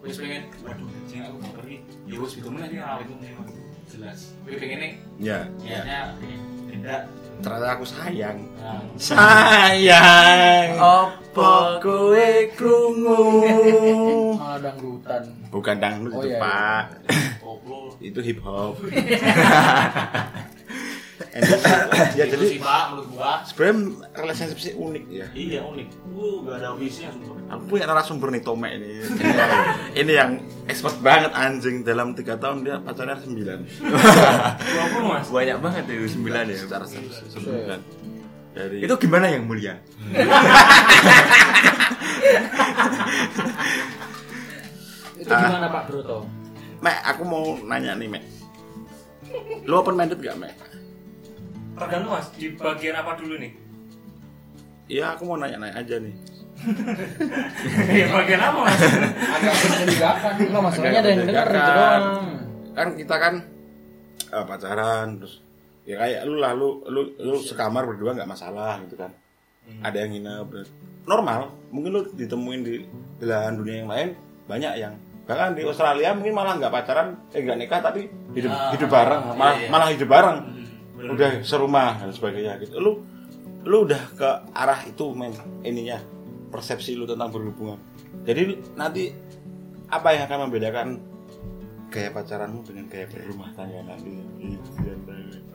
Speaker 8: wes pengen waduh anjing aku mau pergi ya wes berteman aja nama itu nih, Mas. jelas gue pengen nih
Speaker 1: ya
Speaker 8: niatnya pengen beda
Speaker 1: ternyata aku sayang Oh,
Speaker 8: nah,
Speaker 1: sayang
Speaker 2: Apa kue krungu? Malah dangdutan.
Speaker 1: bukan dangdut
Speaker 2: Oh,
Speaker 1: itu
Speaker 2: iya, Oh, iya.
Speaker 1: pak
Speaker 8: koplo
Speaker 1: itu hip hop ya
Speaker 8: Itu
Speaker 1: jadi
Speaker 8: sih pak menurut gua
Speaker 1: sebenarnya relationship sih unik ya
Speaker 8: iya unik uh gak ada habisnya sumpah
Speaker 1: aku punya narasumber nih Tome ini ini yang expert banget anjing dalam tiga tahun dia pacarnya sembilan
Speaker 12: dua puluh mas
Speaker 3: banyak banget itu sembilan ya
Speaker 1: secara serius sembilan dari Ah,
Speaker 3: itu gimana yang mulia
Speaker 2: Itu
Speaker 1: Ah.
Speaker 2: gimana Pak Broto?
Speaker 1: Mek aku mau nanya nih Mek lu open minded gak Mek
Speaker 12: tergantung mas di bagian apa dulu nih
Speaker 1: Iya, aku mau nanya-nanya aja nih.
Speaker 12: ya bagian apa mas
Speaker 2: Agak mencurigakan. Enggak masalahnya ada yang dengar itu
Speaker 1: mencurigakan.
Speaker 2: doang.
Speaker 1: Kan kita kan eh, pacaran terus ya kayak lu lah lu lu, lu sekamar berdua nggak masalah gitu kan. Ada yang nginep normal, mungkin lu ditemuin di belahan dunia yang lain banyak yang bahkan di Australia mungkin malah nggak pacaran eh nggak nikah tapi hidup hidup bareng malah
Speaker 8: iya.
Speaker 1: malah hidup bareng
Speaker 8: bener.
Speaker 1: udah serumah dan sebagainya gitu lu lu udah ke arah itu men ininya persepsi lu tentang berhubungan jadi nanti apa yang akan membedakan gaya pacaranmu dengan gaya berumah tangga nanti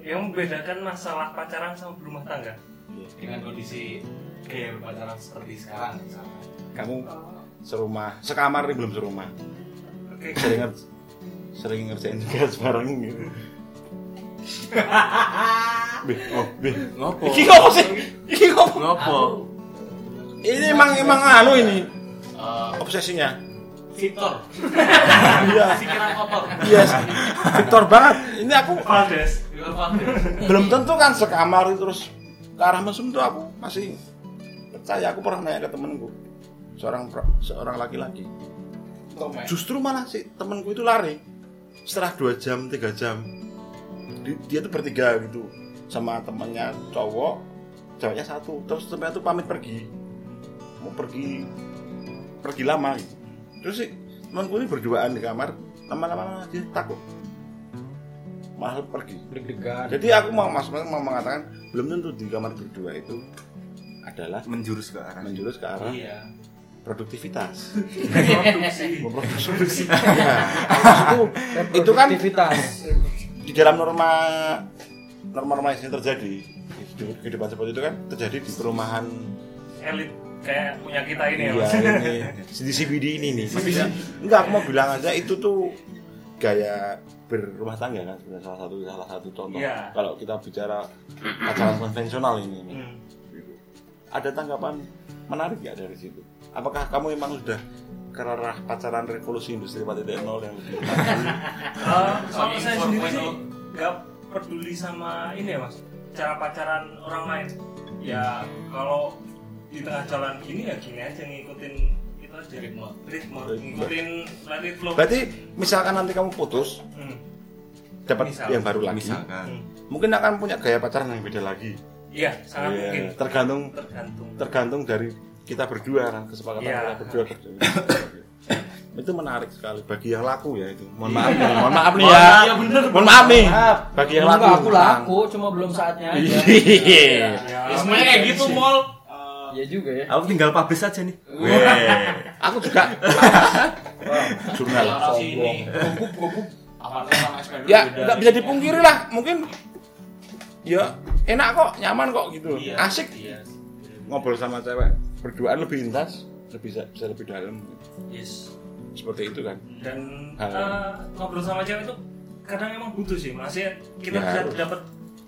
Speaker 12: yang membedakan masalah pacaran sama berumah tangga
Speaker 8: dengan kondisi kayak pacaran seperti sekarang misalnya
Speaker 1: kamu serumah sekamar nih belum serumah
Speaker 12: oke
Speaker 1: sering nger- sering ngerjain tugas bareng gitu Bih, oh, bih.
Speaker 3: ngopo
Speaker 1: Iki kok sih? Iki kok?
Speaker 3: ngopo
Speaker 1: Ini emang emang anu ini
Speaker 8: Eh,
Speaker 1: obsesinya.
Speaker 8: Victor
Speaker 1: Iya.
Speaker 8: pikiran kotor
Speaker 1: Iya, Victor banget. Ini aku
Speaker 12: Valdes
Speaker 1: belum tentu kan sekamar itu terus ke arah mesum tuh aku masih percaya aku pernah nanya ke temenku seorang pro- seorang laki-laki justru malah si temenku itu lari setelah dua jam tiga jam di- dia tuh bertiga gitu sama temennya cowok cowoknya satu terus temennya tuh pamit pergi mau pergi pergi lama gitu. terus si temanku ini berduaan di kamar lama-lama dia takut malah pergi Nah,
Speaker 2: deg-degan
Speaker 1: jadi aku mau mas Mas mau mengatakan belum tentu di kamar berdua itu adalah
Speaker 3: menjurus ke arah
Speaker 1: menjurus ke arah
Speaker 4: Iya.
Speaker 1: produktivitas.
Speaker 12: produksi
Speaker 1: Memproduksi. Iya. Maksudku, itu kan
Speaker 2: aktivitas
Speaker 1: di dalam norma norma-norma yang terjadi di di kehidupan seperti itu kan terjadi di perumahan
Speaker 12: elit kayak punya kita ini ya
Speaker 1: ya,
Speaker 12: mas
Speaker 1: ini, di CBD ini nih. Enggak, aku mau bilang aja itu tuh gaya berumah tangga kan sebenarnya salah satu salah satu contoh
Speaker 12: Iya.
Speaker 1: kalau kita bicara pacaran konvensional ini. ini.
Speaker 12: Hmm.
Speaker 1: ada tanggapan menarik ya dari situ? Apakah kamu memang sudah ke arah pacaran revolusi industri 4.0 yang lebih
Speaker 12: Eh, kalau saya sendiri sih nggak peduli sama ini ya mas cara pacaran orang lain ya kalau di tengah jalan gini ya gini aja ngikutin itu aja ritme ritme ngikutin let it flow
Speaker 1: Berarti misalkan nanti kamu putus
Speaker 12: Hmm,
Speaker 1: dapat
Speaker 12: Misal.
Speaker 1: yang baru lagi,
Speaker 3: misalkan
Speaker 12: hmm.
Speaker 1: mungkin akan punya gaya pacaran yang beda lagi.
Speaker 12: iya sangat
Speaker 1: Iya,
Speaker 12: mungkin
Speaker 1: Tergantung
Speaker 12: tergantung
Speaker 1: tergantung dari kita berdua kan kesepakatan
Speaker 12: Iya.
Speaker 1: kita berdua. itu menarik sekali bagi yang laku ya itu. Mohon maaf, nih, mohon maaf nih ya. Mohon maaf nih. Bagi yang laku.
Speaker 2: Enggak, aku laku cuma belum saatnya aja
Speaker 1: Iya.
Speaker 12: ya,
Speaker 4: Ya, semuanya kayak gitu, Mol.
Speaker 2: ya juga ya
Speaker 3: aku tinggal publish aja nih
Speaker 1: Aku juga jurnal.
Speaker 4: Orang sini. Gugup, gugup. Apa sama eksperimen
Speaker 1: ya
Speaker 4: beda
Speaker 1: nggak
Speaker 4: nih.
Speaker 1: bisa dipungkiri lah mungkin ya enak kok nyaman kok gitu
Speaker 4: Iya,
Speaker 1: asik
Speaker 4: Iya.
Speaker 1: ngobrol sama cewek berduaan lebih intens lebih bisa, bisa lebih dalam
Speaker 12: yes
Speaker 1: seperti itu kan
Speaker 12: dan
Speaker 4: Ah.
Speaker 1: Hal-
Speaker 12: eh, ngobrol sama cewek itu kadang emang butuh sih masih kita
Speaker 1: Ya,
Speaker 12: bisa
Speaker 1: harus.
Speaker 12: dapat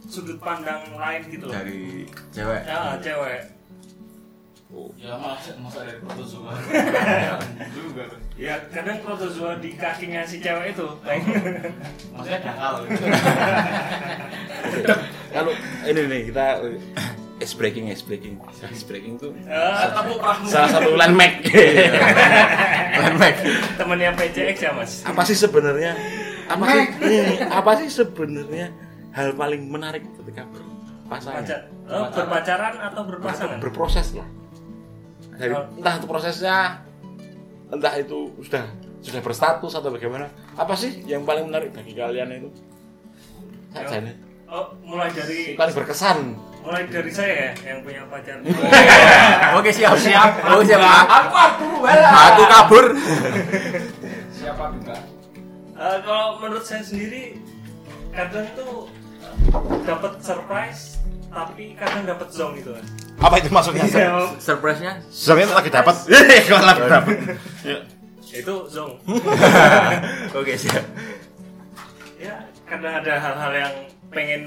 Speaker 12: sudut pandang lain gitu loh
Speaker 3: dari cewek
Speaker 12: ya cewek
Speaker 4: Ya masa masa dari protozoa. Juga.
Speaker 12: ya kadang protozoa di kakinya si cewek itu
Speaker 4: Maksudnya dangkal.
Speaker 1: kalau ini nih kita ice breaking ice breaking ice breaking tuh
Speaker 4: Oh.
Speaker 12: Eh,
Speaker 4: Tepuk rahmu.
Speaker 1: salah satu landmark
Speaker 12: Iya. temennya PCX ya mas
Speaker 1: apa sih sebenarnya apa sih ini, apa sih sebenarnya hal paling menarik ketika berpasangan
Speaker 12: Pacar, eh, berpacaran atau berpasangan?
Speaker 1: berproses lah dari
Speaker 12: Kalau-
Speaker 1: entah itu prosesnya entah itu sudah sudah berstatus atau bagaimana apa sih yang paling menarik bagi kalian itu saja nih
Speaker 12: oh, mulai dari
Speaker 1: paling berkesan
Speaker 12: mulai dari saya ya yang punya pacar.
Speaker 4: Iya.
Speaker 11: Oke siap siap. Oh siap.
Speaker 4: Aku aku bala.
Speaker 11: Aku kabur.
Speaker 4: Siapa juga?
Speaker 12: Eh, kalau menurut saya sendiri kadang tuh dapat surprise tapi kadang dapat zonk gitu kan.
Speaker 1: apa itu maksudnya
Speaker 12: Iya,
Speaker 11: Surprise-nya
Speaker 1: sebenarnya lagi dapat eh kalau lagi dapat
Speaker 12: itu zonk.
Speaker 11: oke siap.
Speaker 12: ya karena ada hal-hal yang pengen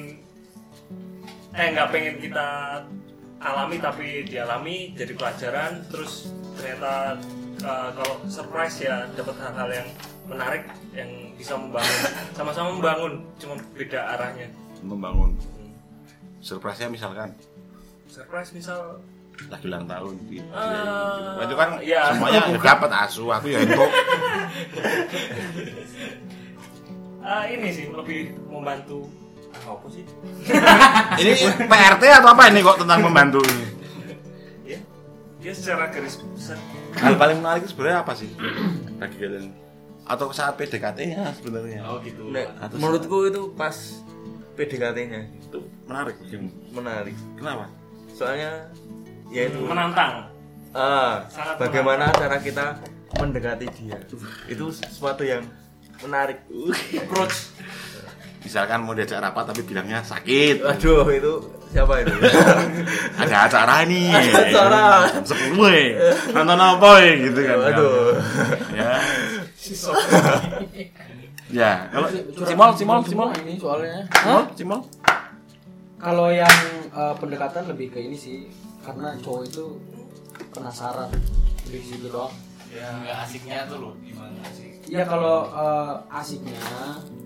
Speaker 12: eh nggak pengen kita alami tapi dialami jadi pelajaran terus ternyata eh, kalau surprise ya dapat hal-hal yang menarik yang bisa membangun sama-sama membangun cuma beda arahnya
Speaker 1: membangun surprise nya misalkan
Speaker 12: surprise misal
Speaker 1: lagi ulang tahun gitu.
Speaker 12: Ah,
Speaker 1: itu kan
Speaker 12: iya.
Speaker 1: semuanya udah dapat asu aku ya itu
Speaker 12: eh, ini sih lebih membantu ah, apa sih
Speaker 1: ini PRT atau apa ini kok tentang membantu ini
Speaker 12: ya ya secara garis besar
Speaker 1: hal paling menarik itu sebenarnya apa sih bagi kalian atau saat PDKT nya ya, sebenarnya
Speaker 4: Oh gitu.
Speaker 11: Nek,
Speaker 1: Atau
Speaker 11: menurutku itu pas PDKT-nya
Speaker 1: itu menarik mungkin
Speaker 11: menarik.
Speaker 1: kenapa
Speaker 11: Soalnya yaitu
Speaker 12: menantang
Speaker 11: ah,
Speaker 12: Sangat
Speaker 11: bagaimana cara kita mendekati dia. Itu sesuatu yang menarik.
Speaker 12: approach
Speaker 1: misalkan mau diajak rapat tapi bilangnya sakit
Speaker 11: Aduh itu siapa itu?
Speaker 1: ada acara nih
Speaker 11: Ada acara.
Speaker 1: jam sepuluh eh. nonton apa eh, gitu kan
Speaker 11: Aduh.
Speaker 1: ya ya kalau cimol cimol cimol
Speaker 2: Semua kan ini soalnya
Speaker 1: cimol cimol
Speaker 2: Kalau yang eh, pendekatan lebih ke ini sih, karena cowok itu penasaran dari situ doang.
Speaker 4: Ya nggak asiknya tuh loh gimana sih?
Speaker 2: Ya kalau eh, asiknya,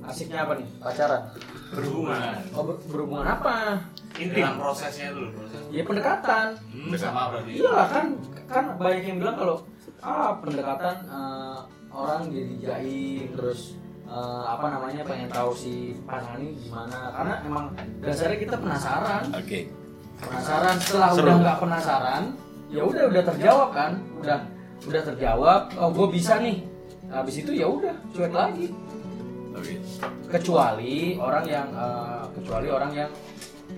Speaker 2: asiknya apa nih? Pacaran.
Speaker 8: berhubungan
Speaker 2: Oh, ber- berhubungan apa?
Speaker 12: intim
Speaker 8: dalam prosesnya dulu proses
Speaker 2: Ya pendekatan.
Speaker 8: hmm, sama berarti
Speaker 2: Iya kan kan banyak yang bilang kalau ah pendekatan eh, orang jadi jaim terus eh, apa namanya pengen tahu si pasangan ini gimana karena emang dasarnya kita penasaran
Speaker 9: Oke.
Speaker 2: penasaran setelah
Speaker 9: Seru.
Speaker 2: udah nggak penasaran ya udah udah terjawab kan udah udah terjawab oh gue bisa nih habis itu ya udah cuek lagi
Speaker 9: Oke.
Speaker 2: kecuali orang yang eh, kecuali orang yang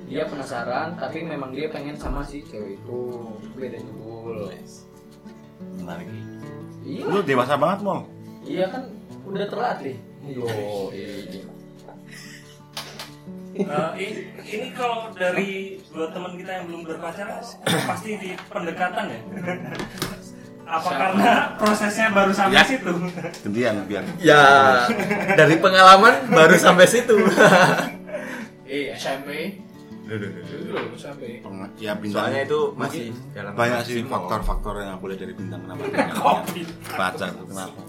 Speaker 2: dia penasaran tapi memang dia pengen sama si cewek itu Itu beda jebol
Speaker 9: Menarik.
Speaker 2: iya
Speaker 1: Lu dewasa banget mol.
Speaker 2: iya kan udah terlatih yo iya.
Speaker 12: Nah, i- ini kalau dari dua teman kita yang belum berpacaran pasti di pendekatan ya apa karena prosesnya baru
Speaker 1: Ya.
Speaker 12: sampai situ
Speaker 1: Gantian biar.
Speaker 11: Ya, dari pengalaman baru sampai situ.
Speaker 4: eh SMP dulu SMP
Speaker 1: Peng- Ya bintang.
Speaker 11: Soalnya itu masih
Speaker 1: Mungkin
Speaker 11: dalam
Speaker 1: banyak sih
Speaker 11: proses,
Speaker 1: faktor-faktor yang aku lihat dari bintang kenapa dia nggak punya pacar tuh kenapa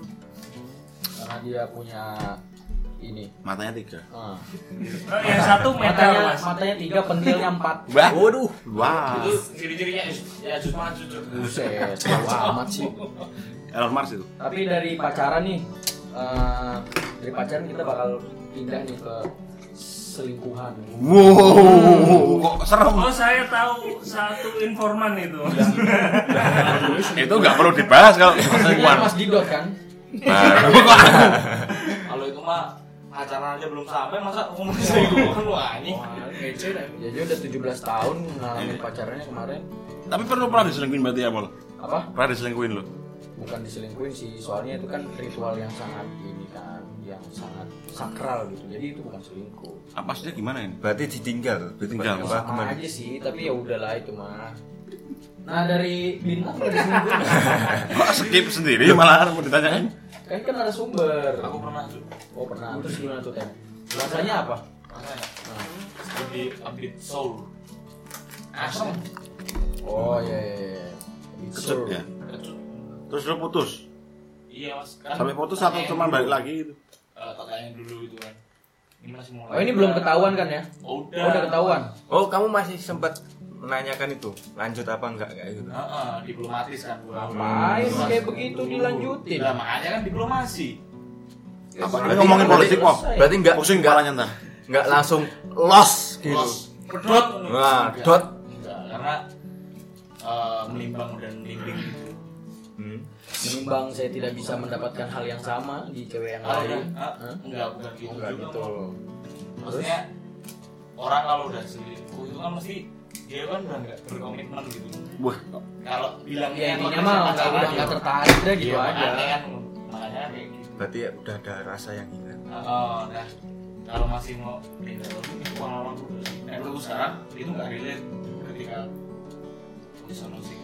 Speaker 2: karena dia punya ini
Speaker 1: matanya tiga
Speaker 2: Ah.
Speaker 12: Eh, yang satu metal
Speaker 2: matanya
Speaker 12: mas
Speaker 2: matanya tiga pentilnya empat
Speaker 1: Wah.
Speaker 11: Waduh,
Speaker 1: Wah.
Speaker 8: itu ciri-cirinya ya jus makan jujur
Speaker 2: buset wah amat sih
Speaker 1: Elon Mars itu.
Speaker 2: Tapi dari pacaran nih, eh, dari pacaran kita bakal pindah nih ke selingkuhan.
Speaker 1: Wow, kok serem.
Speaker 12: oh saya tahu satu informan itu
Speaker 1: Itu nggak perlu dibahas kalau
Speaker 2: Iya,
Speaker 1: selingkuhan.
Speaker 2: Mas Didot kan?
Speaker 1: Baru kok aku.
Speaker 8: kalau itu mah acara aja belum sampai masa umur selingkuhan lu anjing
Speaker 4: ngece dah
Speaker 2: Ya dia udah 17 tahun ngalamin pacarannya kemarin.
Speaker 1: Tapi perlu pernah diselingkuin berarti ya, Pol?
Speaker 2: Apa?
Speaker 1: Pernah diselingkuin lo?
Speaker 2: Bukan diselingkuhin sih, soalnya itu kan ritual yang sangat ini kan, yang sangat sakral gitu. Jadi itu bukan selingkuh.
Speaker 1: Apa sih gimana ini?
Speaker 11: berarti ditinggal,
Speaker 1: Ditinggal,
Speaker 11: Apa,
Speaker 1: Pak.
Speaker 2: Sama aja sih, tapi ya udahlah itu mah. Nah dari bintang dari selingkuh,
Speaker 1: Kok skip sendiri malahan mau ditanyain?
Speaker 2: kan kan ada sumber.
Speaker 8: aku pernah tuh
Speaker 2: Oh pernah. Terus gimana tuh Tem? Rasanya apa?
Speaker 8: rasanya lebih update soul asam
Speaker 2: Oh iya iya. iya.
Speaker 1: Kecut ya. Terus lo putus.
Speaker 8: iya mas kan
Speaker 1: Sampai putus satu
Speaker 8: Tanyain
Speaker 1: cuma
Speaker 8: dulu.
Speaker 1: balik lagi gitu.
Speaker 8: Eh, tak tanyain dulu itu kan ini masih mulai
Speaker 2: Oh ini belum ketahuan kan ya?
Speaker 8: oh, udah
Speaker 2: Oh udah ketahuan.
Speaker 11: Oh, kamu masih sempat menanyakan itu, lanjut apa enggak kayak gitu.
Speaker 8: Heeh, diplomatis kan gua
Speaker 2: Main
Speaker 8: Diplomasi
Speaker 2: kayak
Speaker 8: dulu.
Speaker 2: begitu dilanjutin.
Speaker 8: Nah, makanya kan diplomasi
Speaker 1: Apa
Speaker 11: Berarti-
Speaker 1: ini ngomongin politik kok?
Speaker 11: Berarti enggak
Speaker 1: Pusing kepalanya entar.
Speaker 11: enggak langsung los gitu.
Speaker 8: Los, pedot
Speaker 11: Nah, dot.
Speaker 8: Enggak, karena eh, menimbang dan menimbang gitu
Speaker 11: Hmm.
Speaker 2: Menimbang saya tidak bisa mendapatkan hal yang sama di cewek yang
Speaker 8: kalau udah
Speaker 2: lain.
Speaker 8: ah,
Speaker 2: Hah?
Speaker 8: enggak bukan gitu
Speaker 2: Enggak
Speaker 8: juga,
Speaker 2: gitu.
Speaker 8: Mas. maksudnya orang kalau udah selingkuh itu kan mesti dia kan udah nggak berkomitmen gitu
Speaker 1: Wah,
Speaker 8: kalau bilangnya
Speaker 2: Ya intinya
Speaker 8: kalau
Speaker 2: mah
Speaker 8: pacaran
Speaker 2: kalau udah
Speaker 8: ya
Speaker 2: nggak tertarik udah
Speaker 8: Iya,
Speaker 2: gitu aja.
Speaker 8: makanya kan makanya kayak gitu
Speaker 11: Berarti ya udah ada rasa yang hilang.
Speaker 8: Oh, nah kalau masih mau pindah lagi itu pengalaman dulu nah dulu sekarang itu nggak relate ketika bisa musik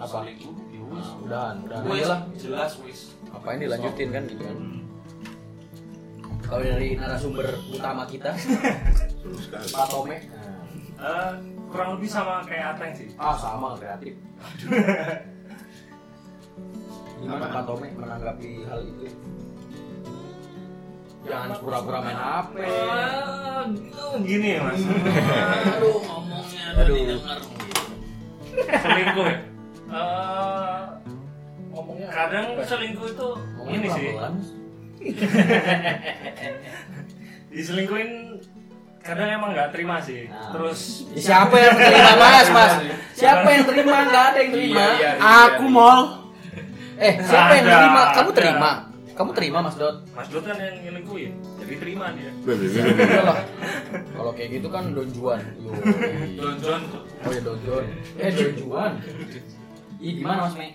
Speaker 2: Apa?
Speaker 8: apa itu ya wis
Speaker 2: Nah, Udahan, udahan
Speaker 8: Wis,
Speaker 2: aja lah.
Speaker 8: jelas wis
Speaker 2: Apain dilanjutin kan gitu kan? Kalau dari narasumber utama kita, Pak Tome.
Speaker 12: Eh, kurang lebih sama kayak Ateng sih
Speaker 2: Ah sama kreatif. Gimana Pak Tome menanggapi hal itu?
Speaker 8: Ya,
Speaker 2: Jangan pura-pura main HP.
Speaker 12: Eh, itu gini ya mas
Speaker 4: aduh ngomongnya ada
Speaker 2: Aduh.
Speaker 4: di dengar
Speaker 12: selingkuh ya Eh,
Speaker 4: ngomongnya
Speaker 12: kadang selingkuh itu ini sih diselingkuhin kadang emang nggak terima sih
Speaker 2: Nah.
Speaker 12: terus
Speaker 2: Ya, siapa yang terima Iya, mas mas? Siapa yang terima? Gak ada yang terima.
Speaker 1: Aku mol.
Speaker 2: Eh siapa yang
Speaker 12: Ada,
Speaker 2: terima? Kamu
Speaker 12: ada.
Speaker 2: terima? Kamu terima mas Dot?
Speaker 12: Mas Dot kan yang nyelingkuhin jadi terima dia
Speaker 2: Iya lah. Kalau kayak gitu kan donjuan. Yoi.
Speaker 8: Don Don
Speaker 2: Oh ya donjuan. Eh donjuan. Ih gimana mas Mei?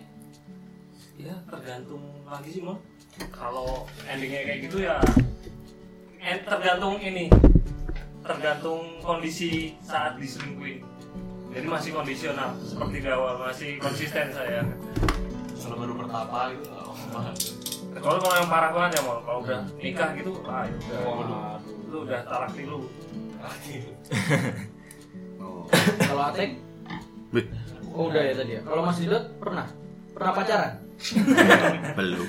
Speaker 12: ya tergantung lagi sih Mon kalau endingnya kayak gitu ya eh, tergantung ini tergantung kondisi saat diselingkuhin jadi masih kondisional seperti di awal masih konsisten saya
Speaker 8: kalau baru pertama itu nggak ngomong banget Hmm.
Speaker 12: kecuali kalau yang parah banget ya Mon kalau udah nikah gitu ah ya udah lu udah talak tilu
Speaker 2: Kalau Atek?
Speaker 1: Wih.
Speaker 2: Oh udah ya tadi ya. Kalau Mas Didot pernah? Pernah pacaran?
Speaker 1: belum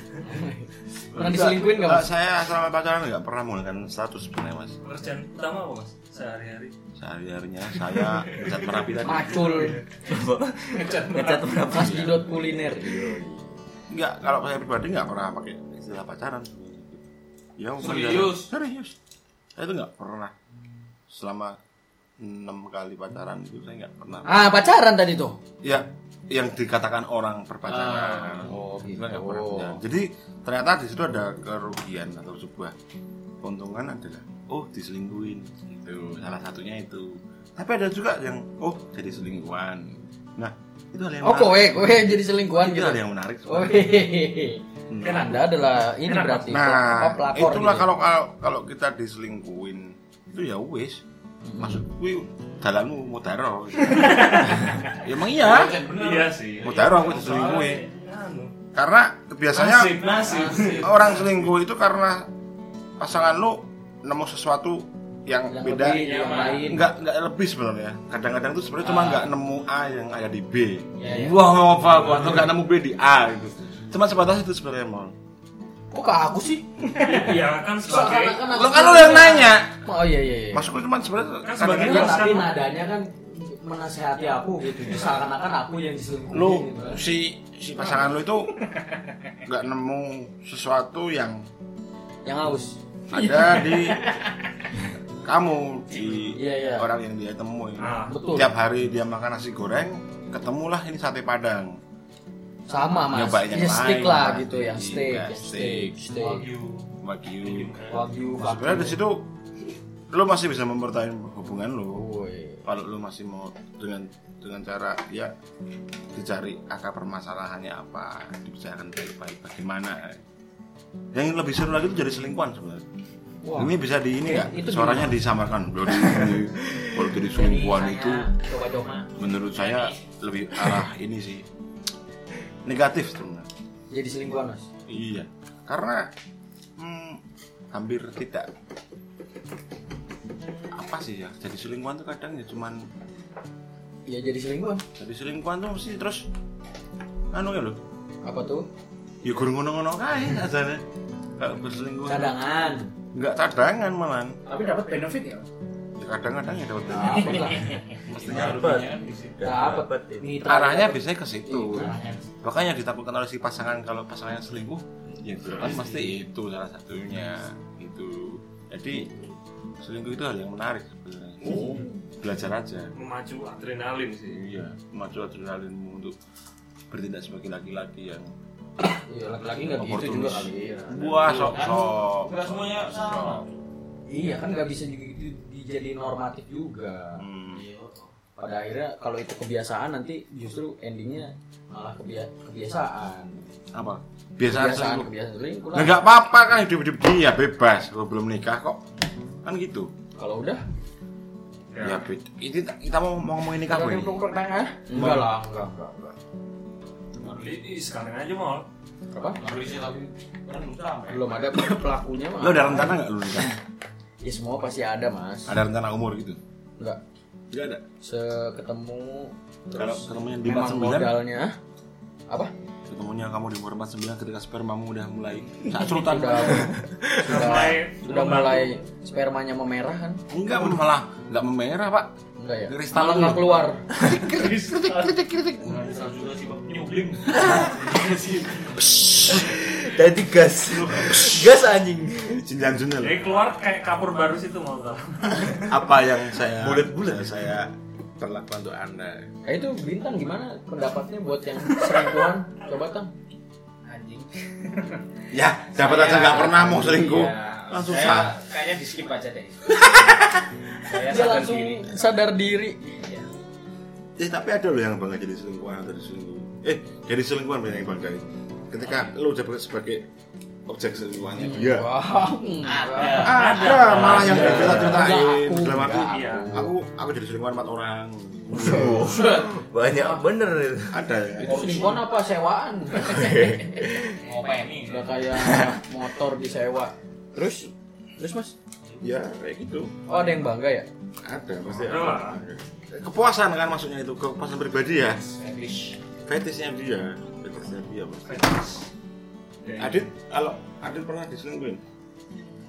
Speaker 2: Pernah diselingkuhin nggak
Speaker 1: Eh,
Speaker 2: mas?
Speaker 1: saya selama pacaran nggak pernah menggunakan status sebenarnya mas
Speaker 12: Pekerjaan utama apa mas? Sehari-hari
Speaker 1: sehari harinya saya ngecat merapi tadi
Speaker 2: Macul,
Speaker 11: ngecat berapa
Speaker 2: mas judot kuliner.
Speaker 1: nggak kalau saya pribadi nggak pernah pakai istilah pacaran ya mungkin
Speaker 8: Serius?
Speaker 1: dalam- serius saya itu nggak pernah selama enam kali pacaran itu saya nggak pernah
Speaker 2: Ah pacaran tadi tuh.
Speaker 1: ya yang dikatakan orang perpacaran
Speaker 8: oh
Speaker 1: Itu nggak pernah punya. jadi ternyata di situ ada kerugian atau sebuah keuntungan adalah oh diselingkuhin itu salah satunya itu tapi ada juga yang oh jadi selingkuhan nah ya? itu hal yang
Speaker 2: Oh kowe,
Speaker 1: menarik.
Speaker 2: kowe jadi selingkuhan
Speaker 1: itu
Speaker 2: gitu.
Speaker 1: hal yang menarik
Speaker 2: Oh
Speaker 1: sebenarnya.
Speaker 2: hehehe.
Speaker 1: Hmm.
Speaker 12: Enak.
Speaker 2: Anda adalah ini
Speaker 12: Enak, Mas.
Speaker 2: berarti
Speaker 1: Nah,
Speaker 2: pelakor- pelakor
Speaker 1: itulah
Speaker 2: gitu.
Speaker 1: kalau kalau kalau kita diselingkuin itu ya wis. Maksud gue dalanmu mudaro. Emang iya,
Speaker 12: Iya sih
Speaker 1: mudaro aku diselingkuin.
Speaker 12: Anu
Speaker 1: Karena biasanya
Speaker 8: nasib
Speaker 1: orang selingkuh itu karena pasangan lu nemu sesuatu yang,
Speaker 2: yang
Speaker 1: beda Iya.
Speaker 2: lebih, yang lain.
Speaker 1: nggak nggak lebih sebenarnya kadang-kadang tuh sebenarnya cuma nggak nemu A yang ada di B
Speaker 8: Iya, iya.
Speaker 1: wah mau apa gua atau nggak nemu B di A gitu cuma sebatas itu sebenarnya mau
Speaker 2: Kok ke aku sih?
Speaker 12: Iya kan sebagai
Speaker 4: Seakan-akan
Speaker 1: lo
Speaker 4: aku
Speaker 1: kan lu yang nanya
Speaker 2: Oh iya iya. iya.
Speaker 1: Maksudku cuma sebenarnya
Speaker 12: Kan sebagai-
Speaker 2: Ya,
Speaker 1: kadang-kadang
Speaker 2: tapi nadanya kan menasehati aku gitu. Jadi Seakan-akan aku yang diselingkuhin.
Speaker 1: lu
Speaker 2: gitu.
Speaker 1: si si pasangan lu itu nggak nemu sesuatu yang
Speaker 2: yang haus.
Speaker 1: ada di kamu di
Speaker 2: Iya, iya.
Speaker 1: orang yang dia temui.
Speaker 12: Ah,
Speaker 2: Betul.
Speaker 1: Tiap hari dia makan nasi goreng, ketemulah ini sate padang.
Speaker 2: Sama mas.
Speaker 1: Nyobain yang
Speaker 2: Ya,
Speaker 1: lain,
Speaker 2: steak lah
Speaker 1: Mas.
Speaker 2: gitu ya. Steak,
Speaker 1: Iya,
Speaker 2: ya, steak, steak.
Speaker 12: Wagyu
Speaker 1: Wagyu.
Speaker 2: Wagyu.
Speaker 1: Nah, Sebenarnya di situ lu masih bisa mempertahankan hubungan lu.
Speaker 2: Woi.
Speaker 1: Kalau lu masih mau dengan dengan cara ya dicari akar permasalahannya apa, dibicarakan baik-baik bagaimana. Yang lebih seru lagi itu jadi selingkuhan sebenarnya.
Speaker 2: Wah. Iya,
Speaker 1: Ini bisa di ini nggak?
Speaker 2: Itu
Speaker 1: Suaranya disamarkan. Kalau di- Kalau jadi selingkuhan itu
Speaker 4: coba-coba
Speaker 1: menurut saya lebih arah ini sih negatif sebenarnya.
Speaker 2: Jadi selingkuhan mas.
Speaker 1: Iya. Karena hmm, hampir tidak apa sih ya jadi selingkuhan tuh kadang ya cuman
Speaker 2: Ya jadi selingkuhan.
Speaker 1: jadi selingkuhan tuh mesti terus anu ya loh
Speaker 2: Apa tuh?
Speaker 1: ya gurung ngono-ngono kae aja kalau berselingkuhan
Speaker 2: Cadangan.
Speaker 1: nggak cadangan malah
Speaker 4: tapi dapat benefit ya Mas?
Speaker 1: ya kadang-kadang ya dapat
Speaker 2: Apa lah?
Speaker 11: dapat
Speaker 2: Iya,
Speaker 11: dapat ini
Speaker 2: Mitra.
Speaker 1: arahnya biasanya ke situ
Speaker 8: Iya.
Speaker 1: makanya ditakutkan oleh si pasangan kalau pasangannya selingkuh ya kan pasti itu salah satunya itu jadi selingkuh itu hal yang menarik sebenarnya belajar aja
Speaker 12: memacu adrenalin sih
Speaker 1: iya memacu adrenalinmu untuk bertindak sebagai laki-laki yang
Speaker 2: Iya, laki-laki nggak gitu juga
Speaker 1: Oportunis.
Speaker 2: kali. Iya.
Speaker 1: wah sok sok
Speaker 8: Nggak semuanya sama.
Speaker 2: Iya kan nggak bisa juga gitu dijadiin normatif juga. Iya,
Speaker 1: Hmm.
Speaker 2: Pada akhirnya kalau itu kebiasaan nanti justru endingnya malah kebia- kebiasaan.
Speaker 1: apa biasa
Speaker 2: Kebiasaan
Speaker 1: selingkuh
Speaker 2: kebiasaan selingkuh
Speaker 1: Nah,
Speaker 2: lah.
Speaker 1: nggak apa-apa kan hidup-hidup dia bebas kalau belum nikah kok kan gitu
Speaker 2: Kalau udah
Speaker 1: ya, bet ini kita mau mau ngomongin nikah Bu, ini
Speaker 2: nongkrong tengah? Enggak lah, enggak, enggak, enggak.
Speaker 12: Beli sekarang aja mal
Speaker 2: Apa?
Speaker 8: Baru isi tapi orang belum sampai.
Speaker 2: Belum ada pelakunya mah.
Speaker 1: lo ada rencana nggak lu nikah
Speaker 2: Ya semua pasti ada, Mas.
Speaker 1: ada rencana umur gitu
Speaker 2: Enggak
Speaker 1: nggak ada
Speaker 2: seketemu
Speaker 1: kalau ketemunya di 49
Speaker 2: memang modalnya apa?
Speaker 1: ketemunya kamu di umur 49 ketika spermamu udah mulai saat surutan
Speaker 2: Udah
Speaker 12: Sudah mulai
Speaker 2: sudah mulai spermanya memerah kan?
Speaker 1: enggak malah enggak memerah pak
Speaker 2: Enggak ya?
Speaker 1: Kristal
Speaker 2: Malah
Speaker 1: dulu.
Speaker 2: nggak keluar.
Speaker 1: kritik kritik kritik
Speaker 8: Bisa juga sih Bang. Nyubling.
Speaker 11: jadi gas gas anjing
Speaker 1: jenjang jenjang
Speaker 12: Jadi keluar kayak kapur baru situ mau tau
Speaker 1: apa yang saya bulat-bulat saya perlakukan untuk anda
Speaker 2: Nah, itu bintang gimana pendapatnya buat yang selingkuhan? Coba tang.
Speaker 8: Anjing.
Speaker 1: ya dapat aja nggak pernah mau selingkuh
Speaker 8: Iya.
Speaker 1: langsung
Speaker 8: Saya
Speaker 1: sah
Speaker 8: Kayaknya di skip aja deh.
Speaker 2: Dia
Speaker 8: Saya Ya, sadar
Speaker 2: langsung
Speaker 8: diri.
Speaker 2: sadar diri.
Speaker 8: Iya.
Speaker 1: eh tapi ada loh yang bangga jadi selingkuhan atau diselingkuh eh jadi selingkuhan banyak yang bangga ketika lo udah sebagai objek selingkuhannya dia
Speaker 2: Wah, enggak.
Speaker 8: Ada.
Speaker 1: ada malah yang cerita-ceritain
Speaker 2: Enggak, aku,
Speaker 1: dalam arti
Speaker 12: Iya
Speaker 1: aku aku jadi selingkuhan empat orang
Speaker 11: banyak bener itu
Speaker 1: ada ya
Speaker 2: Itu selingkuhan apa sewaan?
Speaker 8: Ya, Mau pengen.
Speaker 2: Udah kayak motor disewa. Terus Terus mas,
Speaker 1: ya kayak gitu
Speaker 2: oh ada yang bangga ya?
Speaker 1: ada pasti
Speaker 12: Ada lah.
Speaker 1: ada kepuasan kan maksudnya itu kepuasan pribadi ya
Speaker 8: Fetish.
Speaker 1: fetishnya dia Fetishabi ya pasti.
Speaker 12: Fetish.
Speaker 1: Adit, kalau Adit pernah diselingkuhin?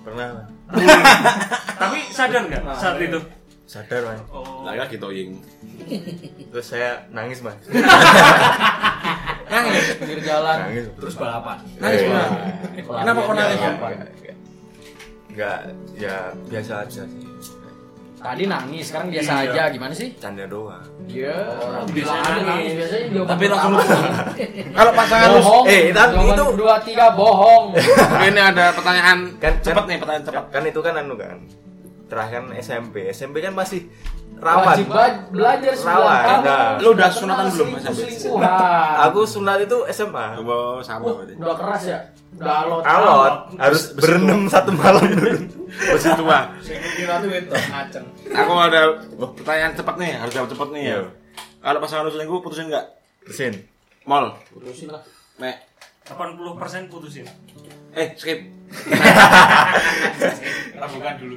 Speaker 3: pernah Mas.
Speaker 12: Tapi sadar nggak saat itu?
Speaker 3: sadar mas
Speaker 12: Oh,
Speaker 1: Lah ya gitu ing.
Speaker 3: terus saya nangis mas
Speaker 2: nangis pinggir jalan Iya.
Speaker 3: nangis terus
Speaker 8: balapan
Speaker 2: nangis beneran.
Speaker 3: Iya,
Speaker 2: kenapa kau nangis
Speaker 3: nggak ya biasa aja sih
Speaker 2: tadi nangis sekarang biasa
Speaker 12: Iya.
Speaker 2: aja gimana sih
Speaker 3: canda doang
Speaker 2: Iya, orang
Speaker 4: biasanya
Speaker 2: bilang
Speaker 4: nangis.
Speaker 2: biasanya dia
Speaker 9: Tapi langsung
Speaker 1: Kalau pasangan lu
Speaker 2: bohong.
Speaker 3: eh, tapi
Speaker 2: Jawaban
Speaker 3: itu-
Speaker 2: kedua tiga bohong.
Speaker 1: ini ada pertanyaan
Speaker 3: kan
Speaker 1: cepet
Speaker 3: kan-
Speaker 1: nih pertanyaan cepet.
Speaker 3: kan itu kan anu kan terakhir kan SMP SMP kan masih rawan
Speaker 2: Wajib ba- belajar
Speaker 3: Rawan,
Speaker 2: sebulan tahun.
Speaker 3: enggak.
Speaker 9: Lu udah sunatan belum, Mas Abid?
Speaker 2: Selingkuhan.
Speaker 3: aku sunat itu SMA
Speaker 1: Coba sama berarti.
Speaker 2: Udah keras ya? Udah alot.
Speaker 3: alot harus berenam satu malam dulu
Speaker 1: Besi tua.
Speaker 8: sing kira tuh wedok ngaceng
Speaker 1: Aku ada pertanyaan cepet nih, harus jawab cepet nih ya.
Speaker 3: Iya.
Speaker 1: Kalau pasangan lu selingkuh putusin enggak?
Speaker 3: terusin
Speaker 1: Mol.
Speaker 2: Putusin lah.
Speaker 1: Mek.
Speaker 12: 80% putusin.
Speaker 1: Eh, skip.
Speaker 8: rambukan dulu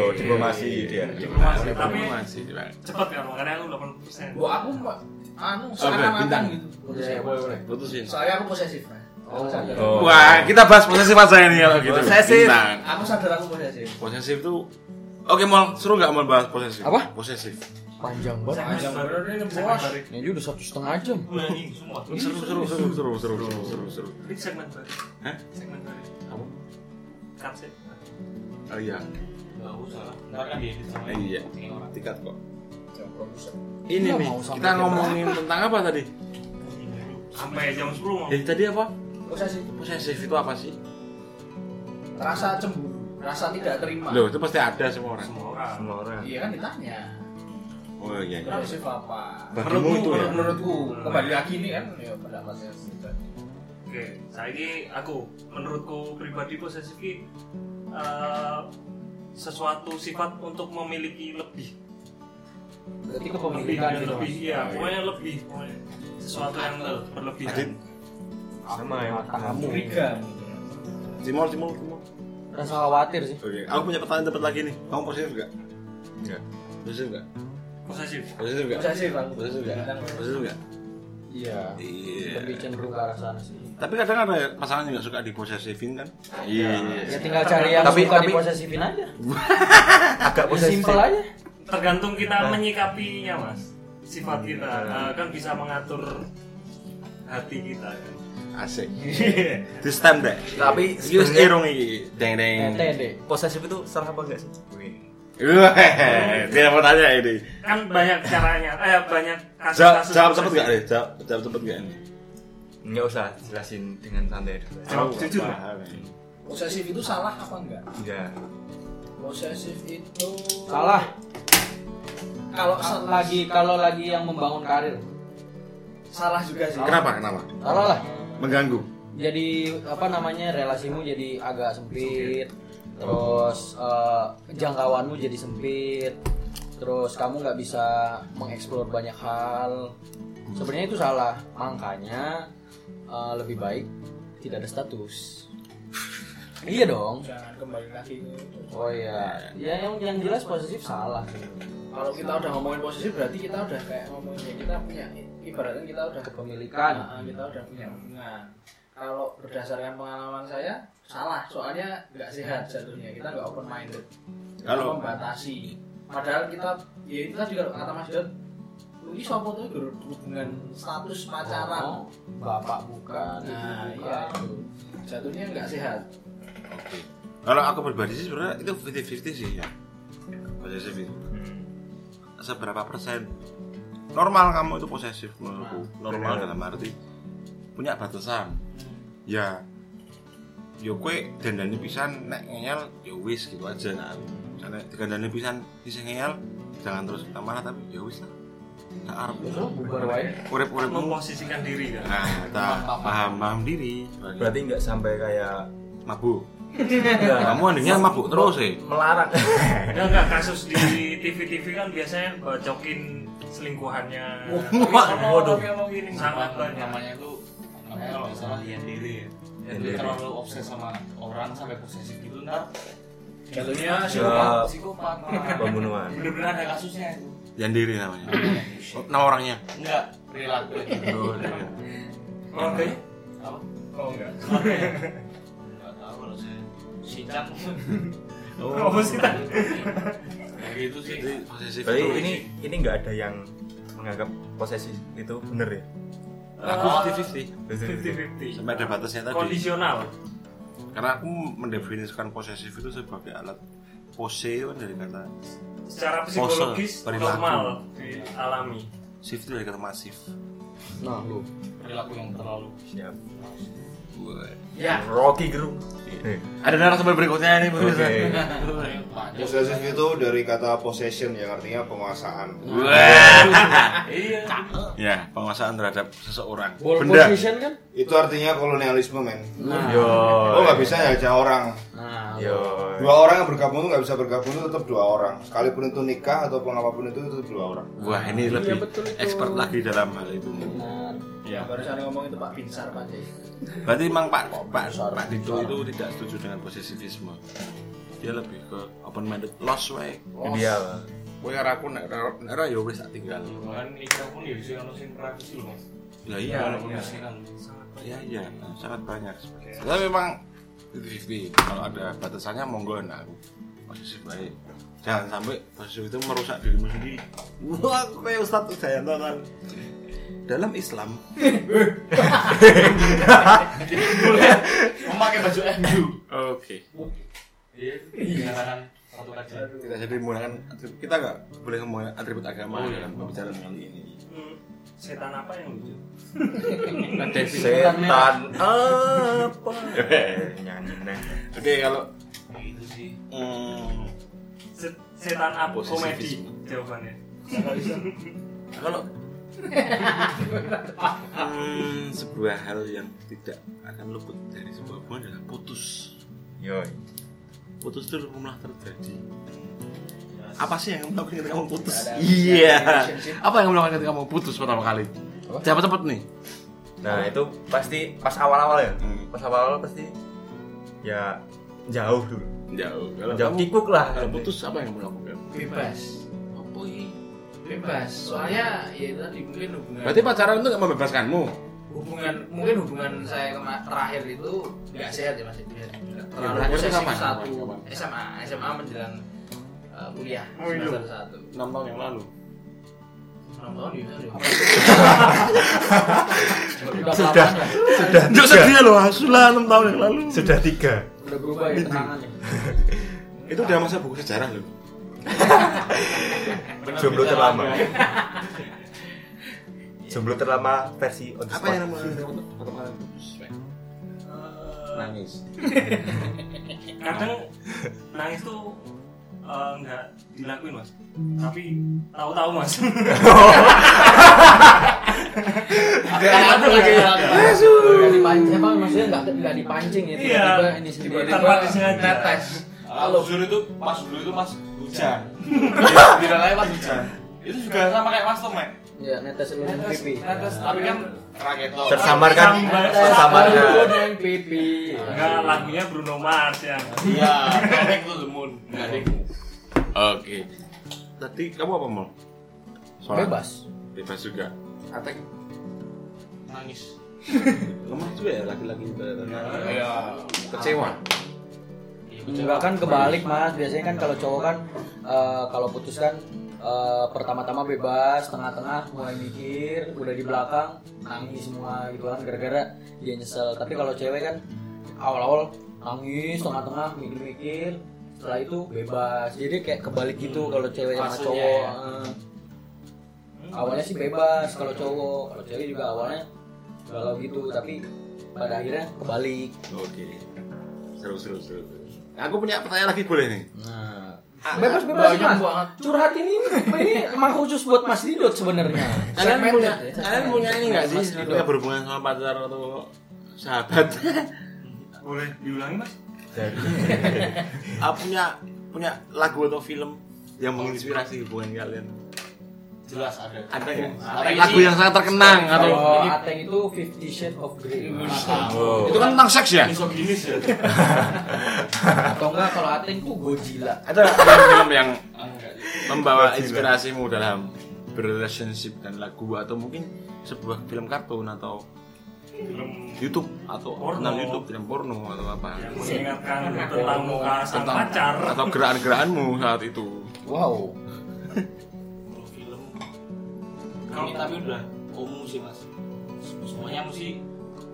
Speaker 3: oh diplomasi dia
Speaker 1: Iya,
Speaker 12: Diplomasi, tapi
Speaker 1: Masih, Pak.
Speaker 12: cepet kan makanya aku 80%.
Speaker 8: gua aku Mbak, anu
Speaker 1: boleh,
Speaker 8: seakan-akan
Speaker 1: bintang.
Speaker 8: gitu
Speaker 2: Iya, boleh, boleh.
Speaker 1: Putusin.
Speaker 8: soalnya aku posesif nah aku sadar
Speaker 3: oh.
Speaker 1: Wah, kita bahas posesif aja ini kalau gitu.
Speaker 3: Posesif.
Speaker 1: Bintang.
Speaker 8: aku sadar aku posesif
Speaker 1: Posesif tuh Oke, Mol, seru nggak Mol bahas posesif?
Speaker 2: Apa?
Speaker 1: Posesif.
Speaker 2: Panjang banget.
Speaker 8: Panjang bener ini bos
Speaker 12: baru.
Speaker 2: Ini aja udah satu setengah jam.
Speaker 12: Gua nyanyi semua.
Speaker 1: Seru, seru, seru, seru, seru, seru, seru, seru.
Speaker 12: Ini segmen baru.
Speaker 1: Hah?
Speaker 12: Segmen baru.
Speaker 1: Apa?
Speaker 12: Cut sih.
Speaker 1: Oh iya.
Speaker 8: nggak usah lah ntar kan diedit sama
Speaker 1: Iya.
Speaker 8: ini orang
Speaker 1: Tiket kok.
Speaker 8: yang produser
Speaker 1: Ini
Speaker 2: Iya,
Speaker 1: nih,
Speaker 2: mau sampai
Speaker 1: kita
Speaker 2: jam
Speaker 1: ngomongin tentang apa tadi?
Speaker 12: Sampai jam 10 mau.
Speaker 1: Jadi tadi apa?
Speaker 8: posesif
Speaker 1: Posesif itu apa sih?
Speaker 8: rasa cemburu rasa tidak terima
Speaker 1: Loh, itu pasti ada semua orang.
Speaker 12: Semua orang.
Speaker 3: semua orang
Speaker 8: iya kan ditanya
Speaker 1: Oh iya. iya.
Speaker 8: posesif apa
Speaker 1: Bagimu itu ya.
Speaker 8: menurutku kembali lagi ini kan ya pendapatnya sendiri.
Speaker 12: Oke, saya ini aku menurutku pribadi posesif ini eh, sesuatu sifat untuk memiliki lebih
Speaker 2: Berarti
Speaker 12: lebih
Speaker 2: kepemilikan
Speaker 12: dan
Speaker 2: gitu.
Speaker 12: lebih
Speaker 2: Mas.
Speaker 12: ya pokoknya lebih pokoknya sesuatu yang le- berlebihan
Speaker 3: sama ya. yang
Speaker 2: Kamu.
Speaker 8: curiga
Speaker 1: Timol, Timol, Timol.
Speaker 2: Rasa khawatir sih.
Speaker 1: Oke, aku punya pertanyaan dapat lagi nih. Kamu positif enggak?
Speaker 3: Enggak.
Speaker 1: Positif enggak?
Speaker 12: posesif
Speaker 1: Positif enggak?
Speaker 8: posesif aku
Speaker 1: Positif enggak? Positif enggak?
Speaker 2: Iya.
Speaker 1: Iya.
Speaker 2: Lebih cenderung ke arah sana sih.
Speaker 1: Tapi kadang ada pasangan yang nggak suka diposesifin kan? Iya.
Speaker 2: Ya tinggal cari yang
Speaker 3: Tapi-
Speaker 2: suka
Speaker 3: tapi-
Speaker 2: diposesifin aja.
Speaker 3: agak
Speaker 2: Ya,
Speaker 3: posesif
Speaker 2: simple aja.
Speaker 12: tergantung kita menyikapinya mas sifat
Speaker 1: Hmm,
Speaker 12: kita Eh, kan bisa mengatur hati kita kan.
Speaker 1: Asik. This time deh.
Speaker 3: tapi
Speaker 1: Ini
Speaker 2: Iya.
Speaker 3: sebenarnya
Speaker 1: irung iki. Deng deng.
Speaker 2: Ente deh.
Speaker 3: posesif itu salah apa enggak sih
Speaker 1: Weh, Dia mau tanya ini.
Speaker 12: kan banyak caranya eh banyak
Speaker 1: Jawab
Speaker 12: kasus-kasus
Speaker 1: jawab cepet
Speaker 12: posesif.
Speaker 1: nggak deh? Jawab jawab cepet nggak ini?
Speaker 3: nggak usah jelasin dengan santai dulu
Speaker 12: Jawab
Speaker 1: Aku
Speaker 12: jujur.
Speaker 1: paham ini.
Speaker 8: posesif itu salah apa enggak
Speaker 3: enggak
Speaker 8: posesif itu
Speaker 2: Salah.
Speaker 8: kalau
Speaker 2: Kalau
Speaker 8: salah
Speaker 2: lagi kalau lagi yang membangun karir.
Speaker 8: salah juga sih
Speaker 1: Kenapa? Kenapa?
Speaker 2: Salah lah.
Speaker 1: Mengganggu.
Speaker 2: jadi apa namanya relasimu jadi agak sempit terus eh, jangkauanmu jadi sempit terus kamu nggak bisa mengeksplor banyak hal sebenarnya itu salah makanya eh, lebih baik tidak ada status iya dong
Speaker 8: jangan kembali lagi ke itu.
Speaker 2: oh iya ya yang yang jelas positif salah
Speaker 8: kalau kita udah ngomongin posesif berarti kita udah kayak ngomongin ya, kita punya ibaratnya kita udah
Speaker 2: kepemilikan
Speaker 8: Ah, kita udah punya hubungan kalau berdasarkan pengalaman saya salah soalnya nggak sehat jatuhnya kita nggak open minded
Speaker 1: Kalau-
Speaker 8: membatasi padahal kita ya itu tadi kalau kata Mas Dot ini sopo tuh berhubungan status pacaran
Speaker 2: Oh, bapak bukan ibu
Speaker 8: nah iya
Speaker 2: bukan.
Speaker 8: itu jatuhnya nggak sehat
Speaker 1: Kalau aku pribadi sih sebenarnya itu 50-50 sih ya. Posesif itu. Seberapa persen normal kamu itu posesif menurutku. Normal dalam arti punya batasan. Ya yo kue dandani pisan nek ngeyel ya wis gitu aja nah. Karena dandani pisan bisa ngeyel jangan terus kita marah tapi ya wis lah. Tak arep
Speaker 2: Terus bubar wae
Speaker 1: urip-uripmu.
Speaker 12: memposisikan diri kan
Speaker 1: Nah, tak Nah, paham paham diri.
Speaker 3: berarti nggak sampai kayak
Speaker 1: mabuk.
Speaker 3: enggak
Speaker 1: Kamu anehnya mabuk terus ya.
Speaker 3: melarang
Speaker 12: Ada Ya, nggak kasus di TV-TV kan biasanya bacokin selingkuhannya?
Speaker 3: waduh
Speaker 12: sangat banyak.
Speaker 8: namanya itu namanya kalau nggak salah yang Eh, diri ya
Speaker 3: Yang diri.
Speaker 8: terlalu obses sama orang sampai posesif gitu ntar
Speaker 12: Ya.
Speaker 8: jatuhnya
Speaker 3: psikopat.
Speaker 8: psikopat
Speaker 3: pembunuhan
Speaker 8: bener-bener ada kasusnya itu
Speaker 1: Yandiri namanya. Nama orangnya.
Speaker 8: enggak
Speaker 1: Oh,
Speaker 8: perilaku
Speaker 1: iya.
Speaker 12: keluarganya?
Speaker 8: Apa?
Speaker 12: Oh enggak.
Speaker 8: Enggak tahu kalau saya sincang.
Speaker 12: Oh, apa sih Tan?
Speaker 8: Kayak gitu sih.
Speaker 9: Jadi posesif
Speaker 3: Berarti
Speaker 9: itu
Speaker 3: ini ini nggak ada yang menganggap posesif itu bener ya?
Speaker 9: aku
Speaker 12: Eh,
Speaker 9: 50-50
Speaker 12: 50-50.
Speaker 1: sampai ada batasnya tadi
Speaker 12: Kondisional.
Speaker 1: karena aku mendefinisikan posesif itu sebagai alat pose itu kan dari kata
Speaker 12: Secara psikologis
Speaker 1: Pose, perilaku.
Speaker 12: normal dialami.
Speaker 1: shift itu dari kata masif
Speaker 2: nah lu
Speaker 8: Perilaku yang terlalu.
Speaker 3: Siap.
Speaker 8: Ya.
Speaker 3: Rocky Gerung.
Speaker 1: ada narasumber berikutnya nih
Speaker 3: Oke.
Speaker 14: Possessive itu Oh, dari kata possession yang artinya penguasaan.
Speaker 1: ya penguasaan terhadap seseorang
Speaker 2: ball
Speaker 14: Benda.
Speaker 2: position kan
Speaker 14: Itu artinya kolonialisme men.
Speaker 2: nah
Speaker 3: Yo. Oh,
Speaker 14: Lo nggak bisa nyajah orang.
Speaker 2: nah
Speaker 3: Yo.
Speaker 14: Dua orang yang bergabung itu nggak bisa bergabung itu tetap dua orang. Sekalipun itu nikah ataupun apapun itu tetap dua orang.
Speaker 1: wah ini
Speaker 12: Iya,
Speaker 1: lebih
Speaker 2: betul itu.
Speaker 1: expert lagi dalam hal itu
Speaker 2: benar
Speaker 4: Ya, barusan ngomong itu Pak Binsar Pak Jai.
Speaker 1: berarti memang Pak Pak Pak Dito itu tidak setuju dengan posesivisme dia lebih ke open minded lost way
Speaker 3: Ideal.
Speaker 1: Kowe karo aku nek nek ora ya wis tak tinggal.
Speaker 12: Bahkan nikah pun ya bisa kalau sing praktis loh mas.
Speaker 1: Lah iya,
Speaker 12: Walaupun mesti kan
Speaker 1: iya iya, nah, sangat banyak. Tapi memang 50 kalau ada batasannya monggo nah aku posisi baik. Jangan sampai posisi itu merusak dirimu sendiri. Wah, aku kayak Ustaz Udayanto kan. Dalam Islam,
Speaker 8: Memakai baju MU.
Speaker 1: oke.
Speaker 8: Iya. Dilarang satu kajian.
Speaker 1: Kita jadi menggunakan atribut kita nggak boleh menggunakan atribut agama dalam pembicaraan kali ini.
Speaker 12: Hmm, setan apa yang lucu?
Speaker 3: Setan apa? Nyanyi neng.
Speaker 1: Oke, kalau
Speaker 8: Gitu sih.
Speaker 1: hmm,
Speaker 12: Se- Setan apa? Komedi
Speaker 1: Posesifisme.
Speaker 12: jawabannya.
Speaker 1: kalau hmm, sebuah hal yang tidak akan luput dari sebuah hubungan adalah putus
Speaker 3: Yo.
Speaker 1: putus itu lumrah terjadi apa sih yang kamu lakukan ketika kamu putus
Speaker 4: Ada-
Speaker 1: iya
Speaker 4: ada relationship.
Speaker 1: apa yang kamu lakukan ketika kamu putus pertama kali cepat cepat nih
Speaker 3: Nah itu pasti pas awal-awal ya. Pas awal-awal pasti ya jauh dulu.
Speaker 1: jauh kalau
Speaker 3: Jauh
Speaker 1: kamu
Speaker 3: kikuk lah.
Speaker 1: kalau putus apa yang kamu lakukan
Speaker 4: Bebas.
Speaker 1: apa
Speaker 4: Bebas. Soalnya ya itu tadi mungkin hubungan
Speaker 1: berarti pacaran itu nggak membebaskanmu
Speaker 4: hubungan mungkin hubungan saya kema- terakhir itu nggak sehat ya Mas Idris. Terlalu
Speaker 1: terakhir itu
Speaker 4: posesif
Speaker 1: Iya, kapan?
Speaker 4: satu
Speaker 1: Kapan?
Speaker 4: SMA, SMA menjelang eh, kuliah semester satu.
Speaker 1: 6 tahun yang lalu
Speaker 4: Enam tahun di mana?
Speaker 2: sudah
Speaker 3: Sudah
Speaker 1: Jok sedih loh, sudah 6 tahun yang lalu
Speaker 3: sudah tiga.
Speaker 2: udah berubah ya tenangannya
Speaker 1: Itu udah masa buku sejarah loh
Speaker 3: Jomblo terlama. Jomblo terlama versi on the
Speaker 1: Apa
Speaker 3: spot.
Speaker 1: yang kamu lakukan ketika pertama kali putus? Nangis
Speaker 12: kadang nangis tuh eh, nggak dilakuin mas tapi tahu-tahu mas
Speaker 4: Aku lagi
Speaker 2: Nggak dipancing apa maksudnya nggak nggak dipancing ya
Speaker 12: Iya.
Speaker 2: tiba-tiba ini sendiri
Speaker 12: Tiba-tiba. Tanpa disengaja.
Speaker 4: netes.
Speaker 8: Kalau jujur itu pas dulu itu mas hujan. Bilang aja pas hujan. Itu juga sama kayak mas Tom, Mek.
Speaker 2: ya netes lu yang pipi
Speaker 8: Netes, tapi kan raketo.
Speaker 3: Tersamarkan,
Speaker 12: Sambar.
Speaker 3: tersamarkan.
Speaker 2: Lu yang pipi
Speaker 12: enggak lagunya Bruno Mars yang
Speaker 8: Iya, Mek tuh lemun. Enggak deh.
Speaker 1: Oke. Tadi kamu apa mau?
Speaker 2: bebas
Speaker 1: Bebas juga. Atek.
Speaker 8: Nangis.
Speaker 1: Lemah juga ya laki-laki ibaratnya.
Speaker 8: Iya.
Speaker 1: Kecewa.
Speaker 2: Enggak kan kebalik mas, biasanya kan kalau cowok kan eh, kalau putus kan eh, pertama-tama bebas, tengah-tengah mulai mikir, udah di belakang nangis semua gitu kan gara-gara dia nyesel. Tapi kalau cewek kan awal-awal nangis, tengah-tengah mikir-mikir, setelah itu bebas. Jadi kayak kebalik gitu kalau cewek sama
Speaker 8: Hmm. Maksudnya
Speaker 2: cowok.
Speaker 8: ya.
Speaker 2: eh. awalnya sih bebas kalau cowok, kalau cewek juga awalnya galau gitu, tapi pada akhirnya kebalik.
Speaker 1: Oke. Seru seru seru. Aku punya pertanyaan lagi boleh nih.
Speaker 2: Nah,
Speaker 1: Ah,
Speaker 2: bebas bebas mas. Curhat ini ini emang khusus buat Mas Didot sebenarnya.
Speaker 1: Kalian
Speaker 2: Segmented
Speaker 1: punya
Speaker 2: ya,
Speaker 1: kalian
Speaker 2: segmented.
Speaker 1: punya ini nggak sih?
Speaker 2: Mas Didot.
Speaker 1: Punya berhubungan sama pacar atau sahabat?
Speaker 12: boleh diulangi mas
Speaker 1: Ah, punya punya lagu atau film yang menginspirasi hubungan kalian?
Speaker 8: Jelas ada.
Speaker 1: Ada nggak?
Speaker 8: Ada
Speaker 1: Lagu
Speaker 8: ini.
Speaker 1: yang sangat terkenang atau
Speaker 2: Kalau Ateng itu Fifty Shades of Grey
Speaker 1: itu kan tentang seks ya?
Speaker 8: Misoginis ya.
Speaker 2: atau enggak kalau Ateng tuh Godzilla.
Speaker 1: Ada ada film yang
Speaker 8: Enggak.
Speaker 1: membawa inspirasimu dalam berrelationship dan lagu atau mungkin sebuah film kartun atau
Speaker 12: film
Speaker 1: YouTube atau
Speaker 12: Porno.
Speaker 1: channel YouTube film porno atau apa
Speaker 12: yang mengingatkan tentang muka sang
Speaker 1: Tentang-
Speaker 12: pacar
Speaker 1: atau gerakan-gerakanmu saat itu
Speaker 2: Wow.
Speaker 8: Kalau film ini tapi udah umum sih mas semuanya mesti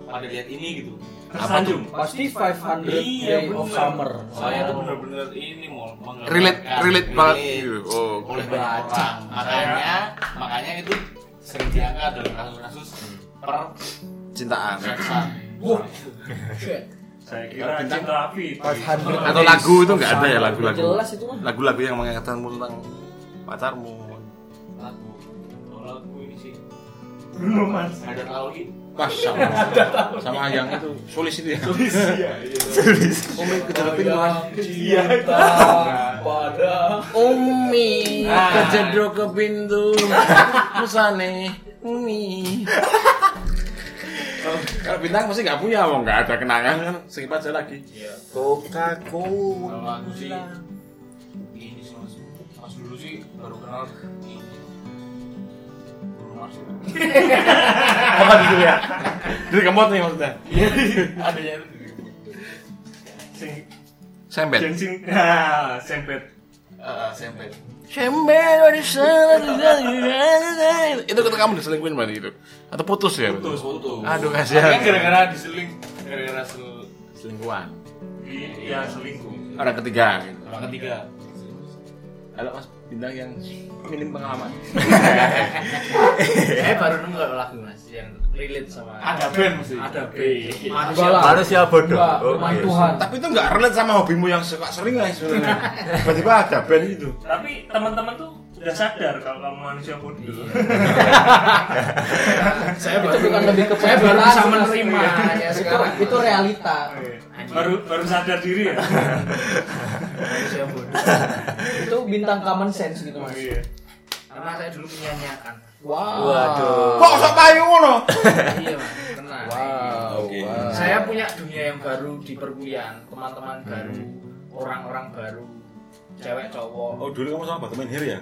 Speaker 8: pada lihat ini gitu
Speaker 12: tersanjung
Speaker 2: Pasti 500
Speaker 8: Iya,
Speaker 2: Day of
Speaker 8: bener.
Speaker 2: Summer.
Speaker 8: saya tuh bener-bener ini Kan? mau menggambarkan-
Speaker 1: relate relate banget gitu. oh
Speaker 8: oleh banyak orang makanya makanya itu sering diangkat dalam kasus-kasus per
Speaker 1: cintaan
Speaker 8: seksan
Speaker 12: saya kira cinta api
Speaker 1: atau lagu itu nggak ada ya lagu-lagu
Speaker 2: Jelas itu kan mah.
Speaker 1: lagu-lagu yang mengingatkanmu tentang pacarmu
Speaker 8: lagu Kalau lagu ini sih
Speaker 12: belum mas
Speaker 8: ada tahu lagi
Speaker 1: pas sama, sama yang itu sulis itu ya
Speaker 2: Cinta pada
Speaker 1: Umi kejedro ke pintu mesane Umi kalau bintang pasti nggak punya wong nggak ada kenangan kan sing aja lagi
Speaker 8: kalau lagu sih ini sih mas mas dulu sih baru kenal ini Bruno Mars.
Speaker 1: apa dulu ya dari kemot nih maksudnya
Speaker 8: ada ya
Speaker 12: sing
Speaker 1: sembet
Speaker 12: jensing nah sempet
Speaker 8: Eh, SMP
Speaker 1: sembet dari sana di sana. itu kata kamu diselingkuhin berarti itu atau putus ya
Speaker 8: putus putus
Speaker 1: aduh
Speaker 8: Akhirnya
Speaker 1: kasihan
Speaker 8: gara-gara diseling gara-gara sel-
Speaker 1: selingkuhan
Speaker 12: Di- ya selingkuh
Speaker 1: orang ketiga gitu.
Speaker 8: orang ketiga
Speaker 1: kalau mas bintang yang minim pengalaman
Speaker 4: saya baru nemu kalau lagu mas yang relate sama
Speaker 8: ada band mesti
Speaker 4: ada B
Speaker 2: Enggak lah.
Speaker 3: manusia bodoh
Speaker 2: Enggak,
Speaker 1: oh, iya.
Speaker 3: Oke.
Speaker 2: Firman Tuhan.
Speaker 1: tapi itu nggak relate sama hobimu yang suka sering ya? lah sebenarnya tiba-tiba ada band itu
Speaker 12: tapi teman-teman tuh udah sadar kalau kamu manusia bodoh
Speaker 4: saya
Speaker 2: Itu bukan lebih ke
Speaker 4: saya baru bisa
Speaker 2: pencerahan,
Speaker 4: menerima hanya
Speaker 2: Itu,
Speaker 4: sekarang
Speaker 2: itu realita. Iya.
Speaker 12: baru baru sadar diri ya
Speaker 4: manusia bodoh
Speaker 2: Itu bintang common sense gitu mas.
Speaker 12: iya
Speaker 4: karena saya dulu menyanyiakan
Speaker 2: Wow.
Speaker 3: Waduh.
Speaker 1: kok sok payu ngono
Speaker 4: iya mas kenal
Speaker 1: Oke.
Speaker 4: saya punya dunia yang baru di perkuliahan teman-teman baru
Speaker 3: Hmm.
Speaker 4: orang-orang baru cewek cowok
Speaker 1: oh dulu kamu sama Batman Hir ya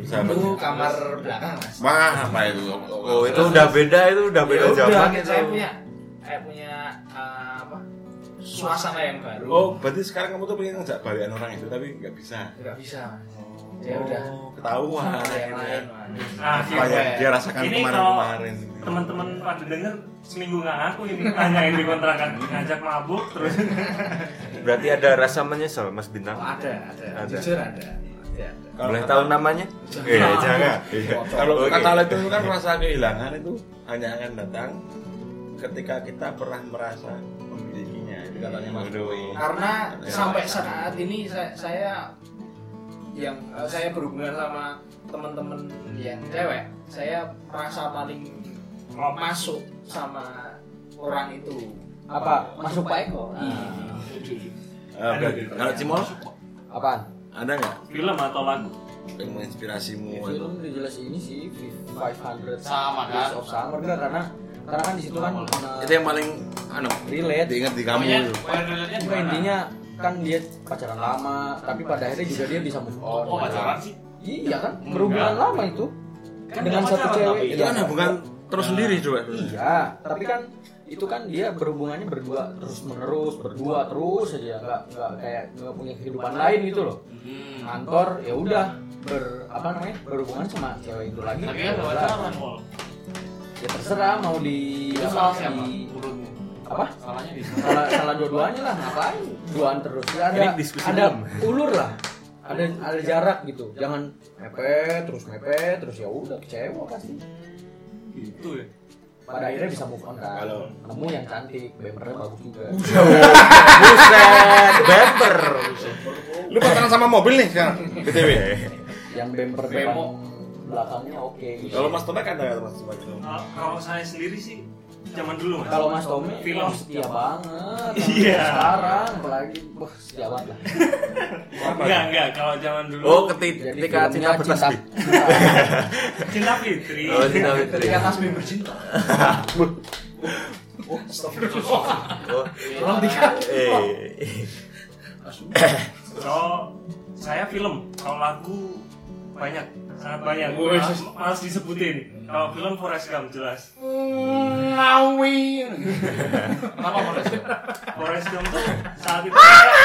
Speaker 1: bersahabat
Speaker 4: itu kamar belakang mas
Speaker 1: wah apa itu
Speaker 3: oh itu udah beda itu udah beda
Speaker 4: Ya
Speaker 3: zaman
Speaker 4: udah,
Speaker 3: itu
Speaker 4: saya punya saya punya eh, apa suasana yang baru
Speaker 1: oh berarti sekarang kamu tuh pengen ngejak balikan orang itu tapi nggak bisa Oh,
Speaker 4: nggak bisa mas
Speaker 3: Oh.
Speaker 4: ya udah
Speaker 1: ketahuan
Speaker 4: ada yang lain mas
Speaker 12: nah,
Speaker 1: apa yang dia rasakan
Speaker 12: Ini
Speaker 1: kemarin-kemarin
Speaker 12: teman-teman pada denger seminggu nggak ngaku ini nanyain di kontrakan ngajak mabuk terus
Speaker 3: berarti ada rasa menyesal mas bintang
Speaker 4: Oh, ada, ada
Speaker 3: Ada.
Speaker 4: jujur ada Ya, ada.
Speaker 3: boleh tahu namanya iya jangan Iya.
Speaker 1: kalau
Speaker 3: Oke.
Speaker 1: kata lain itu kan rasa kehilangan itu hanya akan datang ketika kita pernah merasa memilikinya itu katanya Mas Dewi
Speaker 4: karena
Speaker 1: Ada.
Speaker 4: sampai saat ini saya, saya yang eh, saya berhubungan sama teman-teman yang cewek saya merasa paling masuk sama orang itu Iya.
Speaker 2: Apa? Masuk Pak Eko.
Speaker 1: Eh, berarti- kalau Cimol
Speaker 2: Apaan?
Speaker 1: ada nggak
Speaker 12: film atau lagu
Speaker 1: yang menginspirasimu
Speaker 2: Film udah jelas ini sih 500
Speaker 8: Sama, kan? ya.
Speaker 2: Days of Summer enggak karena karena kan di situ kan eh,
Speaker 1: itu yang paling anu
Speaker 2: relate
Speaker 1: diingat di kamu
Speaker 8: Pokoknya
Speaker 1: itu.
Speaker 8: pokoknya relate-nya
Speaker 2: Itu
Speaker 8: gimana?
Speaker 2: intinya kan dia pacaran lama tapi pada akhirnya juga dia bisa move on
Speaker 8: oh pacaran sih
Speaker 2: iya kan berhubungan lama itu
Speaker 8: Kan
Speaker 2: dengan
Speaker 8: dia
Speaker 2: satu
Speaker 8: pacaran,
Speaker 2: cewek
Speaker 8: tapi.
Speaker 1: itu kan
Speaker 2: Iya.
Speaker 1: hubungan terus sendiri ya? coba
Speaker 2: Iya, tapi kan itu kan dia berhubungannya berdua terus menerus berdua terus aja nggak nggak kayak nggak punya kehidupan lain gitu loh
Speaker 8: Hmm.
Speaker 2: kantor ya udah ber apa namanya berhubungan sama cewek itu lagi
Speaker 8: tapi kan
Speaker 2: ya
Speaker 8: gak
Speaker 2: udah.
Speaker 8: pacaran Mol.
Speaker 2: ya terserah mau di
Speaker 8: itu
Speaker 2: apa,
Speaker 8: salah siapa
Speaker 2: di-
Speaker 8: menurutmu
Speaker 2: apa
Speaker 8: salahnya di sana
Speaker 2: salah salah dua-duanya lah ngapain duaan terus ya ada
Speaker 3: Ini diskusi
Speaker 2: ada
Speaker 3: belum?
Speaker 2: ulur lah ada ada jarak gitu jangan mepet terus mepet terus ya udah kecewa pasti
Speaker 8: itu ya
Speaker 2: pada akhirnya bisa move on kan kamu yang cantik bempernya bagus juga
Speaker 3: buset bemper
Speaker 1: lu pacaran sama mobil nih sekarang btw
Speaker 2: yang bemper depan belakangnya oke gitu.
Speaker 1: kalau mas Tomek ada nggak mas Tomek itu
Speaker 12: Kalau- kalau saya sendiri sih zaman dulu mas
Speaker 2: kalau Mas Tommy
Speaker 12: Film.
Speaker 2: film setia banget
Speaker 12: Iya.
Speaker 2: sekarang apalagi wah setia banget lah
Speaker 12: enggak enggak kalau zaman dulu
Speaker 3: oh ketika ketika
Speaker 2: filmnya
Speaker 3: cinta bertasbih
Speaker 12: cinta fitri
Speaker 3: oh cinta fitri
Speaker 4: ketika tasbih bercinta
Speaker 3: oh
Speaker 4: tolong tiga
Speaker 3: eh
Speaker 12: kalau saya film kalau lagu banyak sangat banyak malas disebutin kalau film Forrest Gump jelas
Speaker 8: ngawi kenapa Polres Gump?
Speaker 12: Forrest Gump tuh saat itu saya,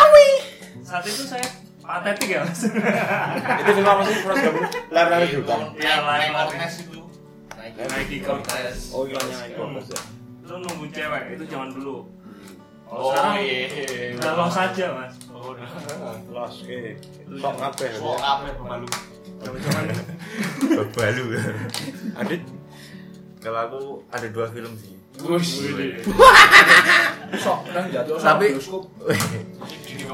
Speaker 12: saat itu saya patetik ya mas
Speaker 9: Itu film apa sih? Forrest Gump. Lari-lari di hutan.
Speaker 12: Iya, lari-lari.
Speaker 8: Polres itu
Speaker 12: naik di Cortez
Speaker 9: Oh, iklannya Forrest ya.
Speaker 12: itu nunggu cewek itu zaman dulu kalau
Speaker 8: oh
Speaker 12: sekarang
Speaker 8: iya
Speaker 12: udah los aja mas
Speaker 8: oh udah
Speaker 9: Los eh sok kabeh.
Speaker 8: oh apa pemalu
Speaker 12: zaman-zaman
Speaker 3: Balu.
Speaker 9: Adit
Speaker 3: Kalau aku ada dua film sih.
Speaker 2: Sok nang jatuh sama
Speaker 3: Tapi
Speaker 2: bioskop.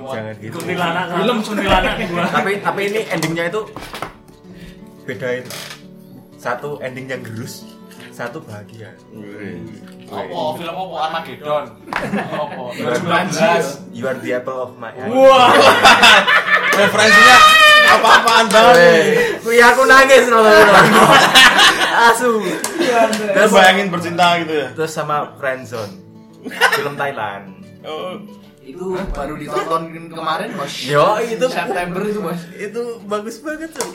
Speaker 3: jangan gitu.
Speaker 12: kuntilanak film kuntilanak gua
Speaker 3: Tapi tapi ini endingnya itu beda itu. Satu ending yang gerus, satu bahagia.
Speaker 8: apa film apa Armageddon apa
Speaker 3: You are the apple of my eye.
Speaker 1: Referensinya apa-apaan banget.
Speaker 3: Weh, Kuya aku nangis loh. Asu.
Speaker 1: Terus
Speaker 3: Terus,
Speaker 1: bayangin bercinta gitu ya.
Speaker 3: terus sama Friendzone. Film Thailand.
Speaker 4: itu baru ditonton kemarin bos
Speaker 3: Yo, itu
Speaker 4: September itu bos
Speaker 3: itu bagus banget tuh.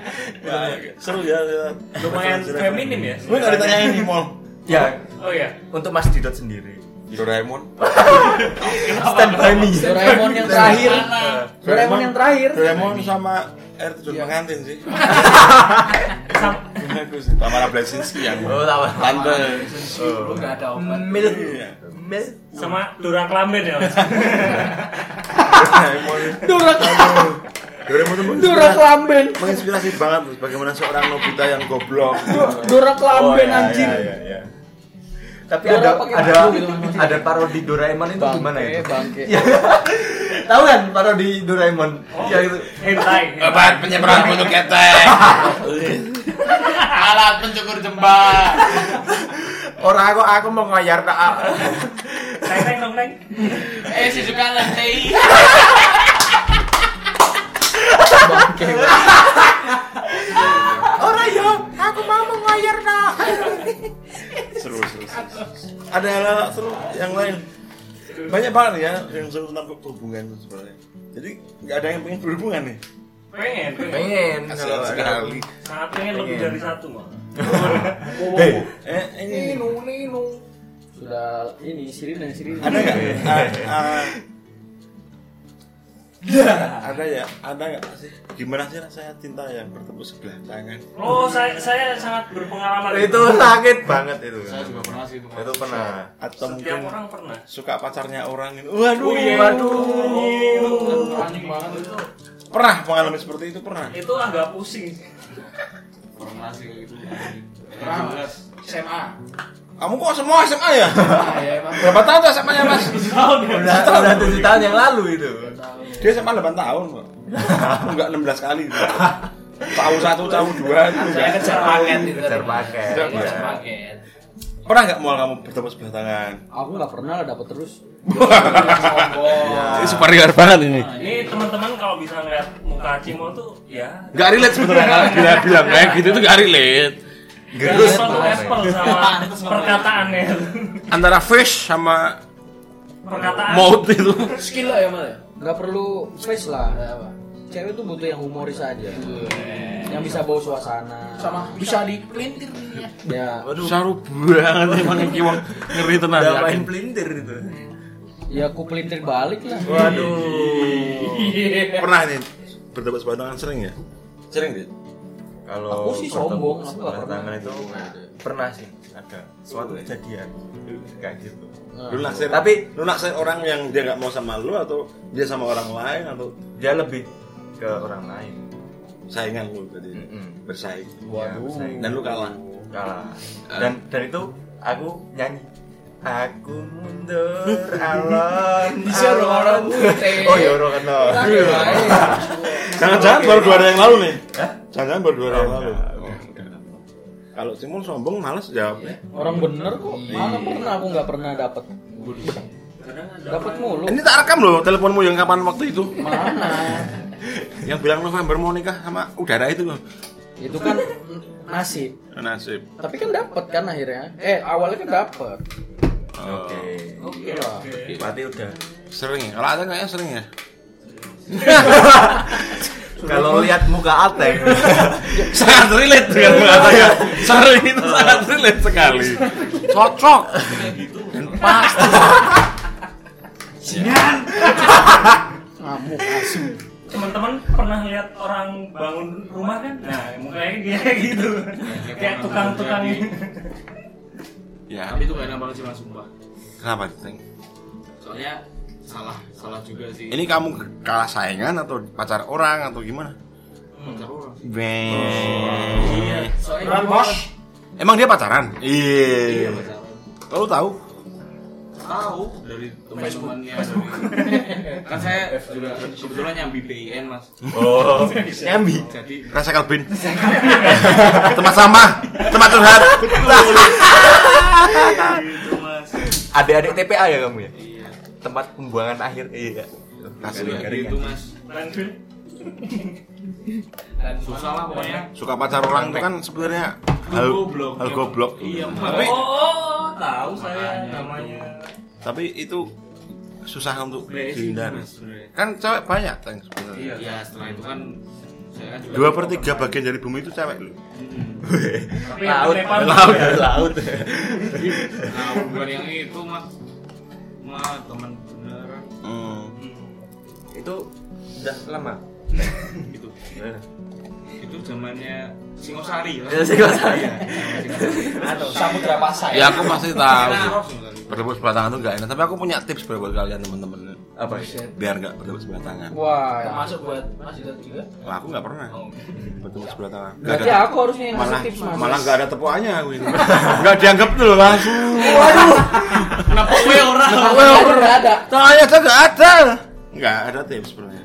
Speaker 9: Seru ya. ya.
Speaker 12: lumayan feminim ya
Speaker 1: Gue gak ditanyain di mall.
Speaker 3: Ya,
Speaker 12: oh iya
Speaker 3: untuk Mas Didot sendiri.
Speaker 9: Doraemon.
Speaker 3: Stand by me.
Speaker 2: Doraemon yang terakhir. Doraemon yang terakhir.
Speaker 1: Doraemon sama air terjun pengantin sih. Bagus sih. Tamara Blasinski yang
Speaker 3: Oh, tahu.
Speaker 1: tante.
Speaker 4: lu nggak ada obat
Speaker 3: Milk. Milk.
Speaker 12: sama Dora Klamen ya mas
Speaker 2: Durak
Speaker 1: Doraemon tuh
Speaker 2: Durak
Speaker 1: menginspirasi,
Speaker 2: lamben.
Speaker 1: menginspirasi banget Gus, bagaimana seorang Nobita yang goblok. Oh, iya,
Speaker 2: Durak
Speaker 3: Oh,
Speaker 2: lamben
Speaker 3: iya,
Speaker 2: anjing.
Speaker 3: Tapi
Speaker 2: Dora
Speaker 3: ada
Speaker 2: pakai
Speaker 3: ada
Speaker 2: baju gitu, Mas.
Speaker 3: ada parodi Doraemon itu
Speaker 2: Bangke,
Speaker 3: gimana itu?
Speaker 2: Eh, bangke.
Speaker 3: Ya. Tahu kan parodi Doraemon? Ya itu.
Speaker 12: hentai
Speaker 1: Obat penyeberang bulu ketek.
Speaker 8: alat pencukur jembatan
Speaker 3: Orang aku aku mau ngayar tak.
Speaker 12: neng neng neng neng
Speaker 8: eh si suka lantai
Speaker 3: Orang yo, aku mau ngayar tak.
Speaker 9: Seru seru. seru.
Speaker 1: Ada hal seru yang lain. Banyak banget ya yang seru tentang hubungan itu sebenarnya. Jadi nggak ada yang pengen berhubungan nih.
Speaker 12: pengen pengen
Speaker 3: Pengen.
Speaker 1: Kasihan sekali.
Speaker 12: sangat pengen lebih
Speaker 3: Pengen.
Speaker 12: dari satu mas
Speaker 3: Hey,
Speaker 1: Eh, ini
Speaker 2: Nino, Nino. Sudah ini sirine sirine.
Speaker 1: ada nggak? Ah, ah. ada ya, ada nggak sih? Gimana sih rasanya cinta yang bertemu sebelah tangan?
Speaker 12: oh saya saya sangat berpengalaman
Speaker 3: itu sakit banget itu.
Speaker 8: saya juga pernah sih itu Mas.
Speaker 3: Itu pernah.
Speaker 1: Atau
Speaker 12: setiap
Speaker 1: mungkin
Speaker 12: orang pernah
Speaker 1: suka pacarnya orang gitu.
Speaker 8: Oh
Speaker 1: Waduh,
Speaker 8: iya.
Speaker 12: waduh
Speaker 8: anjing banget itu
Speaker 1: pernah mengalami seperti itu pernah?
Speaker 12: itu agak pusing
Speaker 8: pernah sih kayak gitu
Speaker 4: SMA
Speaker 1: Kamu kok semua SMA ya?
Speaker 4: ah ya emang
Speaker 1: Berapa tahun tuh SMA-nya mas?
Speaker 3: Udah udah tujuh tahun yang lalu itu.
Speaker 1: Dia SMA 8 tahun kok. Enggak 16 kali. Tahu satu, tahu dua. itu
Speaker 4: saya
Speaker 1: enggak.
Speaker 4: kejar paket itu
Speaker 3: Kejar paket. Iya.
Speaker 4: Saya kejar paket
Speaker 1: Pernah nggak mau kamu bertemu sebelah tangan?
Speaker 2: Aku nggak pernah lah dapat terus.
Speaker 1: Ini superior banget ini.
Speaker 12: ini teman-teman kalau bisa ngeliat muka Cimo tuh ya
Speaker 1: Gak relate sebenarnya kalau bila bilang kayak gitu tuh gak relate.
Speaker 12: Gerus apple to apple sama perkataannya
Speaker 1: Antara fish sama
Speaker 12: perkataan
Speaker 1: maut itu.
Speaker 4: skill lah ya malah
Speaker 2: Nggak perlu face lah. Cewek tuh butuh yang humoris aja. Yang bisa bawa suasana.
Speaker 4: sama bisa dipelintir ya
Speaker 2: Ya,
Speaker 1: Saru banget emang iki wong ngeri tenan.
Speaker 3: Udah
Speaker 1: yakin.
Speaker 3: main pelintir itu.
Speaker 2: ya aku pelintir balik lah.
Speaker 3: Waduh.
Speaker 1: Pernah nih bertemu sebelah tangan sering ya? Sering deh.
Speaker 3: Kalau
Speaker 2: Aku sih
Speaker 3: bertemu
Speaker 2: sombong, aku
Speaker 3: sebelah
Speaker 2: nggak
Speaker 3: tangan itu pernah sih ada suatu kejadian kayak gitu.
Speaker 2: Nah.
Speaker 1: Lu naksir,
Speaker 3: Tapi-
Speaker 1: lu naksir orang yang dia nggak mau sama lu atau dia sama orang lain atau
Speaker 3: Dia lebih ke orang lain.
Speaker 1: saingan lu berarti
Speaker 3: Mm-mm.
Speaker 1: bersaing
Speaker 3: Ya, bersaing.
Speaker 1: dan lu kalah.
Speaker 3: kalah dan dan itu aku nyanyi aku mundur alon
Speaker 4: Bisa dong, orang putih.
Speaker 3: oh ya orang kenal
Speaker 2: Iya.
Speaker 3: Iya.
Speaker 1: Jangan-jangan baru dua hari yang lalu nih.
Speaker 3: Hah?
Speaker 1: Jangan-jangan baru dua hari yang lalu.
Speaker 3: Enggak,
Speaker 1: Oh, Kalau Simon sombong males
Speaker 2: Iya.
Speaker 1: jawabnya.
Speaker 2: Orang bener kok. Mana
Speaker 3: Iya.
Speaker 2: pernah aku nggak pernah dapat. Dapat mulu.
Speaker 1: Ini tak rekam loh teleponmu yang kapan waktu itu.
Speaker 2: Mana?
Speaker 1: yang bilang November mau nikah sama udara itu loh
Speaker 2: Itu kan nasib.
Speaker 1: nasib
Speaker 2: Tapi kan dapat kan akhirnya. Eh, awalnya kan dapat.
Speaker 3: oke berarti udah
Speaker 1: sering ya? kalau ada kayaknya sering ya
Speaker 3: Kalau lihat muka Ateng,
Speaker 15: sangat relate dengan mengatakan Sorry itu sangat relate sekali cocok dan pas
Speaker 12: teman-teman pernah lihat orang bangun rumah kan nah mukanya dia kayak gitu kayak tukang-tukang ini
Speaker 15: ya
Speaker 8: tapi itu gak enak banget sih mas sumpah
Speaker 1: Kenapa? Teng?
Speaker 8: soalnya salah salah juga sih
Speaker 1: Ini kamu kalah saingan atau pacar orang atau gimana?
Speaker 8: pacar orang
Speaker 1: Beh.
Speaker 8: Hmm. Iya, soalnya
Speaker 1: Emang dia pacaran? Iya.
Speaker 8: pacar
Speaker 1: Kalau tahu?
Speaker 8: tahu dari teman-temannya dari- kan saya juga kebetulan nyambi BIN mas
Speaker 1: Nyambi.
Speaker 8: jadi
Speaker 1: Rasa kalbin. tempat sampah, tempat curhat.
Speaker 3: adik-adik TPA ya kamu ya? Tempat pembuangan akhir. Iya.
Speaker 1: Asli.
Speaker 8: itu mas
Speaker 12: lanjut
Speaker 8: dan susah lah pokoknya
Speaker 1: Suka pacar orang itu kan sebenarnya hal
Speaker 8: Goblok.
Speaker 1: hal goblok.
Speaker 8: iya
Speaker 1: Tapi
Speaker 12: oh, oh, tahu saya
Speaker 8: Makanya
Speaker 12: namanya
Speaker 1: tapi itu susah untuk
Speaker 8: BSI
Speaker 1: dihindari.
Speaker 8: mas, sebenarnya.
Speaker 1: Kan cewek banyak Teng, sebenarnya.
Speaker 8: iya setelah itu kan saya kan juga
Speaker 1: Dua per tiga bagian dari bumi itu cewek loh.
Speaker 12: tapi laut
Speaker 3: Laut, laut.
Speaker 8: nah bukan yang itu mas mah teman beneran
Speaker 1: Hmm.
Speaker 3: Itu udah lama.
Speaker 8: gitu itu zamannya Singosari lah
Speaker 3: Ya, Singosari.
Speaker 8: Iya, Singosari.
Speaker 2: Samudra Pasai.
Speaker 1: Ya aku masih tahu.
Speaker 8: Nah, Rob Singosari.
Speaker 1: Bertepuk sebelah tangan tuh nggak enak. Tapi aku punya tips buat kalian teman-teman
Speaker 3: Apa?
Speaker 1: biar nggak bertepuk sebelah tangan. Oh.
Speaker 2: Wah. ya.
Speaker 4: masuk buat mas itu juga
Speaker 1: Lah, aku nggak pernah bertepuk sebelah tangan. Nggak
Speaker 2: Berarti
Speaker 1: ada-
Speaker 2: aku harusnya yang ngasih
Speaker 1: malah
Speaker 2: tips mas.
Speaker 1: malah nggak ada tepuannya aku ini. Nggak dianggap tuh langsung.
Speaker 8: kenapa gue orang
Speaker 2: Aku nggak ada.
Speaker 1: Tanya aja nggak ada. Nggak ada tips sebenarnya.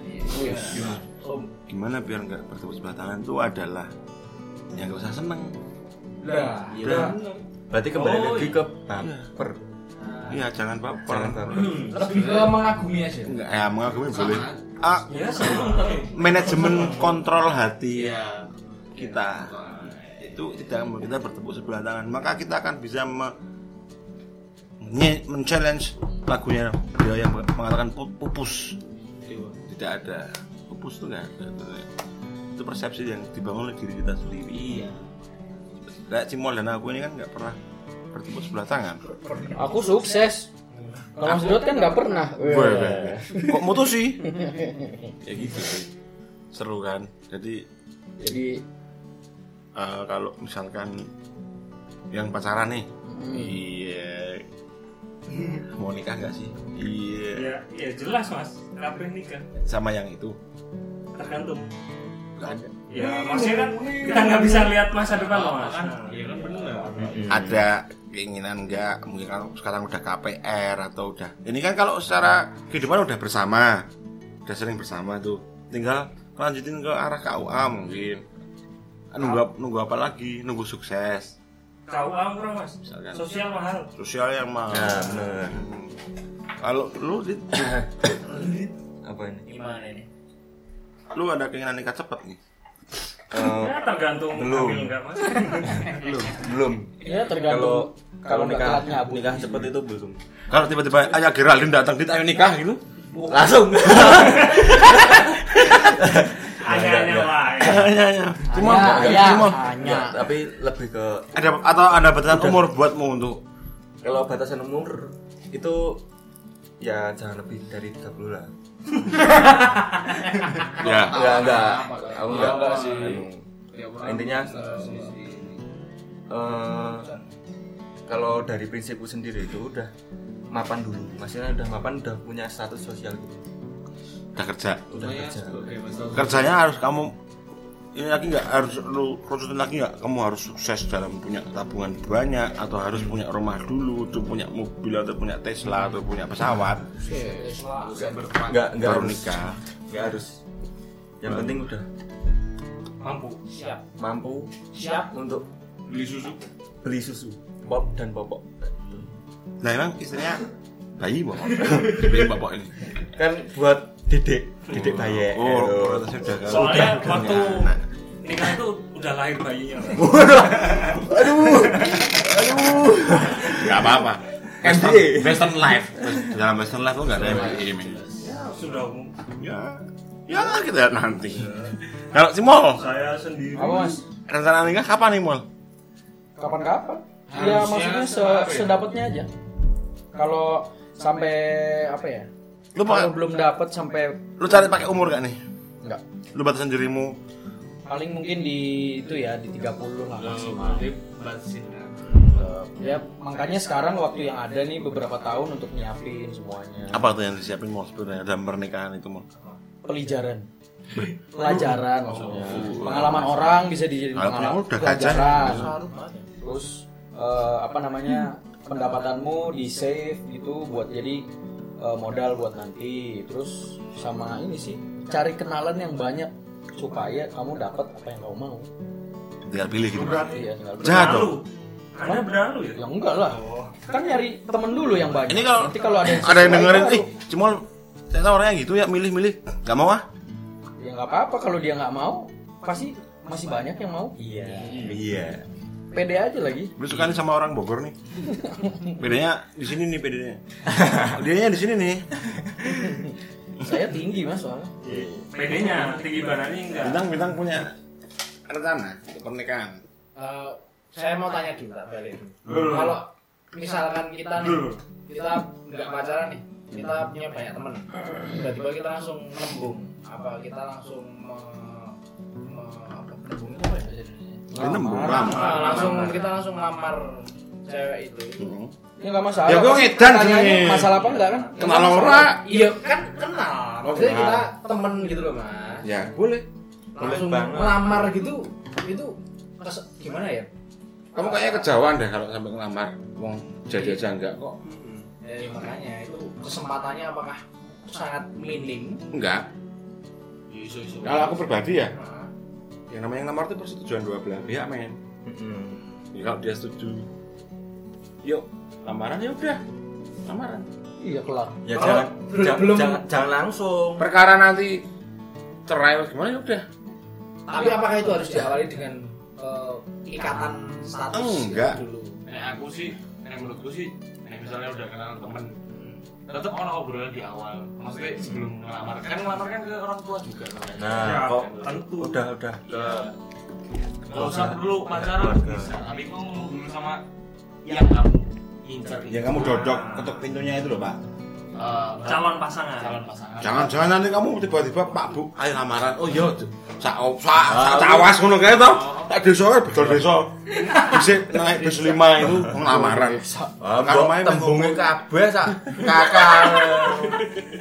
Speaker 1: Gimana biar nggak bertepuk sebelah tangan tuh adalah yang nggak usah seneng.
Speaker 3: Iya. Berarti kembali lagi ke baper.
Speaker 1: Iya jangan baper.
Speaker 3: Jangan baper.
Speaker 4: lebih ke mengagumi aja
Speaker 1: Nggak ya mengagumi
Speaker 8: Sama.
Speaker 1: boleh. Ah,
Speaker 12: ya sebelum tapi
Speaker 1: manajemen kontrol hati
Speaker 8: iya
Speaker 1: kita itu tidak membuat kita bertepuk sebelah tangan maka kita akan bisa me- nye- men-challenge lagunya beliau yang mengatakan pu- pupus
Speaker 8: Iya.
Speaker 1: tidak ada pupus itu nggak ada itu persepsi yang dibangun oleh diri kita sendiri
Speaker 8: iya
Speaker 1: kayak Cimol dan aku ini kan nggak pernah bertepuk sebelah tangan
Speaker 2: Aku sukses. Kalau Mas Dot kan nggak pernah.
Speaker 1: kok mutus sih Iya, ya gitu sih seru kan jadi
Speaker 2: Jadi
Speaker 1: Eh, kalau misalkan yang pacaran nih iya mau nikah nggak sih iya
Speaker 12: ya ya jelas mas kabeh nikah
Speaker 1: sama yang itu kan?
Speaker 12: tergantung
Speaker 1: nggak ada
Speaker 12: ya maksudnya kan kita nggak bisa lihat masa depan loh mas Nah,
Speaker 8: iya kan bener
Speaker 1: ada keinginan nggak mungkin kalau sekarang udah KPR atau udah ini kan kalau secara kehidupan udah bersama udah sering bersama tuh tinggal lanjutin ke arah KUA mungkin nunggu ap- nunggu apa lagi nunggu sukses
Speaker 12: KUA murah mas
Speaker 1: Misalkan.
Speaker 12: sosial mahal
Speaker 1: sosial yang mau
Speaker 3: Nah,
Speaker 1: Hmm. kalau lu Dit,
Speaker 3: Apa ini?
Speaker 4: gimana ini
Speaker 1: lu ada keinginan nikah cepet nih
Speaker 3: Eh,
Speaker 12: ya tergantung
Speaker 3: Belum.
Speaker 12: hamil nggak mas
Speaker 3: belum.
Speaker 2: ya
Speaker 3: Kalau
Speaker 2: tergantung
Speaker 3: kalau
Speaker 2: kalau nggak
Speaker 3: nikah
Speaker 2: telat nyabu.
Speaker 3: nikah cepet itu belum.
Speaker 1: Kalau tiba-tiba ayah Geraldine datang dit ayo nikah gitu.
Speaker 3: Langsung.
Speaker 12: hanya-hanya lain
Speaker 1: Hanya hanya. Cuma
Speaker 2: Ya, ya,
Speaker 1: cuma
Speaker 2: hanya.
Speaker 3: Ya, tapi lebih ke
Speaker 1: ada atau ada batasan umur buatmu untuk
Speaker 3: kalau batasan umur itu ya jangan lebih dari 30 lah
Speaker 1: ya
Speaker 3: enggak enggak
Speaker 8: Apa, Kak?
Speaker 3: aku enggak
Speaker 8: Apa sih?
Speaker 3: anu.
Speaker 8: Ya, orang
Speaker 3: intinya
Speaker 8: harus sisi ini.
Speaker 3: eh, kalau dari prinsipku sendiri itu udah mapan dulu maksudnya udah mapan udah punya status sosial gitu
Speaker 1: udah kerja.
Speaker 3: udah
Speaker 8: Pokoknya
Speaker 3: kerja
Speaker 8: sebagai mas
Speaker 1: Kerjanya harus kamu ini lagi nggak harus lu kerucutin lagi nggak kamu harus sukses dalam punya tabungan banyak atau harus punya rumah dulu atau punya mobil atau punya Tesla atau punya pesawat
Speaker 8: Bisa berperan.
Speaker 3: enggak enggak
Speaker 1: baru
Speaker 3: harus
Speaker 1: nikah
Speaker 3: enggak harus yang penting udah
Speaker 12: mampu
Speaker 4: siap
Speaker 3: mampu
Speaker 4: siap
Speaker 3: untuk
Speaker 8: beli susu
Speaker 3: beli susu pop dan popok
Speaker 1: nah emang istrinya bayi bapak bayi bapak ini
Speaker 3: kan buat dedek dedek bayek
Speaker 1: oh
Speaker 3: Aduh.
Speaker 1: prioritasnya udah kalau
Speaker 12: soalnya
Speaker 1: udah
Speaker 12: waktu
Speaker 1: punya anak.
Speaker 12: nikah kan itu udah lahir bayinya Mas.
Speaker 1: Gak apa-apa. Western,
Speaker 3: Iya.
Speaker 1: Western life. Dalam Western life lo gak ada MBA ini.
Speaker 12: ya sudah umum
Speaker 1: Ya.
Speaker 12: ya
Speaker 1: Ya kita lihat nanti. Kalau si Mol,
Speaker 12: saya sendiri
Speaker 2: Apa mas?
Speaker 1: rencana nikah kapan nih Mol?
Speaker 2: Kapan-kapan? Ya maksudnya se sedapatnya aja. Kalau sampai apa ya?
Speaker 1: Lu
Speaker 2: Kalau
Speaker 1: pakai,
Speaker 2: belum dapat sampai
Speaker 1: lu cari pakai umur gak nih?
Speaker 2: enggak
Speaker 1: Lu batasan dirimu.
Speaker 2: paling mungkin di itu ya di 30 lah maksimal. Eh, Ya makanya sekarang waktu yang ada nih beberapa tahun untuk nyiapin semuanya.
Speaker 1: Apa tuh yang disiapin Mol sebenarnya dalam pernikahan itu Mol?
Speaker 2: Pelajaran. Pelajaran maksudnya. Pengalaman orang bisa dijadiin
Speaker 1: Oh, Kalau
Speaker 2: pengalaman
Speaker 1: udah
Speaker 2: pelajaran. Terus eh, apa namanya? pendapatanmu di save gitu buat jadi eh, modal buat nanti. Terus sama ini sih cari kenalan yang banyak supaya kamu dapat apa yang kamu mau.
Speaker 1: Tinggal pilih gitu.
Speaker 2: Iya, tinggal
Speaker 1: Jahat dong.
Speaker 12: Berlalu. Anda berlalu ya?
Speaker 2: Ya enggak lah. Kan nyari temen dulu yang banyak.
Speaker 1: Ini kalau-
Speaker 2: Nanti kalau ada
Speaker 1: Ada
Speaker 2: yang,
Speaker 1: yang
Speaker 2: sesuai,
Speaker 1: dengerin,
Speaker 2: baru.
Speaker 1: ih, si Mol ternyata orangnya gitu ya milih-milih. Gak mau ah?
Speaker 2: Ya enggak apa-apa kalau dia nggak mau, pasti masih banyak yang mau.
Speaker 1: Iya.
Speaker 2: Pede aja lagi.
Speaker 1: Lu suka nih sama orang Bogor nih. Bedanya di sini nih bedanya. Bedanya di sini nih.
Speaker 2: Saya tinggi Mas soalnya.
Speaker 12: PD-nya tinggi badannya enggak.
Speaker 1: Bintang-bintang punya rencana untuk pernikahan.
Speaker 4: Eh, saya mau tanya dulu Pak Bali Kalau misalkan kita nih,
Speaker 12: Dulu.
Speaker 4: kita nggak pacaran nih, kita punya banyak teman. Tiba-tiba kita langsung nembung, apa kita langsung me, me- apa nembung itu apa ya?
Speaker 1: Ini nembung, lama.
Speaker 4: Ah, langsung kita langsung ngelamar cewek itu.
Speaker 2: Ya enggak masalah.
Speaker 1: Ya, gua
Speaker 2: Pasti
Speaker 1: ngedan
Speaker 2: pertanyaannya
Speaker 1: sini.
Speaker 2: Masalah apa enggak kan?
Speaker 1: Kenal ora?
Speaker 4: Iya kan kenal, maksudnya kita temen gitu loh mas.
Speaker 1: Ya, boleh.
Speaker 4: Langsung ngelamar gitu, itu kes- gimana ya?
Speaker 9: Kamu kayaknya kejauhan deh kalau sampai ngelamar. Wong jadi aja enggak kok.
Speaker 4: Ya, makanya itu kesempatannya apakah sangat minim?
Speaker 9: Enggak. Kalau aku pribadi ya, yang namanya ngelamar itu persetujuan dua belah pihak, men. Ya, kalau dia setuju, yuk lamaran ya udah lamaran.
Speaker 2: Iya kelar.
Speaker 11: Ya
Speaker 4: Kalau
Speaker 11: jangan,
Speaker 4: belum-
Speaker 11: jangan,
Speaker 4: belum-
Speaker 11: jangan, jangan langsung.
Speaker 9: Perkara nanti cerai atau gimana ya udah.
Speaker 4: Tapi apakah itu harus diawali dengan eh, ikatan status gitu
Speaker 1: Enggak.
Speaker 4: dulu?
Speaker 16: Nah, aku sih, yang menurutku sih, nah, misalnya udah kenal temen, tetap orang obrolan di awal. Maksudnya sebelum ngelamar, kan ngelamar kan ke orang tua juga. kan?
Speaker 11: Nah,
Speaker 12: Ya,
Speaker 11: kok
Speaker 12: tentu.
Speaker 11: udah udah.
Speaker 16: Ke nggak usah perlu pacaran
Speaker 11: Keluarga.
Speaker 16: bisa, tapi kamu ngomong dulu sama yang kamu incer.
Speaker 1: Ya kamu dodok ketuk pintunya itu loh, Pak.
Speaker 16: Eh,
Speaker 12: Calon pasangan.
Speaker 16: calon pasangan.
Speaker 1: Jangan-jangan nanti kamu tiba-tiba Pak Bu, ayo lamaran. Oh iya, sak sak sak cawas ngono kae to. Tak desa ae bedol desa. Dhisik naik bus 5 itu lamaran. Kalau main
Speaker 3: tembunge kabeh sak kakak.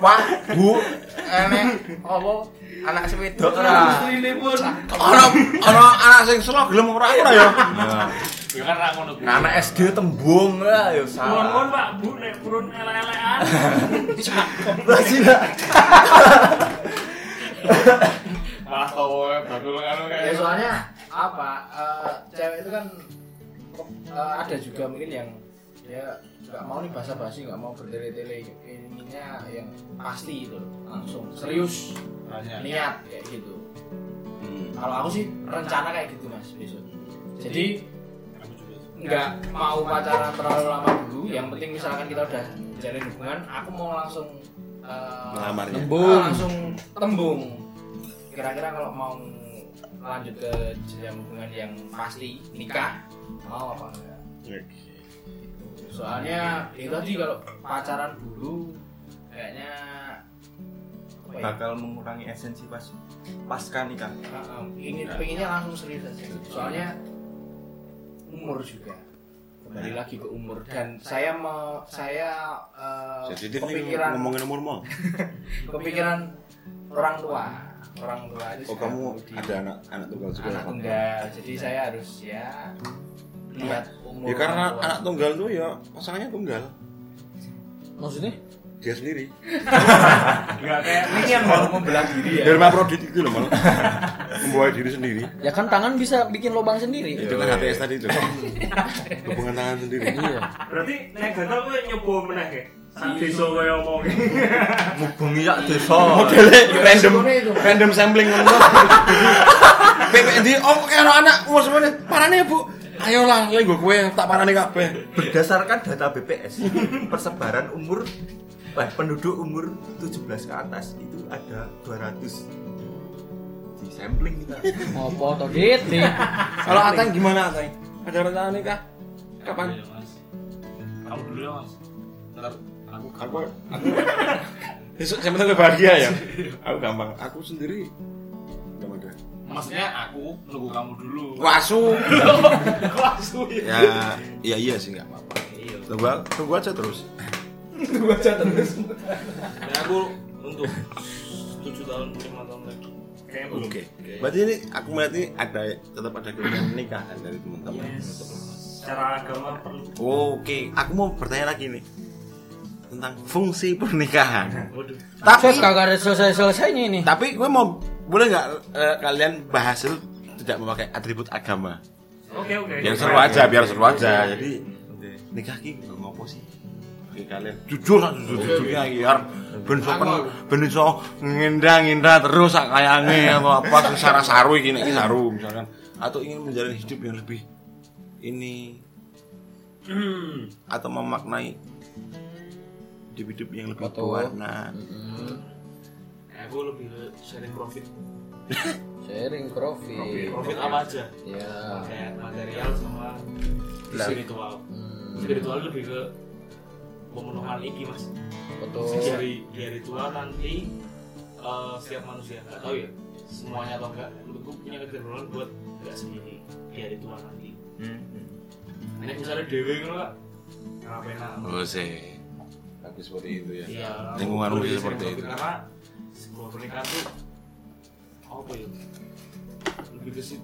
Speaker 3: Wah, Bu,
Speaker 2: Eh,
Speaker 3: enek apa anak sepedok
Speaker 4: Nah,
Speaker 3: lah.
Speaker 1: Ana ana anak sing selo gelem ora ora ya.
Speaker 16: Ya kan ra ngono
Speaker 11: Nah,
Speaker 16: kuwi.
Speaker 3: Anak SD tembung lah ya
Speaker 12: Mohon-mohon
Speaker 3: salah.
Speaker 12: Pak, Bu, nek purun elek-elekan.
Speaker 16: Malah tawa bakul kan
Speaker 4: Ya
Speaker 16: kayak.
Speaker 4: soalnya apa? eh, cewek itu kan eh, ada juga mungkin yang dia nggak mau nih bahasa basi, nggak mau bertele-tele ininya yang pasti itu langsung serius
Speaker 8: Ya.
Speaker 4: niat kayak gitu. Kalau aku sih rencana kayak gitu mas besok. Jadi nggak mau pacaran terlalu lama dulu. Yang penting misalkan kita udah jalin hubungan, aku mau langsung eh,
Speaker 1: Ngelamarnya.
Speaker 4: tembung, langsung tembung. Kira-kira kalau mau lanjut ke jenjang hubungan yang pasti nikah, mau apa enggak? Soalnya itu tadi kalau pacaran dulu kayaknya apa ya?
Speaker 11: Bakal mengurangi esensi pas pasca nikah.
Speaker 4: Heeh, Ingin Ah, pengennya langsung serius aja. Soalnya umur juga kembali lagi ke umur dan saya mau saya eh,
Speaker 1: Sensitif nih
Speaker 4: kepikiran
Speaker 1: ngomongin umurmu.
Speaker 4: kepikiran orang tua orang tua itu
Speaker 1: Oh
Speaker 4: sekarang
Speaker 1: kamu
Speaker 4: di-
Speaker 1: ada anak anak tunggal juga.
Speaker 4: anak tunggal jadi saya harus ya lihat umur
Speaker 1: Ya karena
Speaker 4: orang tua.
Speaker 1: anak tunggal tuh ya pasangannya tunggal.
Speaker 2: Maksudnya?
Speaker 1: Dia sendiri.
Speaker 12: Enggak kayak ini yang baru membelah diri
Speaker 1: Iya.
Speaker 12: ya.
Speaker 1: Hermafrodit itu loh malah. Membawa diri sendiri.
Speaker 2: Ya kan tangan bisa bikin lubang sendiri.
Speaker 1: Itu kan HTS tadi itu. Hubungan tangan sendiri.
Speaker 2: Iya.
Speaker 12: Berarti nek gagal kowe nyoba meneh ya. Sang desa kowe omong.
Speaker 11: Mubengi sak desa.
Speaker 1: random
Speaker 4: Sebenarnya itu.
Speaker 1: random sampling ngono. PPD oh karo anak umur semene parane Bu. Ayolah lek nggo kowe tak parane kabeh.
Speaker 11: Berdasarkan data BPS, persebaran umur
Speaker 3: Wah, eh, penduduk umur 17 ke atas itu ada 200 di sampling kita
Speaker 2: Apa to, Dit? Dit.
Speaker 17: Kalau Atang gimana Atang? Ada rencana nikah? Kapan?
Speaker 8: Ya, Mas. Kamu dulu ya mas. Ntar aku
Speaker 17: Aku aku besok saya penting bahagia ya. Aku gampang. Aku sendiri nggak ada.
Speaker 8: Maksudnya aku nunggu kamu dulu.
Speaker 17: Wasu.
Speaker 8: Kelas tuh ya.
Speaker 1: ya iya iya sih nggak apa-apa tunggu tunggu aja terus
Speaker 8: Ya aku untuk 7 tahun 5 tahun lagi. Kayaknya belum.
Speaker 1: oke berarti ini aku melihat ini ada tetap ada keinginan menikah kan dari teman-teman
Speaker 12: Secara agama perlu.
Speaker 1: oke aku mau bertanya lagi nih tentang fungsi pernikahan
Speaker 8: Waduh.
Speaker 2: Tapi
Speaker 1: tapi
Speaker 2: kagak ada selesai-selesainya ini.
Speaker 1: tapi gue mau boleh nggak eh, kalian bahas itu tidak memakai atribut agama
Speaker 12: Oke oke.
Speaker 1: yang seru aja biar seru aja jadi nikah ki gue mau sih Iya. Oke, kalian jujur lah jujur jujur ya biar ben so pen ben so ngendah ngendah terus sak kayange apa apa sesara saru iki nek iki saru misalkan atau ingin menjalani hidup yang lebih ini atau memaknai hidup-hidup yang lebih berwarna
Speaker 8: Aku lebih ke sharing profit.
Speaker 2: Sharing profit.
Speaker 8: Profit apa aja?
Speaker 2: Ya.
Speaker 8: Kayak material sama spiritual.
Speaker 1: Hmm.
Speaker 8: Spiritual lebih ke pemenuhan iki mas.
Speaker 1: Oh.
Speaker 2: Betul.
Speaker 8: dari dari Tuhan nanti eh, setiap manusia nggak tahu ya semuanya atau enggak menurutku punya kecenderungan buat nggak sendiri dari Tuhan nanti
Speaker 1: Hmm.
Speaker 8: ini misalnya dewi gitu lah ngapain lah
Speaker 1: oh sih bagus seperti itu ya
Speaker 8: iya
Speaker 1: Lingkungan
Speaker 8: aku
Speaker 1: mungkin
Speaker 8: lebih
Speaker 1: seperti
Speaker 8: sering
Speaker 1: itu.
Speaker 8: karena sebuah pernikahan kan tuh apa ya lebih ke sih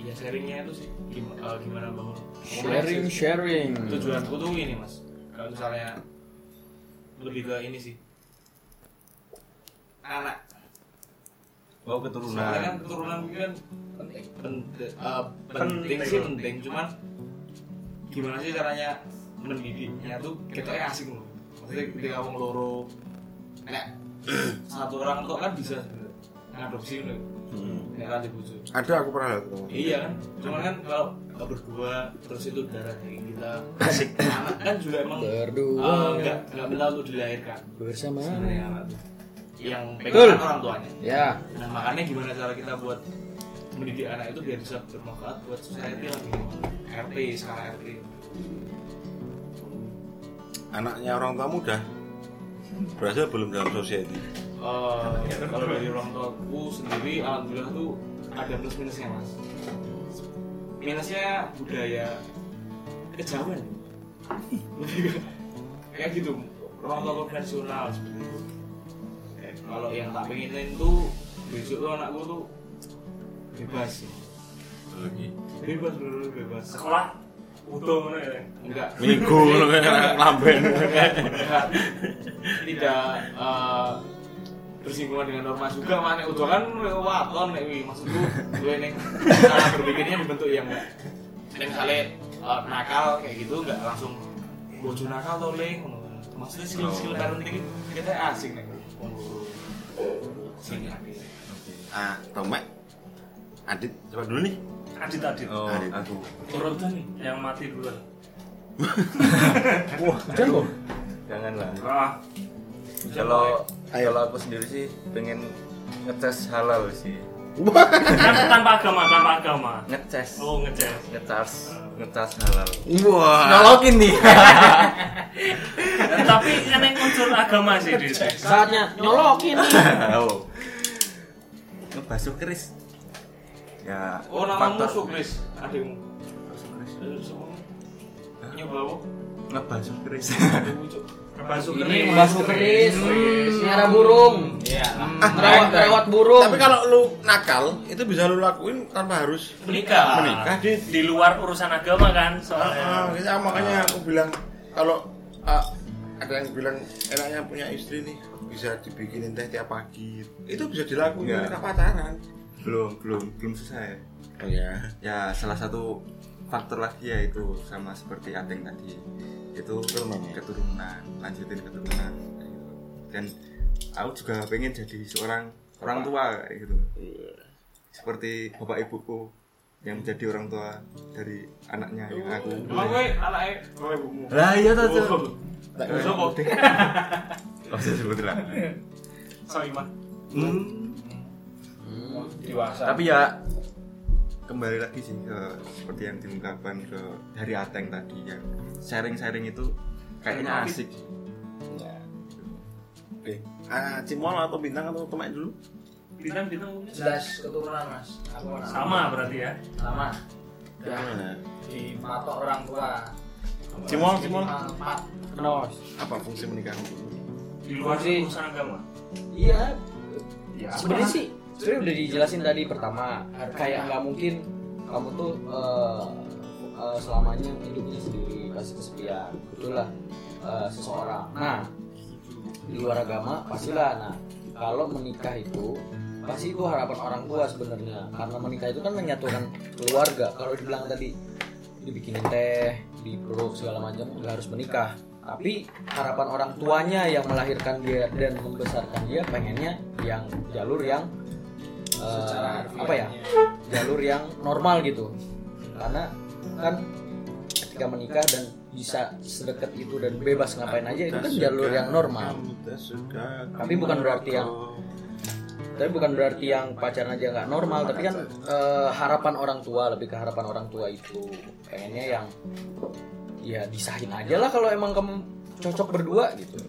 Speaker 8: ya sharingnya itu sih gimana, gimana bangun
Speaker 2: Sharing, sharing.
Speaker 8: tujuanku tuh ini mas kalau misalnya lebih ke ini sih anak
Speaker 3: wow Oh, keturunan
Speaker 8: Soalnya kan keturunan ini kan penting, penting, penting sih penting, cuman gimana sih caranya mendidiknya tuh kita asik loh. Maksudnya ketika wong loro nek satu orang tuh kan bisa sebenarnya ngadopsi loh. Nek kan dibujuk.
Speaker 1: ada aku pernah lihat tuh.
Speaker 8: Iya kan, cuman kan kalau nggak berdua terus itu darah daging kita anak kan juga emang eh,
Speaker 2: Berdua
Speaker 8: nggak nggak minta untuk dilahirkan
Speaker 2: bersama.
Speaker 8: sebenarnya anak tuh. yang
Speaker 2: Betul.
Speaker 8: pengen orang tuanya
Speaker 2: Ya.
Speaker 8: Nah makanya gimana cara kita buat mendidik anak itu biar bisa bermanfaat buat society lah gitu. RT sekarang RT
Speaker 1: anaknya orang tua muda berhasil belum dalam society
Speaker 8: Eh, kalau dari orang tuaku sendiri alhamdulillah tuh ada plus minusnya mas minusnya budaya kejauhan kayak gitu orang tua konvensional seperti itu Eh, kalau yang tak pengenin tuh besok tuh anakku tuh bebas sih bebas bener-bener bebas
Speaker 12: Sekolah utuh mana ya?
Speaker 8: enggak
Speaker 1: minggu ya. lamben
Speaker 8: Enggak. tidak eh, bersinggungan dengan norma juga mana udah kan waton nek wi maksudku gue neng cara berpikirnya dibentuk yang enggak neng misalnya eh, nakal kayak gitu enggak langsung bojo nakal to leng ngono. maksudnya skill skill parenting kita asing neng sing asik.
Speaker 1: ah tomek adit coba dulu nih
Speaker 12: Adit adit.
Speaker 3: oh
Speaker 1: Adit.
Speaker 3: aku
Speaker 12: Turun tuh nih yang mati duluan.
Speaker 2: Jangan
Speaker 3: janganlah
Speaker 12: Ah,
Speaker 3: kalau kalau aku sendiri sih pengen ngeces halal sih
Speaker 12: kan tanpa agama tanpa agama.
Speaker 3: ngeces
Speaker 12: Oh ngecek.
Speaker 3: ngecas ngecas halal
Speaker 2: Nyolokin nih.
Speaker 12: Tapi yang yang unsur agama sih di
Speaker 2: Saatnya nyolokin nih.
Speaker 3: oh. ngebasuh keris ya
Speaker 8: oh namamu
Speaker 3: faktor
Speaker 8: sukris adikmu Eh, semua. nyoba apa?
Speaker 3: ngebasuh keris
Speaker 8: Ucuk.
Speaker 12: Masuk
Speaker 2: Ini membasuh keris. Hmm. Ah, Nyara burung.
Speaker 8: Iya,
Speaker 2: Merawat merawat burung.
Speaker 1: tapi kalau lu nakal itu bisa lu lakuin tanpa harus
Speaker 8: menikah.
Speaker 1: menikah
Speaker 12: Di, di luar urusan agama kan
Speaker 1: Ah,
Speaker 12: soalnya.
Speaker 1: kita- makanya aku bilang kalau ah, ada yang bilang enaknya punya istri nih bisa dibikinin teh tiap pagi itu bisa dilakuin
Speaker 3: Iya.
Speaker 1: ketika pacaran
Speaker 3: belum belum belum selesai
Speaker 1: oh ya
Speaker 3: ya salah satu faktor lagi ya itu sama seperti Ateng tadi itu
Speaker 1: Keturunan ya?
Speaker 3: keturunan lanjutin keturunan kayak gitu. dan aku juga pengen jadi seorang orang tua kayak gitu seperti bapak ibuku yang menjadi orang tua dari anaknya yang aku
Speaker 12: Iya.
Speaker 1: Oh.
Speaker 8: Emang gue anaknya gue ibumu.
Speaker 3: lah iya tuh
Speaker 8: Sopo?
Speaker 3: usah disebut lah
Speaker 12: Sorry, Mas.
Speaker 3: Hmm,
Speaker 4: dewasa
Speaker 3: tapi ya kembali lagi sih ke seperti yang diungkapkan ke dari Ateng tadi yang sharing-sharing itu kayaknya asik
Speaker 1: Oke. Ah, Cimol atau bintang atau teman dulu?
Speaker 12: Bintang bintang
Speaker 4: jelas keturunan mas aku anak
Speaker 12: sama berarti ya.
Speaker 4: sama di matok orang tua
Speaker 1: Cimol, Cimol.
Speaker 4: empat
Speaker 2: kenapa mas?
Speaker 1: Apa fungsi menikahan?
Speaker 12: Di luar
Speaker 2: Masih.
Speaker 12: urusan agama.
Speaker 2: iya sebenarnya sih sebenarnya udah dijelasin tadi pertama kayak nggak mungkin kamu tuh eh, eh, selamanya hidupnya sendiri pasti kesepian betul lah eh, seseorang nah di luar agama pastilah nah kalau menikah itu pasti itu harapan orang tua sebenarnya karena menikah itu kan menyatukan keluarga kalau dibilang tadi dibikinin teh dipeluk segala macam nggak harus menikah tapi harapan orang tuanya yang melahirkan dia dan membesarkan dia pengennya yang jalur yang eh, apa ya jalur yang normal gitu karena kan ketika menikah dan bisa sedekat itu dan bebas ngapain aja itu kan jalur yang normal tapi bukan berarti yang tapi bukan berarti yang pacaran aja nggak normal tapi kan eh, harapan orang tua lebih ke harapan orang tua itu pengennya yang ya disahin aja lah kalau emang kamu cocok berdua gitu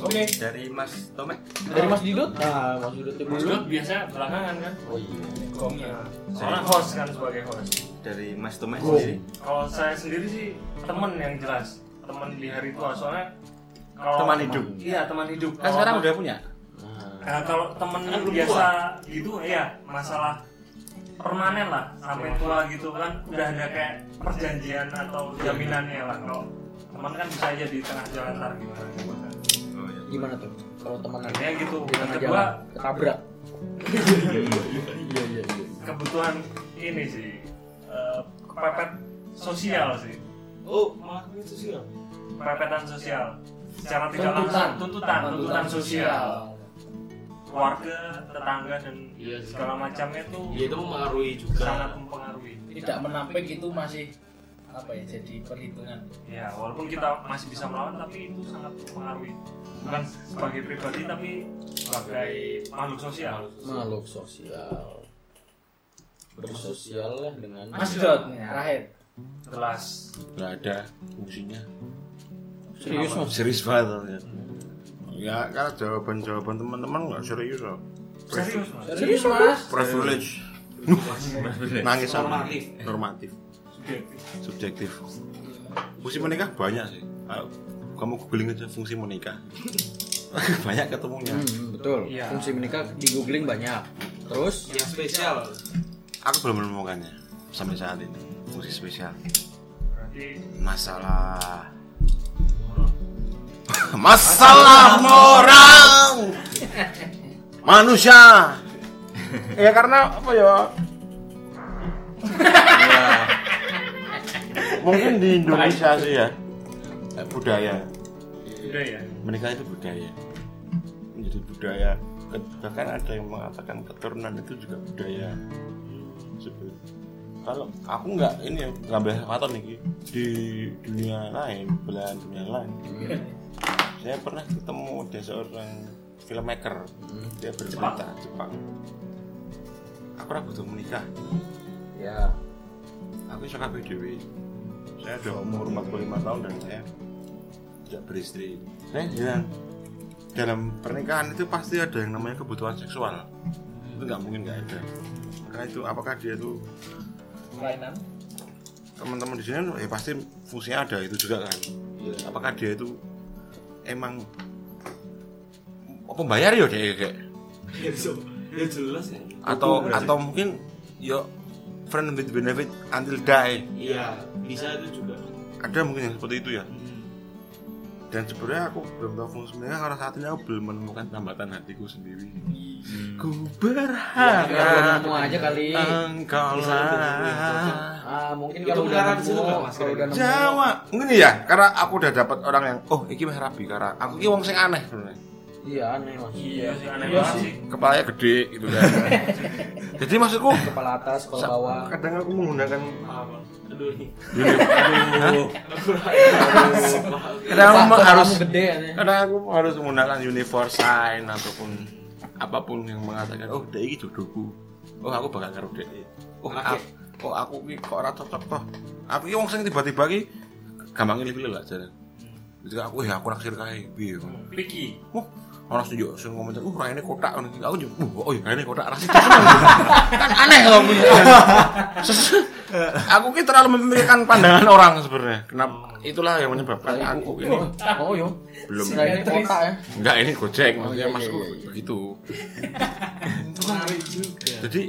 Speaker 2: oke
Speaker 3: dari Mas Tomek
Speaker 2: dari Mas Didot nah Mas Didot
Speaker 12: Mas Dut biasa belakangan kan.
Speaker 2: oh iya
Speaker 12: Nah, Soalnya host kan sebagai host.
Speaker 3: dari Mas Tomek
Speaker 2: Oh.
Speaker 3: sendiri
Speaker 12: Kalau saya sendiri sih teman yang jelas teman di hari tua soalnya kalau
Speaker 1: Teman hidup.
Speaker 12: Iya teman hidup.
Speaker 1: Kan
Speaker 12: Kalau
Speaker 1: sekarang
Speaker 12: teman-
Speaker 1: udah Kan punya.
Speaker 12: Nah, kalau temen biasa gitu ya masalah permanen lah sampai
Speaker 1: Iya.
Speaker 12: tua gitu kan udah ada kayak perjanjian atau jaminannya lah kalau teman kan bisa aja di tengah jalan ntar gimana gitu kan.
Speaker 3: Oh, iya.
Speaker 2: gimana tuh kalau temenan
Speaker 12: Akhirnya gitu
Speaker 2: di
Speaker 12: yang
Speaker 2: tengah
Speaker 12: kedua
Speaker 2: jalan ketabrak
Speaker 12: kebutuhan ini sih eh, kepepet sosial sih
Speaker 16: Oh, makanya itu sih ya.
Speaker 12: kepepetan sosial secara tidak langsung tuntutan tuntutan sosial keluarga tetangga dan
Speaker 16: Iya sih.
Speaker 12: segala macamnya tuh
Speaker 16: Ya,
Speaker 8: Iya,
Speaker 16: itu mempengaruhi
Speaker 12: sangat
Speaker 16: juga.
Speaker 12: mempengaruhi
Speaker 4: tidak menampik itu masih apa ya jadi perhitungan
Speaker 12: Ya, walaupun kita masih bisa melawan, tapi itu sangat mempengaruhi. Bukan sebagai pribadi, tapi sebagai makhluk sosial.
Speaker 2: makhluk sosial bersosial lah dengan
Speaker 4: mas dot terakhir
Speaker 12: Jelas.
Speaker 1: Nggak ada fungsinya.
Speaker 2: serius mas
Speaker 1: Serius banget. Ya, ya kalau jawaban-jawaban teman-teman nggak serius loh.
Speaker 12: Serius, Mas.
Speaker 4: serius mas
Speaker 1: Privilege. Nangis sama
Speaker 16: Normatif.
Speaker 1: normatif. Subjektif. Fungsi menikah banyak sih. Ayo, kamu googling aja fungsi menikah. banyak ketemunya.
Speaker 2: Hmm, betul
Speaker 12: Iya.
Speaker 2: fungsi menikah di googling banyak terus
Speaker 16: Yang spesial.
Speaker 1: Aku belum menemukannya sampai saat ini. Fungsi spesial.
Speaker 12: Berarti
Speaker 1: Masalah. Masalah moral. Manusia. ya karena apa ya? Ya. Mungkin di Indonesia sih ya. eh, Budaya.
Speaker 12: udah ya.
Speaker 1: Menikah itu budaya. Menjadi budaya. Ke- Bahkan ada yang mengatakan keturunan itu juga budaya. Sebut- Kalau aku nggak ini ya, nggak boleh maton nih di dunia lain, belahan dunia lain saya pernah ketemu ada seorang filmmaker dia bercerita Jepang, aku ragu butuh menikah
Speaker 2: ya
Speaker 1: aku iso kabeh dhewe saya udah umur 45 tahun dan saya tidak beristri saya bilang dalam pernikahan itu pasti ada yang namanya kebutuhan seksual itu nggak mungkin nggak ada maka itu apakah dia itu
Speaker 4: kelainan
Speaker 1: teman-teman di sini ya pasti fungsinya ada itu juga kan apakah dia itu emang pembayar ya dia kayak
Speaker 16: Ya, so- ya jelas ya.
Speaker 1: atau atau mungkin yo friend with benefit until die
Speaker 16: Iya, bisa itu juga.
Speaker 1: ada mungkin yang seperti itu ya dan sebenarnya aku belum tahu fungsi sebenarnya karena saat ini aku belum menemukan tambatan hatiku sendiri ku
Speaker 2: ya,
Speaker 1: berharap
Speaker 2: kamu aja kali
Speaker 1: engkau lah
Speaker 2: ah mungkin
Speaker 16: Itu
Speaker 2: kalau udah
Speaker 16: mengarah ke
Speaker 2: nemu
Speaker 16: situ nggak, Mas?
Speaker 2: kalau udah nemu
Speaker 1: Jawa ngene ya karena aku udah dapat orang yang oh iki meh rabi karena aku ki wong sing aneh sebenarnya
Speaker 2: Iya aneh mas.
Speaker 12: Iya sih, aneh
Speaker 16: Iya
Speaker 12: banget
Speaker 16: sih.
Speaker 12: sih.
Speaker 1: kepalanya gede gitu kan jadi maksudku
Speaker 2: Kepala atas, kepala bawah.
Speaker 1: kadang aku menggunakan
Speaker 16: Apa? Aduh,
Speaker 1: Hah? kadang aku meng-
Speaker 2: Kepala- kepala
Speaker 1: harus
Speaker 2: kamu gede aneh.
Speaker 1: kadang aku harus menggunakan universe sign ataupun apapun yang mengatakan oh dek ini jodohku oh aku bakal karo dek iki. oh aku oh aku ki kok ora cocok toh aku ki wong sing tiba-tiba ki gampang pilih-pilih lah jaran jadi aku ya aku naksir kae piye ngono.
Speaker 12: Piki.
Speaker 1: Wah, orang setuju sing komentar, "Uh, raine kotak." ngono. Aku juga, "Uh, oh, iya, raine kotak." Rasa kan aneh kalau aku. Ses- aku ki terlalu memikirkan pandangan orang sebenarnya. Kenapa? Itulah yang menyebabkan aku ini
Speaker 2: Oh yo.
Speaker 1: belum.
Speaker 2: Selain kotak ya.
Speaker 1: Enggak, ini Gojek maksudnya
Speaker 2: iya,
Speaker 1: masku
Speaker 2: iya,
Speaker 1: begitu. Jadi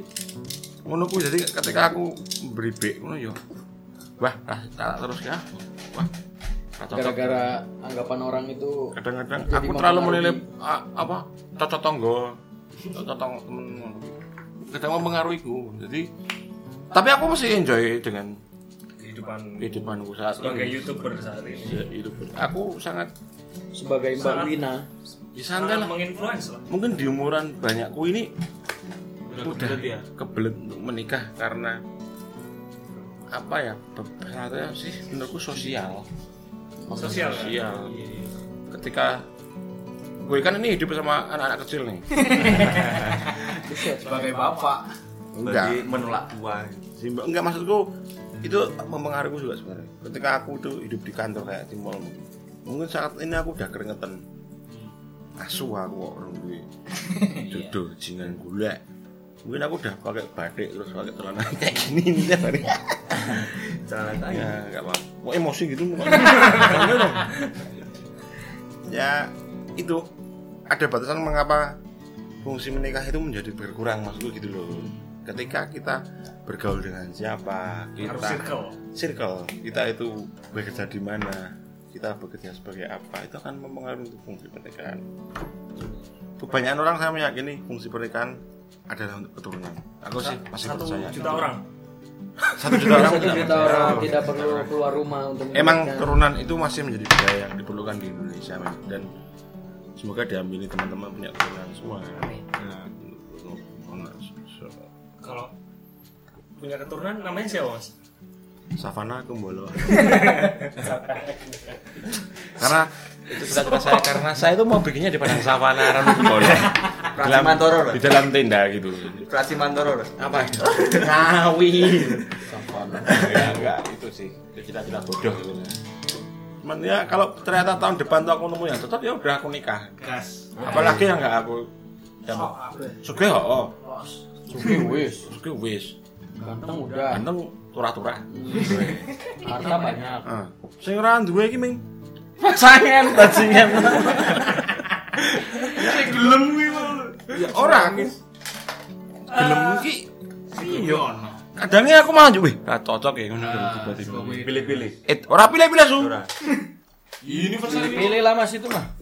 Speaker 1: ngono ku jadi ketika aku beri B ngono yo. Wah, ah, tak terus ya. Wah. tak cocok.
Speaker 2: Gara-gara anggapan orang itu
Speaker 1: kadang-kadang
Speaker 2: Jadi
Speaker 1: aku terlalu menilai
Speaker 2: mempengaruhi.
Speaker 1: a- apa cocok tonggo cocok tong temen ngono. kadang mempengaruhiku jadi tapi aku masih enjoy dengan
Speaker 12: Kehidupan
Speaker 1: kehidupanku saat
Speaker 12: sebagai
Speaker 1: ini
Speaker 12: youtuber saat ini.
Speaker 1: Ya, hidup aku sangat
Speaker 2: sebagai Mbak
Speaker 12: Sangat-
Speaker 2: Wina.
Speaker 1: ya santai
Speaker 12: Sangat
Speaker 1: lah
Speaker 12: menginfluence lah.
Speaker 1: mungkin di umuran banyakku ini udah
Speaker 16: kebelet ya?
Speaker 1: kebelet untuk menikah karena apa ya beberapa sih menurutku sosial
Speaker 12: Sosial, kan?
Speaker 1: sosial ketika gue kan ini hidup sama anak-anak kecil nih
Speaker 4: sebagai bapak
Speaker 1: enggak
Speaker 3: menolak buah
Speaker 1: Simba- enggak maksudku itu mempengaruhi juga sebenarnya ketika aku tuh hidup di kantor kayak di mall mungkin. mungkin saat ini aku udah keringetan asu aku kok orang gue jodoh jingan gula mungkin aku udah pakai batik terus pakai celana kayak gini ini tiap hari
Speaker 3: celana kain
Speaker 1: ya nggak apa kok emosi gitu mukanya. Mukanya dong. ya itu ada batasan mengapa fungsi menikah itu menjadi berkurang maksudku gitu loh ketika kita bergaul dengan siapa kita
Speaker 12: Harus circle.
Speaker 1: circle kita itu bekerja di mana kita bekerja sebagai apa itu akan mempengaruhi untuk fungsi pernikahan kebanyakan orang saya meyakini fungsi pernikahan adalah untuk keturunan aku sih masih
Speaker 12: Satu
Speaker 1: percaya
Speaker 12: juta orang.
Speaker 1: satu juta orang
Speaker 2: Satu
Speaker 1: tidak
Speaker 2: juta orang
Speaker 1: percaya.
Speaker 2: tidak perlu keluar rumah untuk
Speaker 1: emang
Speaker 2: menikah.
Speaker 1: keturunan itu masih menjadi budaya yang diperlukan di Indonesia Mas. dan semoga diambil teman-teman punya keturunan semua ya. Ya, gitu.
Speaker 12: Kalau punya keturunan namanya siapa mas?
Speaker 1: Savana Kumbolo karena itu cita-cita saya karena saya itu mau bikinnya di padang savana Ranu Kumbolo
Speaker 3: Praksi Mantoro, Pak.
Speaker 1: di dalam tenda gitu
Speaker 3: Prasi Mantoro Mas.
Speaker 1: apa itu? ngawi savana enggak, Iya, enggak itu sih itu cita-cita bodoh gitu cuman ya kalau ternyata tahun depan tuh aku nemu yang cocok ya udah aku nikah
Speaker 16: Gas.
Speaker 1: apalagi yang nggak aku yang sugih oh
Speaker 2: Sugih wis.
Speaker 1: sugih wis
Speaker 2: Ganteng udah.
Speaker 1: ganteng turah-turah
Speaker 2: Harta banyak.
Speaker 1: Heeh. sing ora duwe iki ming Ya. pasangan bajingan
Speaker 16: Kayak gelem kuwi mau.
Speaker 1: ya ora aku gelem iki
Speaker 16: Iya ono.
Speaker 1: kadangnya aku malah juga wih nah, cocok ya ngono gelem tiba-tiba
Speaker 3: pilih-pilih
Speaker 1: eh ora pilih-pilih su
Speaker 3: Ora.
Speaker 16: Universal ini.
Speaker 2: Pilih lah mas itu mah.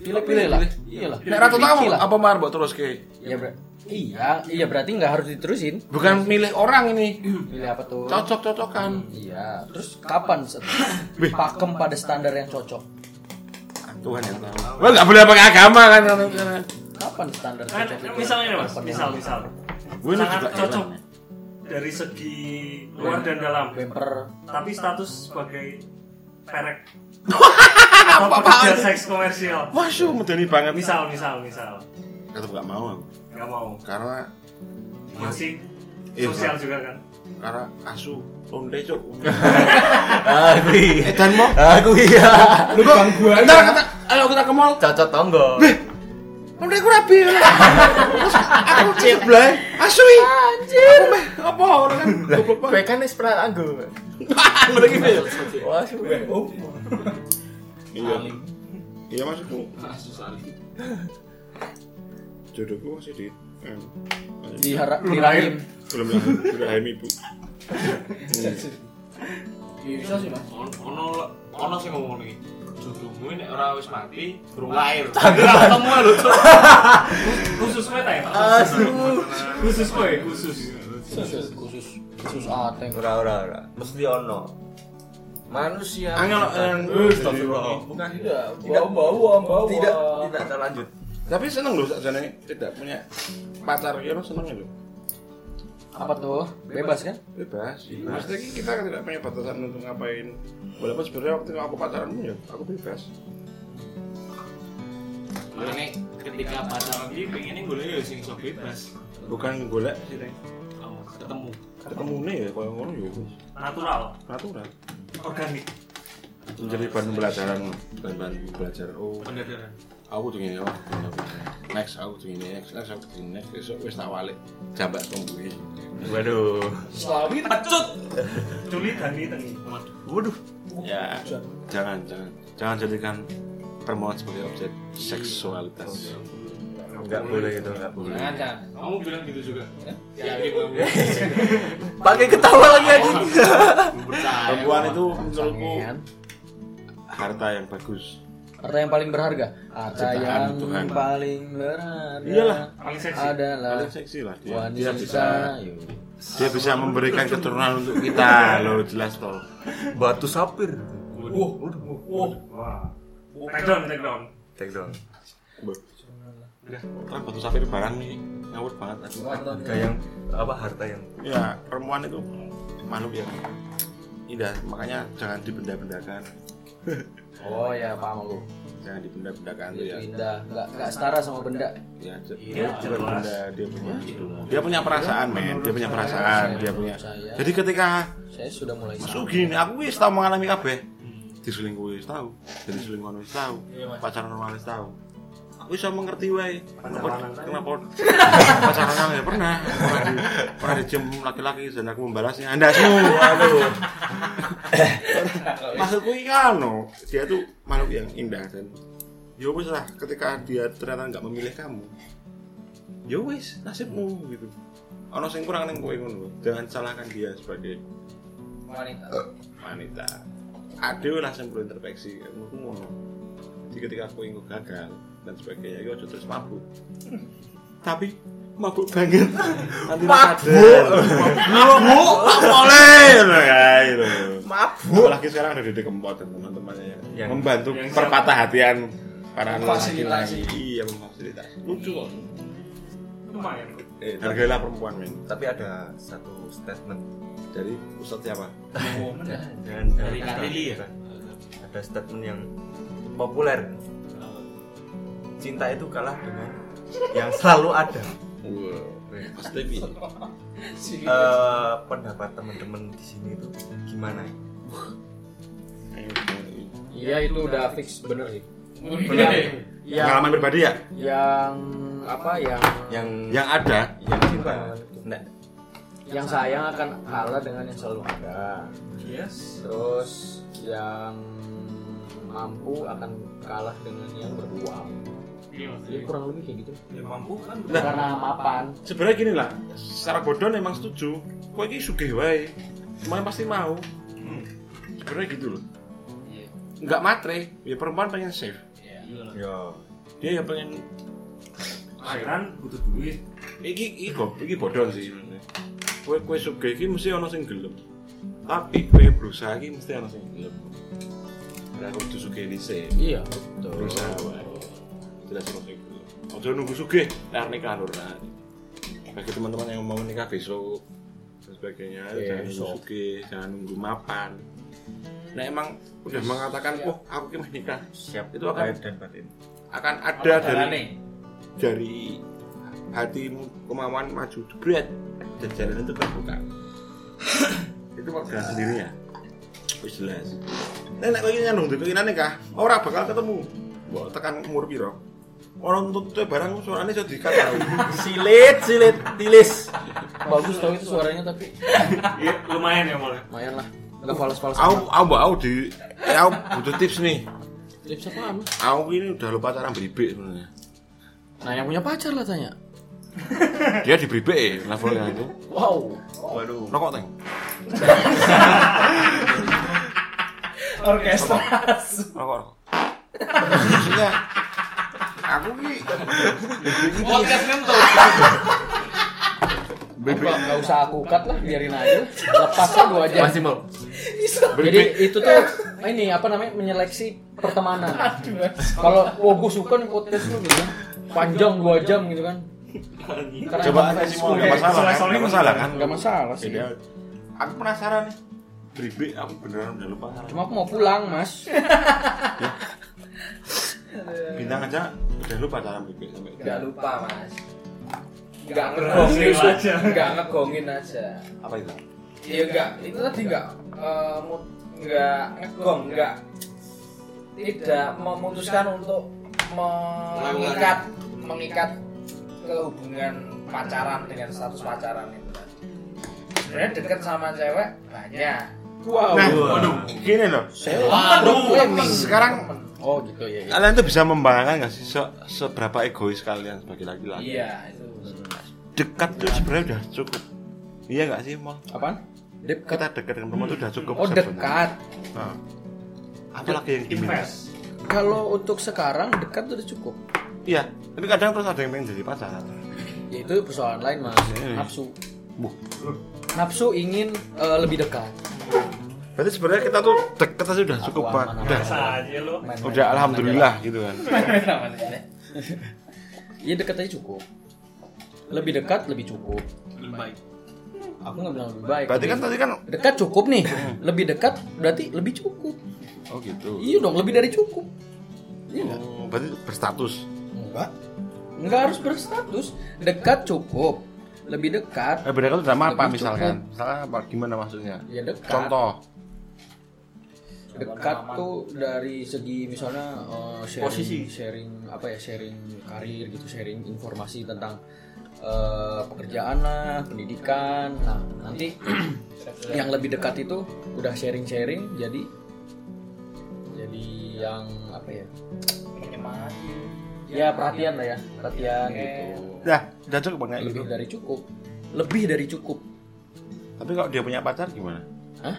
Speaker 2: Pilih-pilih lah. Iya lah.
Speaker 1: nek ra cocok
Speaker 2: Pilih
Speaker 1: apa
Speaker 2: lah.
Speaker 1: apa mar mbok teruske
Speaker 2: Iya ber- Iya, iya berarti nggak harus diterusin.
Speaker 1: bukan milih orang ini
Speaker 2: Pilih apa tuh?
Speaker 1: cocok-cocokan
Speaker 2: Iya. Terus kapan set- pakem pada standar yang cocok?
Speaker 1: Tuhan yang tahu Wah, nggak boleh pakai agama kan karena
Speaker 2: Kapan standar
Speaker 12: Kan
Speaker 2: cocok itu?
Speaker 12: misalnya nih mas,
Speaker 2: Kapan
Speaker 12: misal
Speaker 2: yang
Speaker 12: misal.
Speaker 1: Gue ini juga
Speaker 12: Sangat cocok
Speaker 1: heran.
Speaker 12: dari segi luar dan dalam.
Speaker 2: bumper
Speaker 12: Tapi status sebagai perek atau pekerja seks komersial.
Speaker 1: Wah, su medeni banget.
Speaker 12: Misal misal misal.
Speaker 1: Tetep nggak mau aku.
Speaker 12: Gak mau.
Speaker 1: Karena
Speaker 12: Masih
Speaker 1: Iya.
Speaker 12: sosial juga kan.
Speaker 1: karena asu onde cuk aku eh dan mau
Speaker 3: aku iya
Speaker 1: lu kok entar kata ayo kita ke mall
Speaker 3: cocok tonggo
Speaker 1: onde ku rabi Terus aku ceblay asu i anjir meh apa orang kan goblok banget
Speaker 3: Kowe kan wis pernah anggo
Speaker 1: ngono iki Be.
Speaker 3: wah suwe
Speaker 1: iya iya maksudku jodohku masih di eh,
Speaker 2: di harap diraim.
Speaker 1: belum lah sudah hem ibu
Speaker 2: Bisa sih mas.
Speaker 16: Ono ono ono sing ngomong iki. Jodohmu nek ora wis mati, durung lahir. Ora ketemu lho. Cuk.
Speaker 12: Khusus kowe ta ya Mas?
Speaker 16: Khusus kowe, khusus.
Speaker 2: Khusus khusus khusus ateng.
Speaker 3: ora ora ora mesti ono manusia
Speaker 1: angel
Speaker 3: tidak
Speaker 1: eh,
Speaker 16: Astagfirullah.
Speaker 3: tidak bau bau bau tidak tidak terlanjut
Speaker 1: Tapi seneng loh sakjane tidak punya pacar ya lo seneng ya lo.
Speaker 2: Apa tuh? Bebas kan?
Speaker 1: Bebas. Maksudnya ki kita kan tidak punya batasan untuk ngapain. Walaupun sebenarnya waktu aku pacaran ya aku bebas.
Speaker 16: Makanya ketika pacaran dia pengennya gue ya sing sok bebas.
Speaker 1: Bukan golek sih Teng.
Speaker 12: Iya,
Speaker 16: Oh, ketemu.
Speaker 1: ketemune ya koyo ngono ya wis.
Speaker 12: natural
Speaker 1: natural.
Speaker 12: organik
Speaker 1: Menjadi bahan pembelajaran, bahan bahan pembelajaran. Oh,
Speaker 16: Pendadaran.
Speaker 1: aku tuh gini, wah, gini, aku gini. next aku tuh gini, next next aku tuh gini, next besok wis tak balik jambak tunggu ini.
Speaker 3: Waduh.
Speaker 4: Selawi
Speaker 2: Nah,
Speaker 4: pecut.
Speaker 12: Juli dan Tengi
Speaker 1: Waduh. Ya, jangan jangan jangan jadikan perempuan sebagai objek seksualitas.
Speaker 3: Enggak boleh itu, enggak boleh.
Speaker 2: nah,
Speaker 16: Jangan, jangan. Kamu bilang gitu juga. Ya, dia
Speaker 2: Pakai ketawa lagi anjing.
Speaker 1: Perempuan itu menurutku harta yang bagus.
Speaker 2: Harta yang paling berharga. Harta
Speaker 1: Ciptaan
Speaker 2: yang
Speaker 1: Tuhan.
Speaker 2: paling berharga.
Speaker 1: Iyalah.
Speaker 12: paling seksi
Speaker 2: Adalah
Speaker 1: Paling seksi lah dia.
Speaker 2: Eh, wanita.
Speaker 1: Dia bisa dia bisa memberikan keturunan untuk kita loh jelas toh.
Speaker 3: Batu sapir.
Speaker 12: wah take down take down
Speaker 3: Take down.
Speaker 1: Kan batu safir barang nih ngawur banget aku.
Speaker 3: Harga yang apa harta yang
Speaker 1: ya perempuan itu makhluk yang indah makanya jangan dibenda-bendakan
Speaker 2: Oh ya paham aku.
Speaker 1: jangan dibenda-bendakan tuh ya
Speaker 2: Itu Gitu, indah. Enggak enggak setara sama benda.
Speaker 1: ya j-
Speaker 12: Iya,
Speaker 1: dia bukan
Speaker 12: jelas. Iya,
Speaker 1: benda dia punya dia punya perasaan men dia punya perasaan dia punya
Speaker 12: Iya,
Speaker 2: saya-
Speaker 1: jadi ketika
Speaker 2: Saya sudah mulai
Speaker 1: mas
Speaker 2: sadar.
Speaker 1: Ugi ini aku wis tau mengalami kabeh diselingkuhi wis tau jadi selingkuhan wis tau pacaran normal wis tau aku bisa mengerti wae kenapa kenapa pacaran aku ya pernah pernah di, pernah dicium laki-laki dan aku membalasnya anda semua aduh maksudku iya no dia tuh makhluk yang indah dan ya wis lah ketika dia ternyata nggak memilih kamu ya wis nasibmu gitu ono sing kurang ning kowe ngono jangan salahkan dia sebagai
Speaker 4: Wanita.
Speaker 1: wanita aduh lah sing perlu introspeksi kamu ngono jadi ketika aku ingin gagal dan sebagainya ya aja terus mabuk tapi mabuk banget nanti mabuk mabuk boleh lho, ya, gitu. mabuk lagi sekarang ada di kempot dan teman-temannya ya.
Speaker 3: Yang-
Speaker 1: membantu
Speaker 12: yang siapa?
Speaker 1: perpatah hatian para laki
Speaker 2: Memfasilitasi.
Speaker 1: lagi iya memfasilitasi lucu kok
Speaker 12: lumayan
Speaker 1: eh, hargailah perempuan men
Speaker 3: tapi ada satu statement
Speaker 1: dari ustadz siapa
Speaker 3: jangan
Speaker 16: Dari
Speaker 3: jangan-
Speaker 16: Kartili ya?
Speaker 3: bukan. Ada statement yang populer. Cinta itu kalah dengan yang selalu ada.
Speaker 1: Mas Devi
Speaker 3: Eh, pendapat teman-teman di sini itu gimana?
Speaker 2: Iya itu udah fix bener sih. Iya.
Speaker 1: pengalaman pribadi ya
Speaker 2: yang apa yang
Speaker 3: Yang
Speaker 1: yang ada
Speaker 3: yang cinta. Nah,
Speaker 2: yang sayang akan kalah dengan yang selalu ada. Yes. Terus yang mampu akan kalah dengan yang berjuang. Iya, kurang lebih kayak gitu.
Speaker 12: ya mampu kan
Speaker 2: Karena mapan.
Speaker 1: sebenarnya gini lah secara bodoh emang setuju kok ini sugih wae semuanya pasti mau sebenarnya gitu loh nggak matre ya perempuan pengen safe
Speaker 3: yo.
Speaker 1: dia ya pengen
Speaker 12: akhiran butuh duit
Speaker 1: iki iki go- iki bodoh sih kue kue sugih iki mesti ono sing gelem tapi kue berusaha iki mesti ono sing gelem Nah, kudu sugih dhisik.
Speaker 2: Iya.
Speaker 1: berusaha wae jelas ono sing gelem ojo nunggu sugih lar nikah lho nah bagi teman-teman yang mau menikah besok dan sebagainya jangan nunggu sugih jangan nunggu mapan nah emang udah mengatakan wah aku ki menikah
Speaker 3: Siap
Speaker 1: Itu akan-
Speaker 3: lahir dan batin.
Speaker 1: akan ada dari dari hatimu kemauan maju jebret dan jalan itu terbuka itu kok dengan sendirinya wis jelas nenek kau ini nyandung dulu ini kah orang bakal ketemu Mbok tekan umur piro orang tuntutnya barang suaranya jadi kata
Speaker 2: Silit, silit, tilis. Bagus tau itu suaranya tapi
Speaker 12: Iya, lumayan ya mulai
Speaker 2: lumayan lah. Enggak fals-fals.
Speaker 1: aku aku mbak, aku di eh, aku butuh tips nih
Speaker 2: Lips apaan?
Speaker 1: aku ini udah lupa cara beribik sebenarnya
Speaker 2: Nah, yang punya pacar lah tanya.
Speaker 1: dia di beribik ya levelnya itu
Speaker 2: Wow.
Speaker 3: Waduh.
Speaker 1: rokok teng
Speaker 4: Orkestrasi.
Speaker 1: rokok rokok maksudnya aku ki
Speaker 16: Podcast ngentuh.
Speaker 2: Enggak enggak usah aku cut lah, biarin aja. Lepas dua aja.
Speaker 16: Masih mau.
Speaker 2: Jadi itu tuh eh. oh, ini apa namanya menyeleksi pertemanan. Kalau wah gue suka nih podcast lu gitu. panjang dua jam gitu kan Karena
Speaker 1: Coba
Speaker 2: bahasa
Speaker 1: kasih mau
Speaker 2: school.
Speaker 1: nggak masalah kan?
Speaker 12: Soalnya
Speaker 1: Nggak masalah kan?
Speaker 2: Nggak masalah sih
Speaker 1: Beda. Aku penasaran nih. Beribik, aku beneran udah lupa.
Speaker 2: cuma aku mau pulang mas
Speaker 1: Bintang aja udah lupa cara beribik sampai.
Speaker 4: Gak lupa mas Gak
Speaker 12: Serius
Speaker 4: ngegongin
Speaker 12: aja.
Speaker 4: Gak ngegongin aja
Speaker 1: Apa itu?
Speaker 4: Iya gak Itu tadi gak eh, mut- Gak ngegong Gak Tidak memutuskan untuk Mengikat Mengikat ke hubungan pacaran dengan status pacaran itu tadi. sebenarnya deket sama cewek banyak
Speaker 2: wow
Speaker 1: Nah, waduh, gini loh. Sekarang
Speaker 2: oh gitu
Speaker 4: iya,
Speaker 2: ya, ya.
Speaker 1: kalian tuh bisa membayangkan nggak sih se- seberapa egois kalian sebagai laki-laki?
Speaker 4: iya itu
Speaker 1: Dekat tuh sebenarnya udah cukup. Iya nggak sih, Mon?
Speaker 2: apaan dekat
Speaker 1: Kita dekat dengan perempuan tuh udah cukup.
Speaker 2: oh
Speaker 1: sebenarnya.
Speaker 2: dekat
Speaker 1: Nah, apalagi yang diminta?
Speaker 12: invest
Speaker 2: kalau untuk sekarang dekat udah cukup
Speaker 1: Iya, tapi kadang terus ada yang pengen jadi pacar.
Speaker 2: ya itu persoalan lain mas
Speaker 1: Hmm.
Speaker 2: nafsu
Speaker 1: Buh.
Speaker 2: nafsu ingin eh, lebih dekat
Speaker 1: Berarti sebenarnya kita tuh dekat aja udah cukup
Speaker 2: aman,
Speaker 1: pak.
Speaker 2: aman.
Speaker 1: Udah,
Speaker 12: aja lo
Speaker 2: Main-main.
Speaker 1: udah alhamdulillah gitu kan.
Speaker 2: Iya dekat aja cukup. Lebih dekat lebih cukup. Lebih baik. Aku nggak bilang lebih baik.
Speaker 1: Berarti kan
Speaker 2: Lebih-
Speaker 1: tadi kan,
Speaker 2: dekat cukup nih. lebih dekat berarti lebih cukup.
Speaker 1: oh gitu.
Speaker 2: Iya dong lebih dari cukup. Iya nggak?
Speaker 1: Oh, berarti berstatus.
Speaker 14: Hah?
Speaker 2: Nggak harus berstatus. Dekat cukup. Lebih dekat.
Speaker 1: Eh berdekat udah sama apa
Speaker 2: Lebih
Speaker 1: misalkan? Misalkan apa? Gimana maksudnya?
Speaker 2: Ya dekat.
Speaker 1: Contoh.
Speaker 2: Dekat tuh dari segi misalnya eh, sharing, sharing apa ya sharing karir gitu, sharing informasi tentang eh, pekerjaan lah, pendidikan. Nah nanti yang lebih dekat itu udah sharing-sharing jadi jadi yang apa ya
Speaker 4: menyemangati
Speaker 2: ya perhatian lah ya perhatian gitu
Speaker 1: Dah, udah cukup banget gitu.
Speaker 2: lebih dari cukup lebih dari cukup
Speaker 1: Tapi kalau dia punya pacar gimana?
Speaker 2: Hah?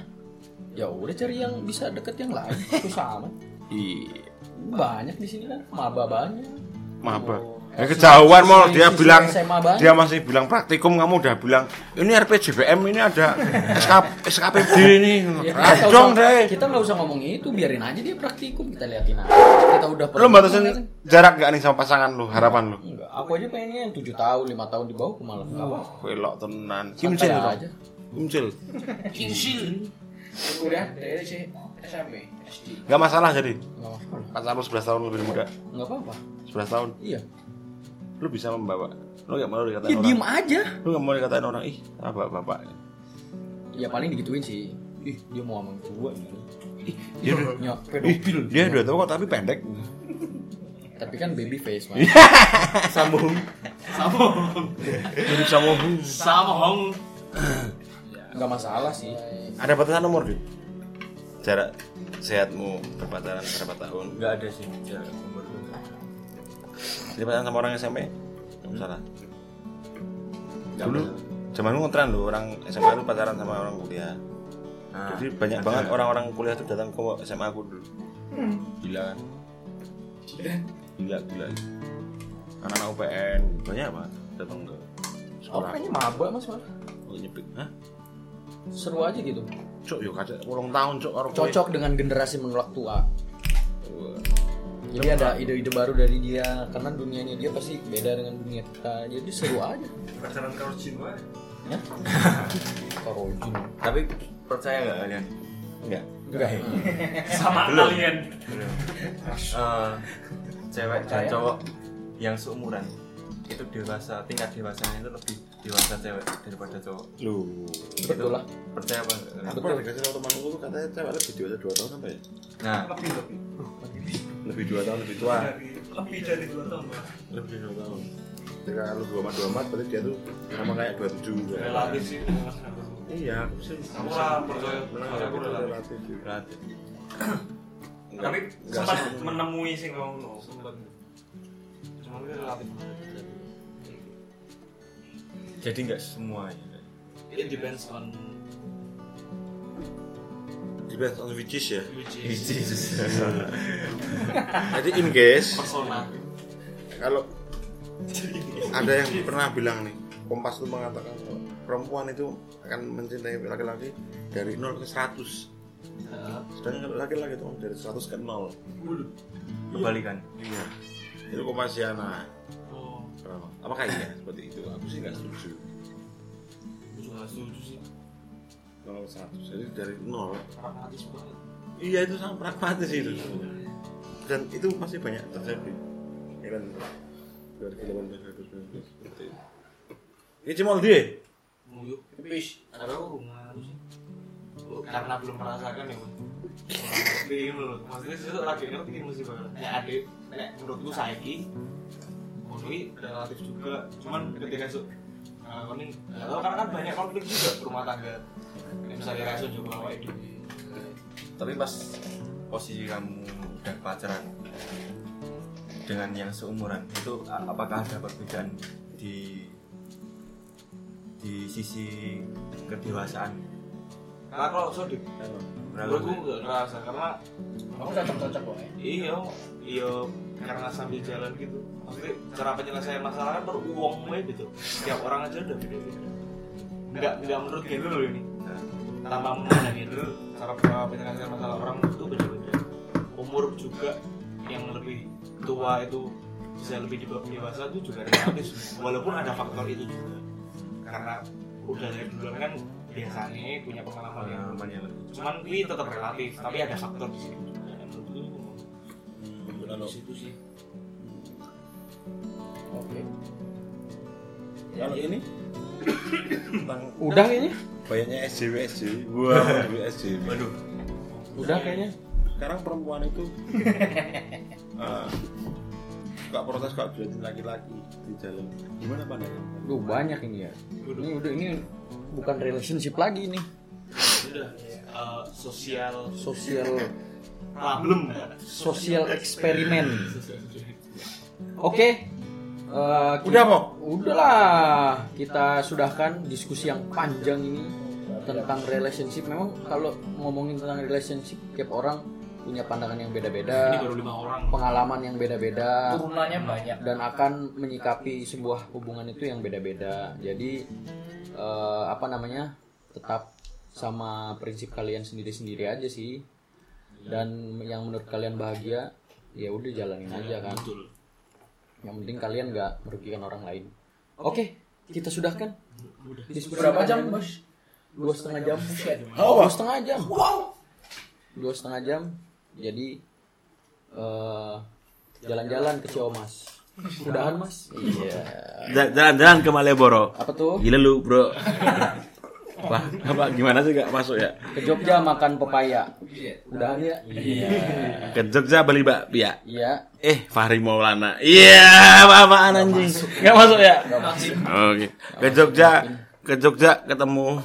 Speaker 2: ya udah cari yang bisa deket yang lain susah amat
Speaker 1: Iya.
Speaker 2: banyak di sini kan maba banyak
Speaker 1: Maba.
Speaker 2: Oh.
Speaker 1: Ya kejauhan mau
Speaker 2: Siswa-
Speaker 1: dia
Speaker 2: siswa
Speaker 1: bilang
Speaker 2: SMA banyak.
Speaker 1: dia masih bilang praktikum kamu udah bilang ini RPJBM ini ada SKP, SKPD ini Eh,
Speaker 2: Ya, kita nggak
Speaker 1: racong
Speaker 2: usah-
Speaker 1: deh
Speaker 2: kita nggak usah ngomong itu biarin aja dia praktikum kita liatin aja kita udah
Speaker 1: lu
Speaker 2: pernah-
Speaker 1: batasin jarak gak nih sama pasangan lu harapan lu
Speaker 2: Enggak, aku aja pengennya yang 7 tahun, 5 tahun di bawah aku malah enggak apa.
Speaker 1: Kelok tenan.
Speaker 2: Santai
Speaker 1: Kimcil
Speaker 2: aja.
Speaker 1: aja. Kimcil.
Speaker 4: kuliah dari si SMP SD
Speaker 1: Enggak masalah jadi.
Speaker 2: Enggak apa-apa.
Speaker 1: Pacar lu 11 tahun lebih muda.
Speaker 2: Enggak apa-apa.
Speaker 1: 11 tahun.
Speaker 2: Iya.
Speaker 1: Lu bisa membawa. Lu gak mau dikatain
Speaker 2: Ya
Speaker 1: orang.
Speaker 2: diem aja.
Speaker 1: Lu gak mau dikatain orang, ih, apa bapak.
Speaker 2: Ya paling digituin sih. Ih, dia mau sama gua gitu.
Speaker 1: Dia udah
Speaker 2: Nyok,
Speaker 1: Ih,
Speaker 2: pedofil.
Speaker 1: dia udah tahu kok tapi pendek.
Speaker 2: Tapi kan baby face, Mas.
Speaker 1: Sambung. Hidup sambung.
Speaker 16: sama Hong
Speaker 2: Enggak masalah sih.
Speaker 1: Ada batasan umur, Dit? Jarak sehatmu berpacaran berapa tahun?
Speaker 11: nggak ada sih jarak umur
Speaker 1: Jadi pacaran sama orang SMP? Gak masalah. Dulu zaman lu ngetren lu orang SMA lu pacaran sama orang kuliah.
Speaker 11: nah,
Speaker 1: Jadi banyak banget orang-orang kuliah tuh datang ke SMA aku dulu. Gila kan? Gila. Gila, Anak-anak UPN banyak banget datang ke
Speaker 2: Oh,
Speaker 1: sekolah.
Speaker 2: kayaknya maba, Mas. malah.
Speaker 1: Oh, nyepik. Hah?
Speaker 2: Seru aja gitu.
Speaker 1: Cuk, yuk kacau. Ulang tahun, cuk. karo kowe.
Speaker 2: Cocok dengan generasi menolak tua. Jadi ada ide-ide baru dari dia karena dunianya dia pasti beda dengan dunia kita. Jadi seru aja.
Speaker 12: pacaran kalau cinta
Speaker 2: Ya. Korojin.
Speaker 11: tapi percaya nggak kalian
Speaker 1: Enggak.
Speaker 2: Enggak ya.
Speaker 12: sama kalian
Speaker 11: Eh, cewek dan cowok yang seumuran itu dewasa tingkat dewasanya itu lebih dewasa cewek daripada cowok
Speaker 1: Lu.
Speaker 2: Betul lah.
Speaker 11: percaya apa nggak kalian?
Speaker 1: Aku pernah dikasih tau teman lu katanya cewek lebih dewasa 2 tahun apa ya?
Speaker 11: nah
Speaker 12: lebih lebih
Speaker 1: Lebih 2 tahun lebih tua.
Speaker 12: dari lebih dari dua tahun Mbak.
Speaker 1: Lebih 2 tahun. Jadi kalau 24 berarti dia tuh sama kayak 27 kan?
Speaker 16: relatif sih
Speaker 1: Iya, aku sih.
Speaker 16: Aku lah percaya percaya aku relatif.
Speaker 1: relatif.
Speaker 11: berarti
Speaker 12: tapi sempat menemui sih kamu lo sempat cuman kan relatif
Speaker 11: jadi ya? nggak semuanya
Speaker 16: it depends on
Speaker 1: Depends on which is ya.
Speaker 16: which is
Speaker 11: Jesus.
Speaker 1: Jadi in case
Speaker 16: persona
Speaker 14: Ya,
Speaker 1: kalau ada yang pernah bilang nih kompas itu mengatakan kalau perempuan itu akan mencintai laki-laki dari 0 ke 100 sedangkan kalau laki-laki itu dari 100 ke 0
Speaker 11: kebalikan
Speaker 1: iya itu kompasiana Oh, apakah iya seperti itu? Aku sih nggak setuju.
Speaker 8: Juga setuju sih.
Speaker 1: Nol satu, jadi dari nol.
Speaker 8: Pragmatis banget.
Speaker 1: Iya itu sangat pragmatis itu. Dan itu masih banyak terjadi. Ya kan? 2018 2019 seperti itu. Ini cuma dia.
Speaker 8: Mau yuk. Wis, ada aku ngaruh sih. Karena belum merasakan ya, Mas. Orang ngerti gitu loh. Maksudnya sih lagi ngerti mesti bakal. Ya adik, nek menurutku saiki ngono iki relatif juga. Cuman ketika su Nah, ini nggak tahu karena kan banyak konflik juga rumah tangga. Ini misalnya Rasul juga awal itu.
Speaker 3: tapi pas posisi kamu udah pacaran dengan yang seumuran itu a- apakah ada perbedaan di di sisi kedewasaan
Speaker 8: Karena kalau Sodik, menurutku nggak ngerasa karena
Speaker 4: Kamu cocok-cocok kok ya?
Speaker 8: iya iya karena sambil jalan gitu maksudnya cara penyelesaian masalah kan beruang mulai gitu setiap orang aja udah beda beda nggak nggak menurut genre loh ini tanpa memandang genre cara cara penyelesaian masalah orang itu beda beda umur juga yang lebih tua itu bisa lebih dewa- dewasa itu juga relatif walaupun ada faktor itu juga karena udah dari duluan kan biasanya punya pengalaman yang
Speaker 3: pengalaman yang lebih
Speaker 8: cuman ini tetap relatif tapi ada faktor di sini juga yang menurutku
Speaker 1: Kalau
Speaker 8: situ sih
Speaker 2: Oke.
Speaker 1: kalau ini tentang
Speaker 2: Udah kayaknya.
Speaker 1: banyaknya SJW SJW. Wah, SJW SJW.
Speaker 3: waduh
Speaker 2: Udah kayaknya.
Speaker 1: sekarang perempuan itu eh, suka protes kalau dilihatin laki-laki di jalan gimana pandangan
Speaker 2: Duh banyak ini ya. Ini udah ini bukan relationship lagi ini.
Speaker 8: udah eh, sosial
Speaker 2: Sosial
Speaker 8: problem
Speaker 2: sosial eksperimen.
Speaker 8: Hmm.
Speaker 2: Oke. Eh, ki-
Speaker 1: Udah, Pok?
Speaker 2: Udahlah. Kita sudahkan diskusi yang panjang ini tentang relationship. Memang kalau ngomongin tentang relationship tiap orang punya pandangan yang
Speaker 8: ini
Speaker 2: beda,
Speaker 8: baru lima orang
Speaker 2: pengalaman yang beda-beda.
Speaker 4: Turunannya banyak.
Speaker 2: dan akan menyikapi sebuah hubungan itu yang beda-beda. Jadi eh, apa namanya? tetap sama prinsip kalian sendiri-sendiri aja sih. Dan yang menurut kalian bahagia, ya udah jalanin aja kan.
Speaker 8: betul
Speaker 2: Yang penting kalian nggak merugikan orang lain. Oke, kita sudahkan. Diskusi
Speaker 4: Berapa
Speaker 2: kali
Speaker 4: jam,
Speaker 2: ini.
Speaker 4: Bos?
Speaker 2: Dua setengah jam.
Speaker 4: Buset.
Speaker 2: Dua setengah jam. Dua setengah jam. Jadi eh, jalan-jalan ke Ciamas. Mudahan mas. Iya.
Speaker 1: jalan-jalan ke Malioboro
Speaker 2: Apa tuh?
Speaker 1: gila lu bro apa, apa gimana sih gak masuk ya
Speaker 2: ke Jogja makan pepaya. Udah ya? Iya.
Speaker 1: ke Jogja beli bakpia
Speaker 2: Iya.
Speaker 1: eh Fahri Maulana iya apa apaan anjing gak masuk ya
Speaker 2: Iya.
Speaker 1: oke ke Jogja ke Jogja ketemu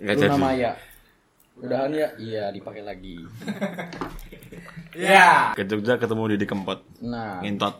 Speaker 1: nggak
Speaker 2: Luna
Speaker 1: jadi
Speaker 2: Maya. ya. Udahan ya? Iya, dipakai lagi.
Speaker 1: ke Jogja ketemu Didi Kempot
Speaker 2: Nah.
Speaker 1: ngintot